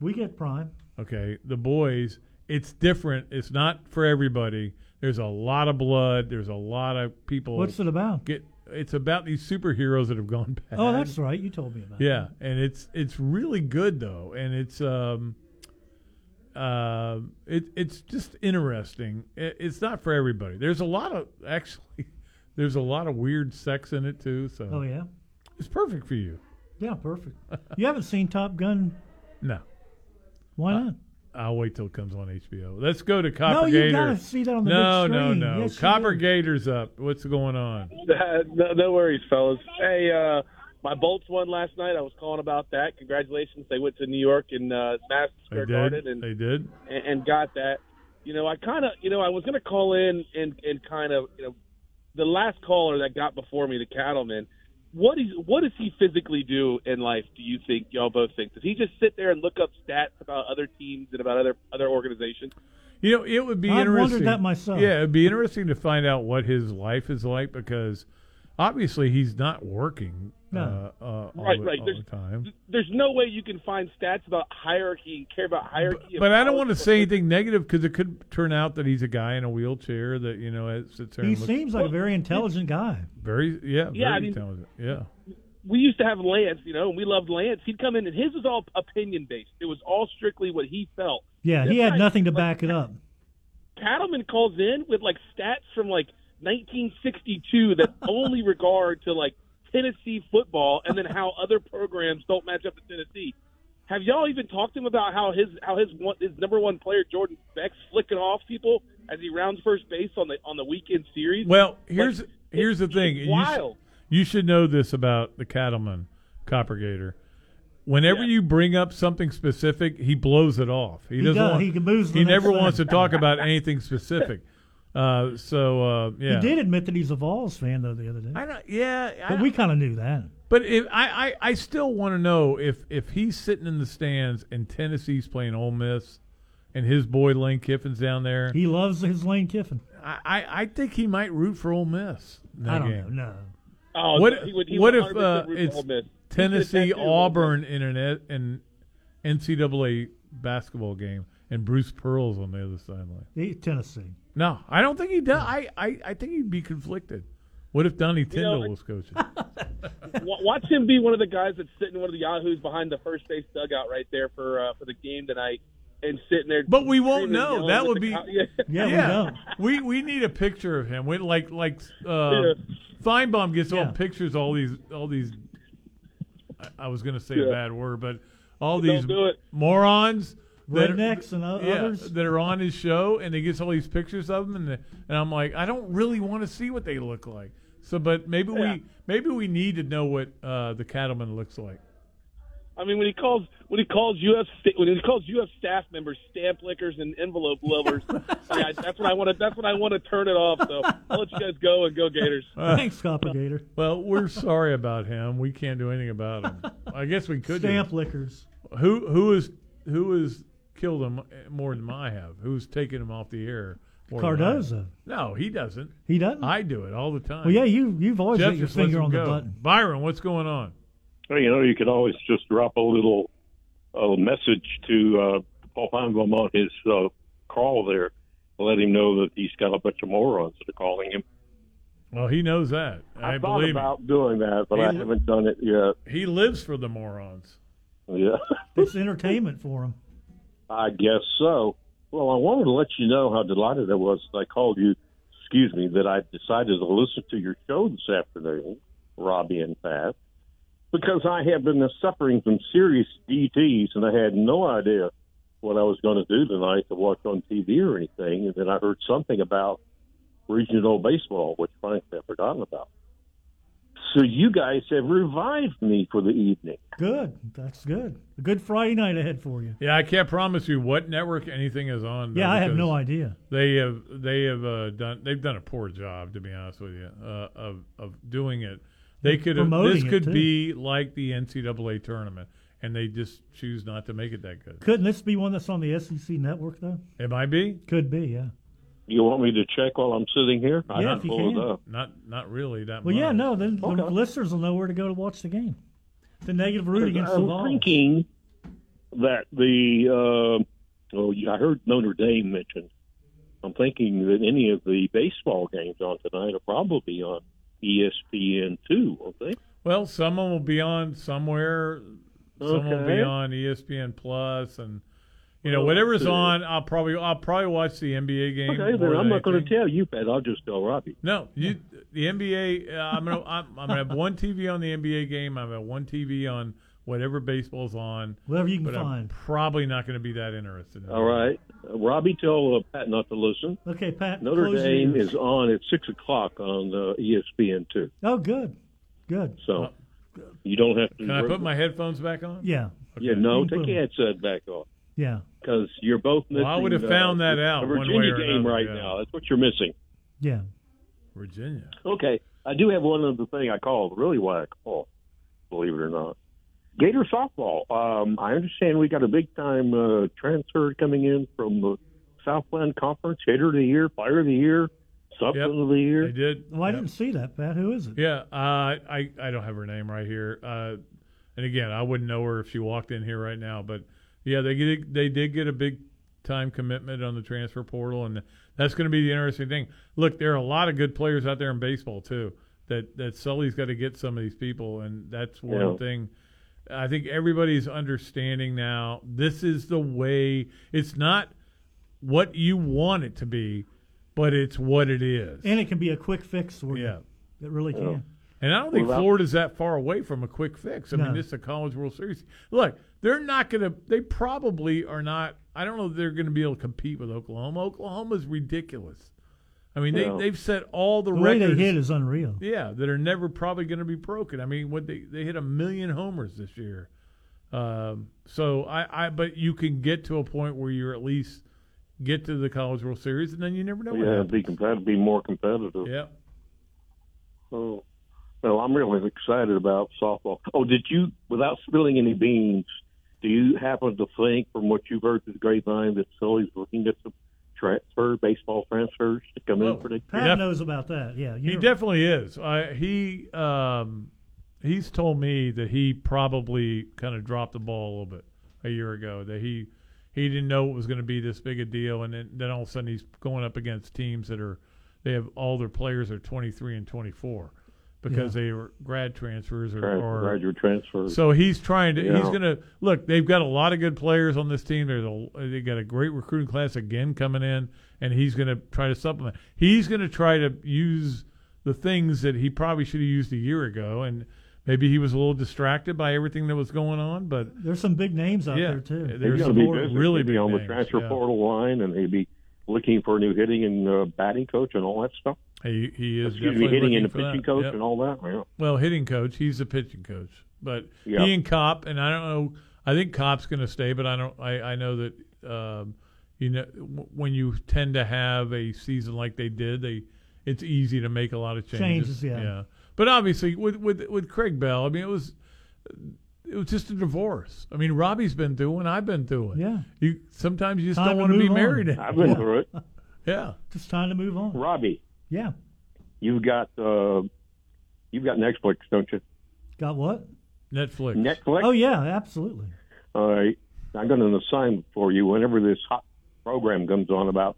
S5: We get Prime.
S4: Okay, The Boys. It's different. It's not for everybody. There's a lot of blood. There's a lot of people.
S5: What's it about?
S4: Get it's about these superheroes that have gone bad.
S5: Oh, that's right. You told me about.
S4: Yeah, and it's it's really good though, and it's um, uh, it it's just interesting. It, it's not for everybody. There's a lot of actually, there's a lot of weird sex in it too. So
S5: Oh yeah.
S4: it's perfect for you.
S5: Yeah, perfect. you haven't seen Top Gun?
S4: No, Uh,
S5: Why not?
S4: I'll wait till it comes on HBO. Let's go to Copper
S5: you
S4: Gator.
S5: gotta see that on the
S4: no,
S5: big
S4: no,
S5: screen.
S4: no,
S5: Yes, you
S4: Copper Gator's up. What's going on?
S19: no, no worries, fellas. Hey, uh, my Bolts won last night. I was calling about that. Congratulations, they went to New York and uh, Madison
S4: They
S19: Square Garden
S4: did.
S19: and,
S4: They did.
S19: and and got that. You know, I kind of, you know, I was going to call in and and kind of, you know, the last caller that got before me, the Cattleman. What is what does he physically do in life? Do you think y'all both think? Does he just sit there and look up stats about other teams and about other other organizations?
S4: You know, it would be
S19: I've wondered
S4: interesting.
S19: that myself.
S4: Yeah, it'd be interesting to find out what his life is like because obviously he's not working
S19: No.
S4: uh, uh, all,
S19: Right,
S4: the,
S19: right.
S4: all
S19: There's-
S4: the time.
S19: There's no way you can find stats about hierarchy and care about hierarchy. of
S4: But I don't
S19: college
S4: want to say anything negative because it could turn out that he's a guy in a wheelchair that you know that sits there.
S5: He
S4: and looks
S5: seems like a very intelligent guy.
S4: very yeah, very
S19: Yeah, I mean-
S4: intelligent. Yeah,
S19: we used to have Lance, you know, and we loved Lance. He'd come in, and his was all opinion based. It was all strictly what he felt.
S5: Yeah, he
S19: This
S5: had
S19: guy-
S5: nothing to back it up.
S19: Cattleman calls in with like stats from like 1962 that only regard to like Tennessee football, and then how other programs don't match up to Tennessee. Have y'all even talked to him about how his how his one, his number one player Jordan Beck's flicking off people as he rounds first base on the on the weekend series?
S4: Well, here's
S19: Like,
S4: here's the thing. You sh-
S19: wild.
S4: You, should know this about the cattleman, Copper Gator. Whenever you bring up something specific, he blows it off. He,
S5: He
S4: doesn't.
S5: does.
S4: Want,
S5: He can move to the
S4: he
S5: next
S4: never
S5: thing.
S4: wants to talk about anything specific. Uh, so uh, yeah,
S5: He did admit that he's a Vols fan though the other day. I
S4: don't. Yeah, I
S5: but we kind of knew that.
S4: But if I, I, I still want to know if if he's sitting in the stands and Tennessee's playing Ole Miss, and his boy Lane Kiffin's down there.
S5: He loves his Lane Kiffin.
S4: I, I, I think he might root for Ole Miss. in that
S5: I don't
S4: game.
S5: know. No.
S19: Oh,
S4: what
S19: no, he would- he
S4: what
S19: would
S4: if
S19: 100%
S4: uh,
S19: root for
S4: it's
S19: Ole Miss. He's gonna
S4: Tennessee
S19: tattoo Ole Miss.
S4: Auburn in an, e- an NCAA basketball game and Bruce Pearl's on the other sideline?
S5: He- Tennessee.
S4: No, I don't think he does. I, I, I think he'd be conflicted. What if Donnie Tyndall
S19: like-
S4: was coaching?
S19: Wa- Watch him be one of the guys that's sitting in one of the yahoos behind the first base dugout right there for uh, for the game tonight, and sitting there.
S4: But we won't
S19: screaming and
S4: know.
S19: yelling
S4: That
S19: at
S4: would
S19: the
S4: be
S19: co- yeah.
S4: we We need a picture of him. We like like uh,
S19: Yeah.
S4: Feinbaum gets all pictures. All these all these. I- I was going to say a
S5: Yeah.
S4: bad word, but all
S5: Don't
S4: these
S5: do it.
S4: morons. that are-
S5: Rednecks and o-
S4: yeah,
S5: others.
S4: that are on his show, and he gets all these pictures of them, and, the- and I'm like, I don't really want to see what they look like. So, but maybe
S19: Yeah.
S4: we maybe we need to know what uh, the cattleman looks like.
S19: I mean, when he calls when he calls UF sta- when he calls UF staff members stamp lickers and envelope lovers, yeah, that's when I want to that's when I want to turn it off. So I'll let you guys go and go Gators.
S5: Thanks, Copper Gator.
S4: Well, we're sorry about him. We can't do anything about him. I guess we could. do.
S5: Stamp lickers.
S4: Who who is who has killed him eh, more than I have? Who's taken him off the air? more than I have?
S5: Cardozo.
S4: No, he doesn't.
S5: He doesn't.
S4: I do it all the time.
S5: Well, yeah, you you've always
S4: Jeff
S5: got your
S4: just lets
S5: finger
S4: him
S5: on the
S4: go.
S5: button.
S4: Byron, what's going on?
S27: Well, you know, you could always just drop a little uh, message to uh, Paul Heinbaum on his uh, call there, let him know that he's got a bunch of morons that are calling him.
S4: Well, he knows that. I,
S27: I thought
S4: believe him.
S27: about doing that, but
S4: He
S27: I
S4: li-
S27: haven't done it yet.
S4: he lives for the morons.
S27: Yeah,
S5: It's entertainment for him.
S27: I guess so. Well, I wanted to let you know how delighted I was that I called you. Excuse me, that I decided to listen to your show this afternoon, Robbie and Pat, because I have been suffering from serious DTS and I had no idea what I was going to do tonight to watch on TV or anything. And then I heard something about regional baseball, which frankly I've forgotten about. So you guys have revived me for the evening.
S5: Good. That's good. A good Friday night ahead for you.
S4: Yeah, I can't promise you what network anything is on. though,
S5: Yeah, I have
S4: because
S5: no idea.
S4: They have they have uh, done they've done a poor job to be honest with you uh, of of doing it. They could have
S5: Promoting
S4: this
S5: it,
S4: could
S5: too.
S4: be like the NCAA tournament, and they just choose not to make it that good.
S5: Couldn't this be one that's on the SEC E network though?
S4: It might be.
S5: Could be. Yeah.
S27: You want me to check while I'm sitting here?
S5: Yeah,
S27: I didn't
S5: if you
S27: pull
S5: can.
S27: it up.
S4: Not not really that
S5: Well,
S4: much.
S5: yeah, no, then the listeners will know where to go to watch the game. The negative root against
S27: I'm
S5: Laval.
S27: thinking that the uh, well, I heard Notre Dame mentioned. I'm thinking that any of the baseball games on tonight are probably on E ESPN two, aren't they?
S4: Well, some of 'em will be on somewhere. Some will
S27: Okay.
S4: be on E ESPN Plus, and you know
S27: Oh,
S4: whatever's
S27: good.
S4: on. I'll probably I'll probably watch the NBA game.
S27: Okay,
S4: more
S27: then I'm
S4: than
S27: not going
S4: anything.
S27: to tell you, Pat. I'll just tell Robbie.
S4: No, you the NBA. Uh, I'm gonna I'm, I'm gonna have one TV on the NBA game. I'm gonna have one TV on whatever baseball's on.
S5: Whatever you can
S4: but I'm
S5: find.
S4: probably not going to be that interested. In
S27: All right, Uh, Robbie, tell uh, Pat not to listen.
S5: Okay, Pat.
S27: Notre
S5: close your
S27: Dame
S5: ears.
S27: is on at six o'clock on uh, ESPN two,
S5: Oh, good, good.
S27: so you don't have to.
S4: Can I put my headphones back on?
S5: Yeah,
S27: Yeah, no,
S5: You can
S27: take
S5: put
S27: your headset back off.
S5: yeah,
S27: because you're both missing. uh,
S4: Well, I would have found that
S27: the-
S4: out
S27: The
S4: one
S27: Virginia
S4: way or
S27: game
S4: another,
S27: right
S4: yeah.
S27: now. That's what you're missing.
S5: yeah.
S4: Virginia.
S27: Okay, I do have one other thing I called. Really, why I called? Believe it or not, Gator softball. Um, I understand we got a big time uh, transfer coming in from the Southland Conference. Hitter of the year, player of the year, something of the year.
S4: I did.
S5: Well, I didn't see that, Pat. Who is it?
S4: Yeah, uh, I I don't have her name right here. Uh, and again, I wouldn't know her if she walked in here right now. But yeah, they get, they did get a big time commitment on the transfer portal, and that's going to be the interesting thing. Look, there are a lot of good players out there in baseball too. That that Sully's got to get some of these people, and that's one
S27: Yeah.
S4: thing. I think everybody's understanding now. This is the way. It's not what you want it to be, but it's what it is.
S5: And it can be a quick fix for you.
S4: Yeah.
S5: It really can.
S4: And I don't think
S5: Without-
S4: Florida's that far away from a quick fix. I
S5: No.
S4: mean, this is a college World Series. Look, they're not going to. They probably are not. I don't know if they're going to be able to compete with Oklahoma. Oklahoma's ridiculous. I mean,
S5: Yeah.
S4: they they've set all the,
S5: The way
S4: records.
S5: they hit is unreal.
S4: Yeah, that are never probably going to be broken. I mean, what they they hit a million homers this year. Um, so I, I, but you can get to a point where you're at least get to the College World Series, and then you never know. what
S27: yeah,
S4: happens.
S27: it'd be, that'd be more competitive.
S4: Yeah.
S27: Oh. Well, I'm really excited about softball. Oh, did you, without spilling any beans, do you happen to think, from what you've heard through the grapevine, that Sully's looking at some transfer, baseball transfers to come in for the
S5: Pat knows about that. Yeah,
S4: He definitely is. I, he um, he's told me that he probably kind of dropped the ball a little bit a year ago. That he he didn't know it was going to be this big a deal, and then, then all of a sudden he's going up against teams that are they have all their players are twenty three and twenty four because they were grad transfers or,
S27: Grad-
S4: or
S27: graduate transfers.
S4: So he's trying to he's
S27: Yeah.
S4: going to look. They've got a lot of good players on this team. There's a they got a great recruiting class again coming in, and he's going to try to supplement. He's going to try to use the things that he probably should have used a year ago, and maybe he was a little distracted by everything that was going on. But
S5: There's some big names out
S4: Yeah.
S5: there too.
S4: There's
S27: He's gonna be
S4: some
S27: busy.
S4: really
S27: He'd be
S4: big
S27: on the
S4: names,
S27: transfer
S4: yeah.
S27: portal line, and he'd be looking for a new hitting and uh, batting coach and all that stuff.
S4: he he is
S27: Excuse me,
S4: definitely
S27: hitting and
S4: looking
S27: a
S4: for
S27: pitching
S4: that.
S27: coach
S4: Yep.
S27: and all that. Yeah.
S4: Well, hitting coach. He's a pitching coach, but
S27: Yeah.
S4: he and Cop, and I don't know. I think Cop's going to stay, but I don't. I, I know that um, you know w- when you tend to have a season like they did, they it's easy to make a lot of changes.
S5: Changes, yeah.
S4: But obviously, with with with Craig Bell, I mean, it was it was just a divorce. I mean, Robbie's been through, and I've been through it.
S5: Yeah.
S4: You sometimes you just don't
S5: Time to
S4: want to be
S5: move on.
S4: married.
S5: I've been through
S27: it.
S4: Yeah.
S5: Just time to move on.
S27: Robbie,
S5: Yeah.
S27: you've got uh, you've got Netflix, don't you?
S5: Got what?
S4: Netflix.
S27: Netflix.
S5: Oh yeah, absolutely.
S27: All right. I got an assignment for you. Whenever this hot program comes on about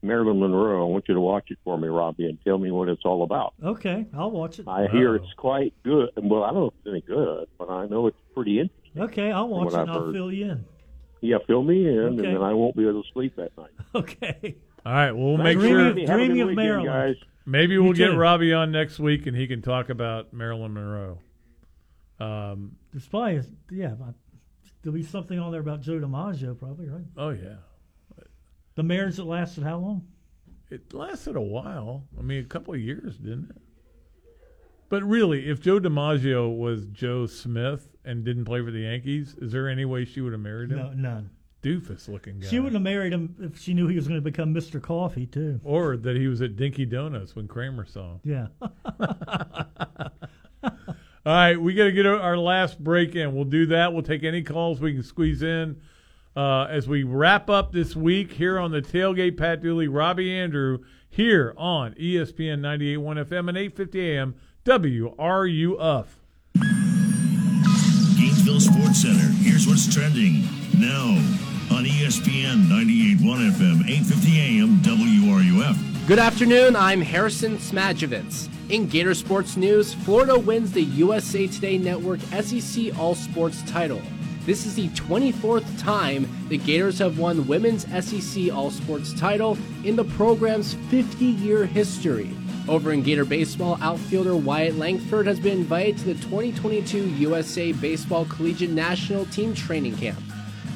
S27: Marilyn Monroe, I want you to watch it for me, Robbie, and tell me what it's all about.
S5: Okay, I'll watch it.
S27: I hear it's quite good. Well, I don't know if it's any good, but I know it's pretty interesting.
S5: Uh, Okay, I'll watch
S27: what
S5: it.
S27: I've
S5: and I'll
S27: heard.
S5: fill you in.
S27: Yeah, fill me in, and
S5: Okay.
S27: then I won't be able to sleep that night.
S5: Okay.
S4: All right. Well, we'll
S5: Thanks,
S4: make
S5: Dreaming-
S4: sure.
S5: Have a good Dreaming of weekend, Maryland. guys.
S4: Maybe
S5: You
S4: we'll get
S5: too.
S4: Robbie on next week, and he can talk about Marilyn Monroe. Um,
S5: There's probably a- yeah. I- There'll be something on there about Joe DiMaggio, probably right.
S4: oh yeah,
S5: The marriage that lasted how long?
S4: it lasted a while. I mean, a couple of years, didn't it? But really, if Joe DiMaggio was Joe Smith and didn't play for the Yankees, is there any way she would have married him?
S5: No, none.
S4: Doofus looking guy.
S5: She wouldn't have married him if she knew he was going to become Mr. Coffee too.
S4: or that he was at Dinky Donuts when Kramer saw him.
S5: Yeah.
S4: All right, we got to get our last break in. We'll do that. We'll take any calls we can squeeze in. uh, as we wrap up this week here on the tailgate. Pat Dooley, Robbie Andrew here on E ESPN 98.1 FM and 8:50 AM WRUF.
S2: Gainesville Sports Center. Here's what's trending now on E ESPN 98.1 FM, 8:50 AM, WRUF.
S1: Good afternoon, I'm Harrison Smadjevitz. In Gator Sports News, Florida wins the USA Today Network SEC All Sports title. This is the 24th time the Gators have won women's SEC All Sports title in the program's 50 year history. Over in Gator Baseball, outfielder Wyatt Langford has been invited to the 2022 USA Baseball Collegiate National Team Training Camp.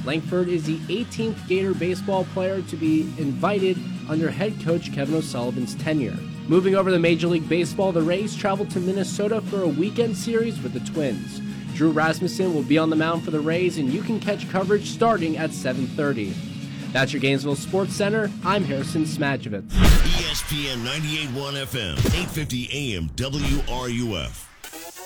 S1: Langford is the 18th Gator baseball player to be invited under head coach Kevin O'Sullivan's tenure. Moving over to Major League Baseball, the Rays traveled to Minnesota for a weekend series with the Twins. Drew Rasmussen will be on the mound for the Rays, and you can catch coverage starting at 7:30. That's your Gainesville Sports Center. I'm Harrison Smadjevitz.
S2: E ESPN 98.1 FM, 8:50 AM, WRUF.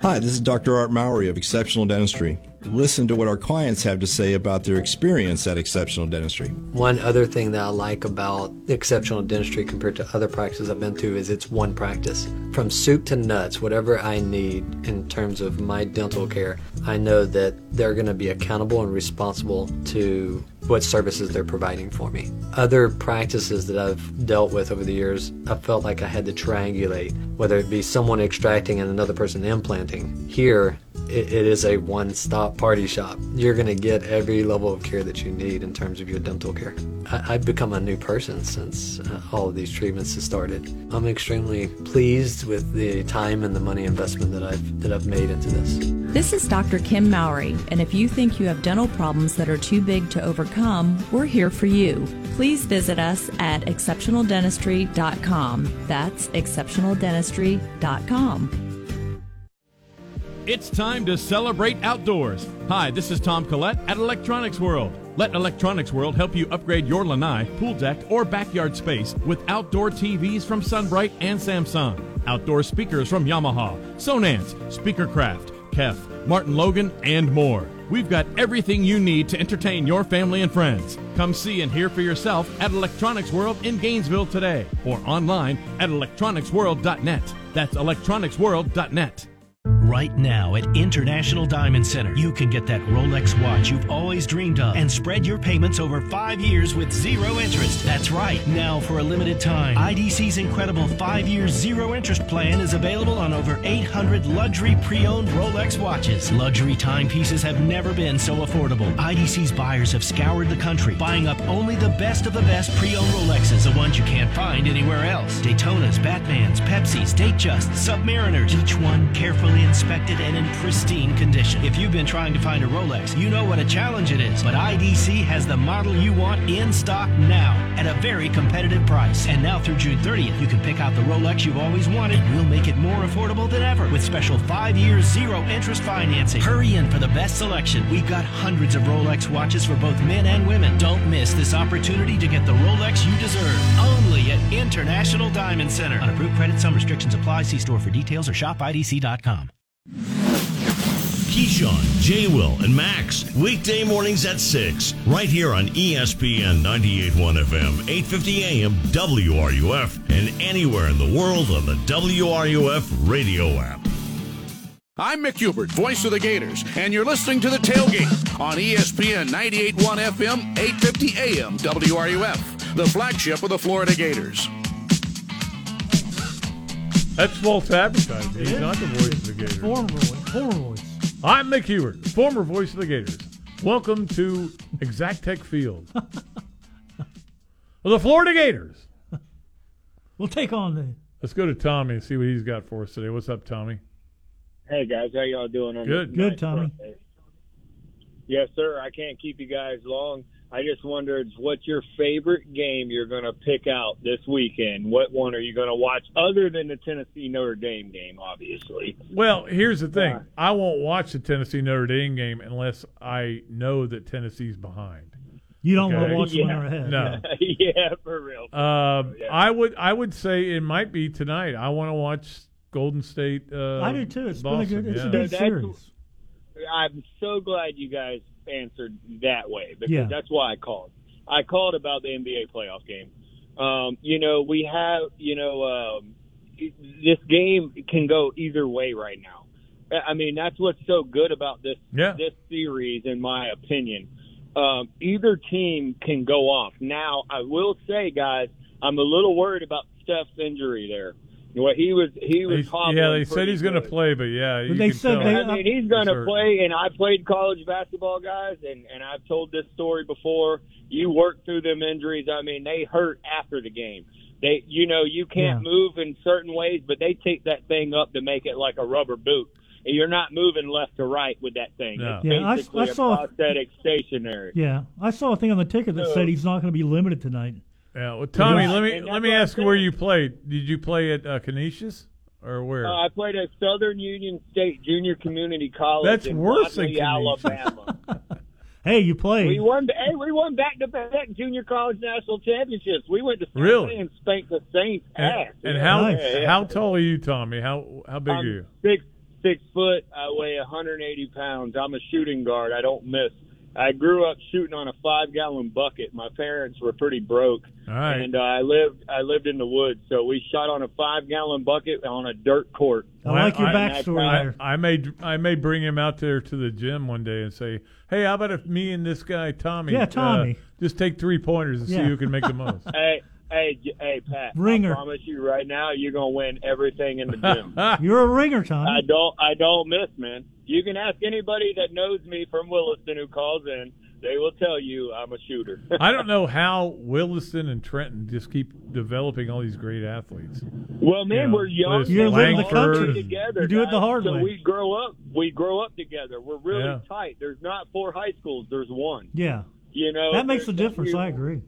S29: Hi, this is Dr. Art Mowry of Exceptional Dentistry. Listen to what our clients have to say about their experience at Exceptional Dentistry.
S30: One other thing that I like about exceptional dentistry compared to other practices I've been to is it's one practice. From soup to nuts, whatever I need in terms of my dental care, I know that they're going to be accountable and responsible to what services they're providing for me. Other practices that I've dealt with over the years, I felt like I had to triangulate, whether it be someone extracting and another person implanting. Here, it, it is a one stop party shop. You're going to get every level of care that you need in terms of your dental care. I, I've become a new person since uh, all of these treatments have started. I'm extremely pleased with the time and the money investment that I've, that I've made into this.
S31: This is Dr. Kim Mowry, and if you think you have dental problems that are too big to overcome, we're here for you. Please visit us at exceptionaldentistry.com. That's exceptionaldentistry.com.
S28: It's time to celebrate outdoors. Hi, this is Tom Collette at Electronics World. Let Electronics World help you upgrade your lanai, pool deck, or backyard space with outdoor TVs from Sunbright and Samsung, outdoor speakers from Yamaha, Sonance, Speakercraft, Kef, Martin Logan, and more. We've got everything you need to entertain your family and friends. Come see and hear for yourself at Electronics World in Gainesville today or online at electronicsworld.net. That's electronicsworld.net.
S20: Right now at International Diamond Center, you can get that Rolex watch you've always dreamed of and spread your payments over five years with zero interest. That's right. Now, for a limited time, IDC's incredible five year zero interest plan is available on over 800 luxury pre owned Rolex watches. Luxury timepieces have never been so affordable. IDC's buyers have scoured the country, buying up only the best of the best pre owned Rolexes, the ones you can't find anywhere else. Daytonas, Batmans, Pepsis, Datejusts, Submariners, each one carefully inspected and in pristine condition. If you've been trying to find a Rolex, you know what a challenge it is. But IDC has the model you want in stock now at a very competitive price. And now through June 30th, you can pick out the Rolex you've always wanted. We'll make it more affordable than ever with special five year zero interest financing. Hurry in for the best selection. We've got hundreds of Rolex watches for both men and women. Don't miss this opportunity to get the Rolex you deserve. Only at International Diamond Center. On approved credit, some restrictions apply. See store for details or shop IDC.com.
S2: Keyshawn, J. Will, and Max. Weekday mornings at 6, right here on E ESPN 98.1 FM, 850 AM, WRUF, and anywhere in the world on the WRUF radio app.
S22: I'm Mick Hubert, voice of the Gators, and you're listening to The Tailgate on E ESPN 98.1 FM, 850 AM, WRUF, the flagship of the Florida Gators.
S4: That's false advertising. He's
S13: Yeah.
S4: not the voice of the Gators.
S13: Former voice. Former voice.
S4: I'm Mick Hubert, former voice of the Gators. Welcome to Exact Tech Field. the Florida Gators.
S13: We'll take on the.
S4: Let's go to Tommy and see what he's got for us today. What's up, Tommy?
S23: Hey guys, how y'all doing? On
S4: Good.
S23: this
S4: Good,
S23: nice
S4: Tommy.
S23: Thursday? Yes, sir. I can't keep you guys long. I just wondered what's your favorite game you're going to pick out this weekend? What one are you going to watch other than the Tennessee Notre Dame game, obviously?
S4: Well, here's the thing. I won't watch the Tennessee Notre Dame game unless I know that Tennessee's behind.
S5: You don't
S4: Okay?
S5: want to watch when they're ahead.
S4: No.
S23: yeah, for real.
S4: Um, I would I would say it might be tonight. I want to watch Golden State. Uh,
S5: I do too. It's been a
S4: Boston,
S5: good- it's a
S4: yeah.
S5: good That's- series.
S23: I'm so glad you guys answered that way because
S5: Yeah.
S23: that's why I called. I called about the NBA playoff game. Um, you know, we have, you know, um, this game can go either way right now. I I mean, that's what's so good about this
S4: Yeah.
S23: this series, in my opinion. Um, either team can go off. Now, I will say, guys, I'm a little worried about Steph's injury there. What he was he was
S4: They- yeah, they
S23: hobbling
S4: said he's
S23: pretty
S4: going to
S23: good.
S4: play, but yeah, you can tell.
S23: I mean, he's going to
S4: hurt.
S23: play, and I played college basketball, guys, and, and I've told this story before. You work through them injuries. I mean, they hurt after the game. They, you know, you can't move in certain ways, but they take that thing up to make it like a rubber boot. And you're not moving left to right with that thing.
S4: No.
S23: It's
S5: Yeah, I- I
S23: basically
S5: saw-
S23: a prosthetic stationary.
S5: Yeah, I saw a thing on the ticket that said he's not going to be limited tonight.
S4: Yeah, well, Tommy,
S5: Yeah.
S4: let me let me ask you where you played. Did you play at uh, Canisius or where?
S23: Uh, I played at Southern Union State Junior Community College.
S4: That's
S23: in
S4: worse than
S23: Watley,
S4: Canisius.
S23: Alabama.
S5: Hey, you played.
S23: We won. Hey, we won back to back junior college national championships. We went to San
S4: Really?
S23: Jose and spanked the Saints
S4: and,
S23: ass.
S4: and how
S23: Yeah, Um, yeah.
S4: how tall are you, Tommy? How how big
S23: I'm
S4: are you?
S23: Six six foot. I weigh 180 pounds. I'm a shooting guard. I don't miss. I grew up shooting on a five gallon bucket. My parents were pretty broke,
S4: All right.
S23: and uh, I lived I lived in the woods, so we shot on a five gallon bucket on a dirt court.
S4: I, I may I may bring him out there to the gym one day and say, "Hey, how about if me and this guy Tommy,
S23: Yeah,
S4: uh,
S23: Tommy.
S4: just take three pointers and see
S23: Yeah.
S4: who can make the most."
S23: Hey, hey, J- hey, Pat!
S4: Ringer.
S23: I promise you right now, you're gonna win everything in the gym.
S5: You're a ringer,
S23: I
S5: Tommy.
S23: don't, I don't miss, man. You can ask anybody that knows me from Williston who calls in; they will tell you I'm a shooter.
S4: I don't know how Williston and Trenton just keep developing all these great athletes.
S23: Well, man,
S4: You know,
S23: we're young.
S4: with Langford
S23: We're
S4: and-
S23: Together, guys. so We grow up. We grow up together. We're really
S4: Yeah.
S23: tight. There's not four high schools. There's one.
S5: Yeah,
S23: You know
S5: that makes a
S23: there's-
S5: difference.
S23: you-
S5: I agree.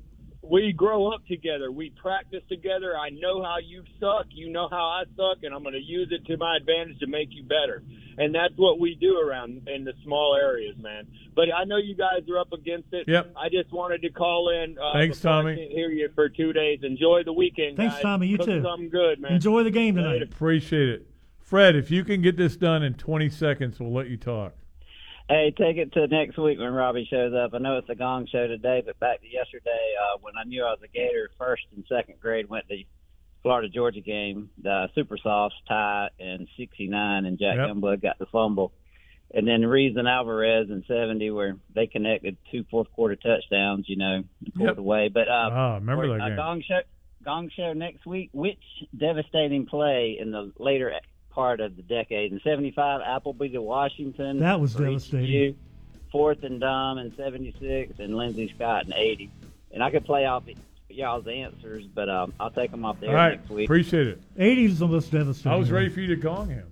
S23: we grow up together. We practice together. I know how you suck. You know how I suck, and I'm going to use it to my advantage to make you better. And that's what we do around in the small areas, man. But I know you guys are up against it.
S4: Yep.
S23: I just wanted to call in. Uh,
S4: Thanks,
S23: before
S4: Tommy.
S23: I can't hear you for two days. Enjoy the weekend.
S5: Thanks,
S23: guys.
S5: Tommy. You
S23: Cook
S5: too.
S23: Something good, man.
S5: Enjoy the game tonight.
S4: Appreciate it, Fred. If you can get this done in 20 seconds, we'll let you talk.
S24: Hey, take it to next week when Robbie shows up. I know it's a gong show today, but back to yesterday uh, when I knew I was a Gator, first and second grade went to Florida Georgia game, the Super Softs tie and 69, and Jack
S32: Yep.
S24: Youngblood got the fumble. And then Reeves and Alvarez in 70, where they connected two fourth quarter touchdowns, you know, and pulled
S4: Yep.
S24: away. But uh,
S4: Ah, remember
S24: we're-
S4: that
S24: uh,
S4: game.
S24: Gong show, gong show next week. Which devastating play in the later part of the decade? In 75, Appleby to Washington.
S5: That was
S24: for
S5: devastating.
S24: ECU, Fourth and Dumb in 76, and Lindsey Scott in 80. And I could play off y'all's answers, but um, I'll take them off the
S4: All
S24: air
S4: right,
S24: next week.
S4: appreciate it.
S5: 80s is the most devastating.
S4: I was ready for you to gong him.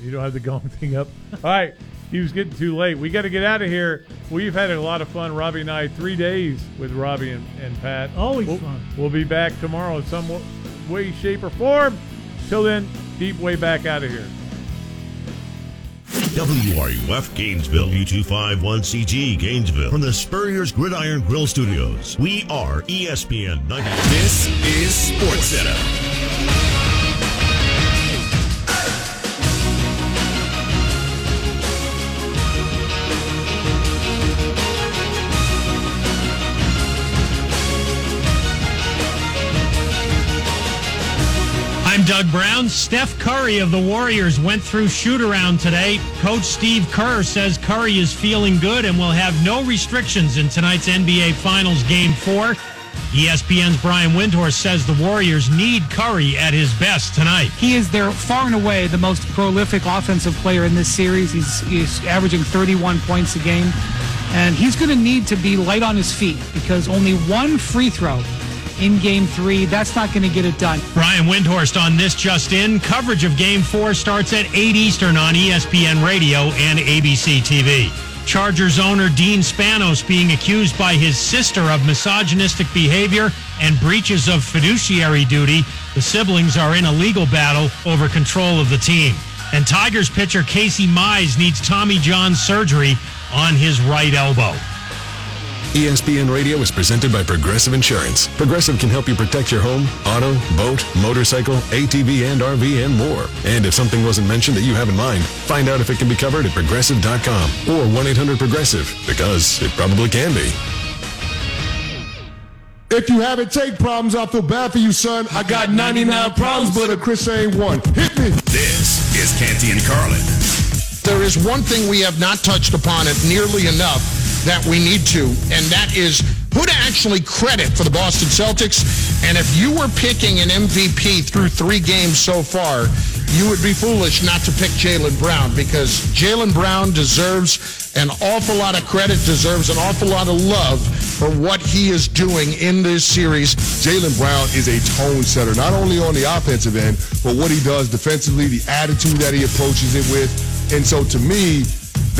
S4: You don't have the gong thing up. All right. He was getting too late. We got to get out of here. We've had a lot of fun, Robbie and I. Three days with Robbie and, and Pat. Always we'll, fun. We'll be back tomorrow in some w- way, shape, or form. Till then, deep way back out of here.
S2: WRUF Gainesville, U251CG Gainesville, from the Spurrier's Gridiron Grill Studios. We are E ESPN 90. This is Sports Center.
S33: I'm Doug Brown. Steph Curry of the Warriors went through shoot around today. Coach Steve Kerr says Curry is feeling good and will have no restrictions in tonight's NBA Finals Game E 4. ESPN's Brian Windhorst says the Warriors need Curry at his best tonight.
S21: He is their far and away the most prolific offensive player in this series. He's, he's averaging 31 points a game. And he's going to need to be light on his feet because only one free throw in game three, that's not going to get it done.
S33: Brian Windhorst on this just in. E Coverage of Game 4 starts at 8 Eastern on ESPN Radio and ABC TV. Chargers owner Dean Spanos being accused by his sister of misogynistic behavior and breaches of fiduciary duty. The siblings are in a legal battle over control of the team. And Tigers pitcher Casey Mize needs Tommy John surgery on his right elbow.
S17: ESPN Radio is presented by Progressive Insurance. Progressive can help you protect your home, auto, boat, motorcycle, ATV, and RV, and more. And if something wasn't mentioned that you have in mind, find out if it can be covered at progressive.com or 1 800 Progressive, because it probably can be.
S25: If you haven't take problems, I feel bad for you, son. I got 99 problems, but a Chris ain't one. Hit me.
S22: This is Canty and Carlin.
S34: There is one thing we have not touched upon it nearly enough that we need to, and that is who to actually credit for the Boston Celtics. And if you were picking an MVP through three games so far, you would be foolish not to pick Jalen Brown because Jalen Brown deserves an awful lot of credit, deserves an awful lot of love for what he is doing in this series.
S25: Jalen Brown is a tone setter, not only on the offensive end, but what he does defensively, the attitude that he approaches it with. And so to me,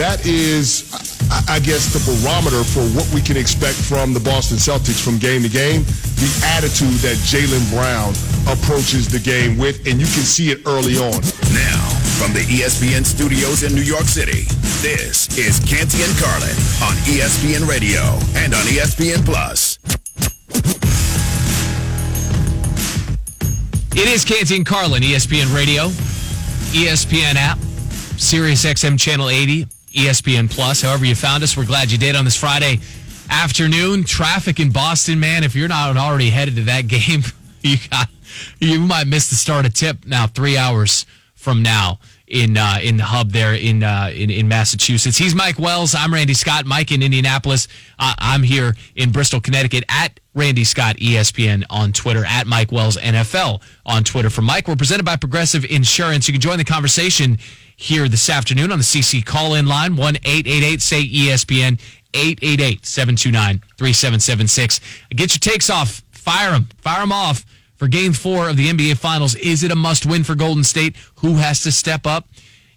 S25: that is, I I guess, the barometer for what we can expect from the Boston Celtics from game to game. The attitude that Jalen Brown approaches the game with, and you can see it early on.
S22: Now, from the E ESPN studios in New York City, this is Canty and Carlin on E ESPN Radio and on E ESPN Plus.
S35: It is Canty and Carlin, E ESPN Radio, E ESPN app, Sirius XM Channel E 80, ESPN Plus. However, you found us, we're glad you did on this Friday afternoon. Traffic in Boston, man. If you're not already headed to that game, you got, you might miss the start of tip now. Three hours from now in uh, in the hub there in, uh, in in Massachusetts. He's Mike Wells. I'm Randy Scott. Mike in Indianapolis. Uh, I'm here in Bristol, Connecticut at Randy Scott E ESPN on Twitter at Mike Wells NFL on Twitter. For Mike, we're presented by Progressive Insurance. You can join the conversation here this afternoon on the CC call in line one eight eight eight say E ESPN 888-729-3776. Get your takes off. Fire them. Fire them off for game four of the NBA Finals. Is it a must win for Golden State? Who has to step up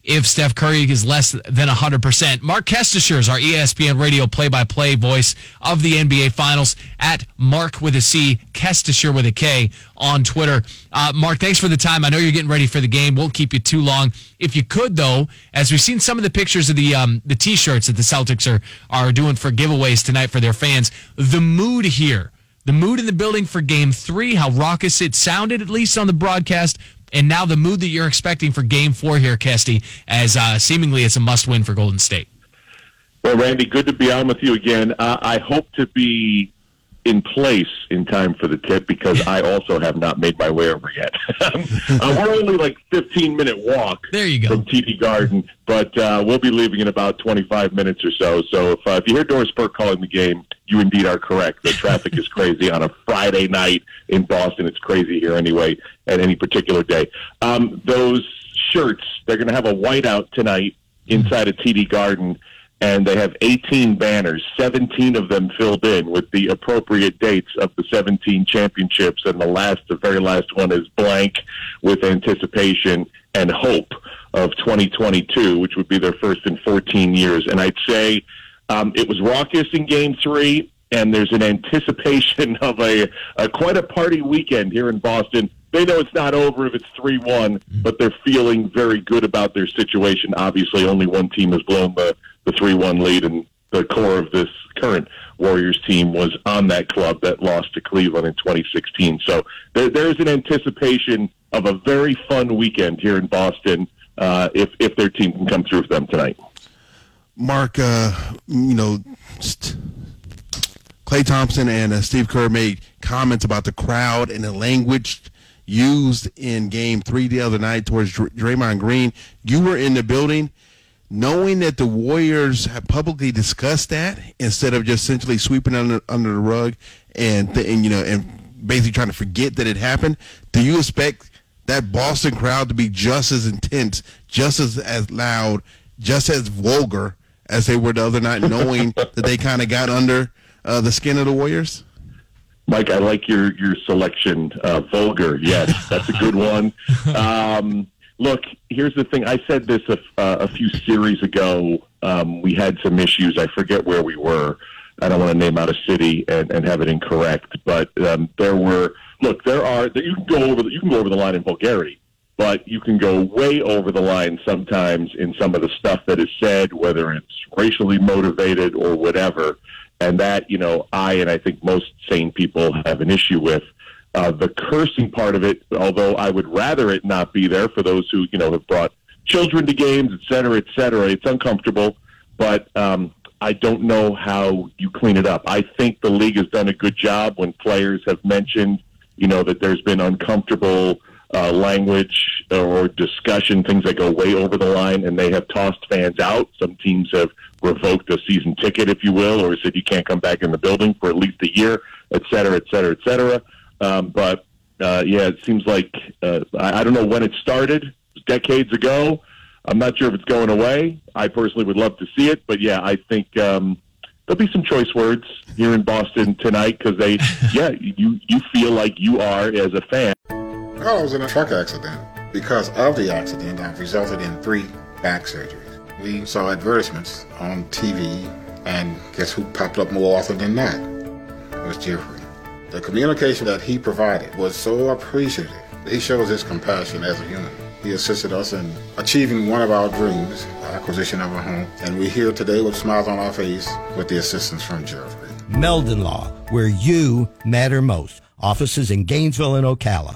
S35: if Steph Curry is less than 100%? Mark Kestisher is our E ESPN radio play by play voice of the NBA Finals at Mark with a C, Kestisher with a K on Twitter. Uh, Mark, thanks for the time. I know you're getting ready for the game. Won't keep you too long. If you could, though, as we've seen some of the pictures of the um, the t shirts that the Celtics are, are doing for giveaways tonight for their fans, the mood here the mood in the building for game three, how raucous it sounded, at least on the broadcast, and now the mood that you're expecting for game four here, Kesty, as uh, seemingly it's a must win for Golden State.
S32: Well, Randy, good to be on with you again. Uh, I hope to be in place in time for the tip because I also have not made my way over yet. uh, we're only like 15 minute walk
S35: there you go.
S32: from TD Garden, but uh, we'll be leaving in about 25 minutes or so. So if, uh, if you hear Doris Burke calling the game, you indeed are correct. The traffic is crazy on a Friday night in Boston. It's crazy here anyway at any particular day. Um, those shirts, they're going to have a whiteout tonight inside of TD Garden and they have 18 banners, 17 of them filled in with the appropriate dates of the 17 championships, and the last, the very last one is blank with anticipation and hope of 2022, which would be their first in 14 years. And I'd say um, it was raucous in Game Three, and there's an anticipation of a, a quite a party weekend here in Boston. They know it's not over if it's three one, but they're feeling very good about their situation. Obviously, only one team has blown the the three one lead, and the core of this current Warriors team was on that club that lost to Cleveland in 2016. So there, there's an anticipation of a very fun weekend here in Boston uh, if if their team can come through for them tonight.
S36: Mark, uh, you know, st- Clay Thompson and uh, Steve Kerr made comments about the crowd and the language used in Game Three the other night towards Dr- Draymond Green. You were in the building, knowing that the Warriors have publicly discussed that instead of just essentially sweeping under under the rug and th- and you know and basically trying to forget that it happened. Do you expect that Boston crowd to be just as intense, just as as loud, just as vulgar as they were the other night, knowing that they kind of got under uh, the skin of the Warriors?
S32: Mike, I like your your selection. Uh, vulgar, yes, that's a good one. Um, Look, here's the thing. I said this a, uh, a few series ago. Um, we had some issues. I forget where we were. I don't want to name out a city and, and have it incorrect, but um, there were. Look, there are. You can go over. The, you can go over the line in vulgarity, but you can go way over the line sometimes in some of the stuff that is said, whether it's racially motivated or whatever. And that, you know, I and I think most sane people have an issue with. Uh, the cursing part of it, although I would rather it not be there for those who, you know, have brought children to games, et cetera, et cetera, it's uncomfortable, but um, I don't know how you clean it up. I think the league has done a good job when players have mentioned, you know, that there's been uncomfortable uh, language or discussion, things that go way over the line, and they have tossed fans out. Some teams have revoked a season ticket, if you will, or said you can't come back in the building for at least a year, et cetera, et cetera, et cetera. Um, but uh, yeah, it seems like uh, I, I don't know when it started, decades ago. I'm not sure if it's going away. I personally would love to see it, but yeah, I think um, there'll be some choice words here in Boston tonight because they, yeah, you you feel like you are as a fan.
S37: I was in a truck accident. Because of the accident, I've resulted in three back surgeries. We saw advertisements on TV, and guess who popped up more often than not? It was Jeffrey. The communication that he provided was so appreciative. He shows his compassion as a human. He assisted us in achieving one of our dreams, the acquisition of a home, and we're here today with smiles on our face with the assistance from Jeffrey.
S11: Meldon Law, where you matter most. Offices in Gainesville and Ocala.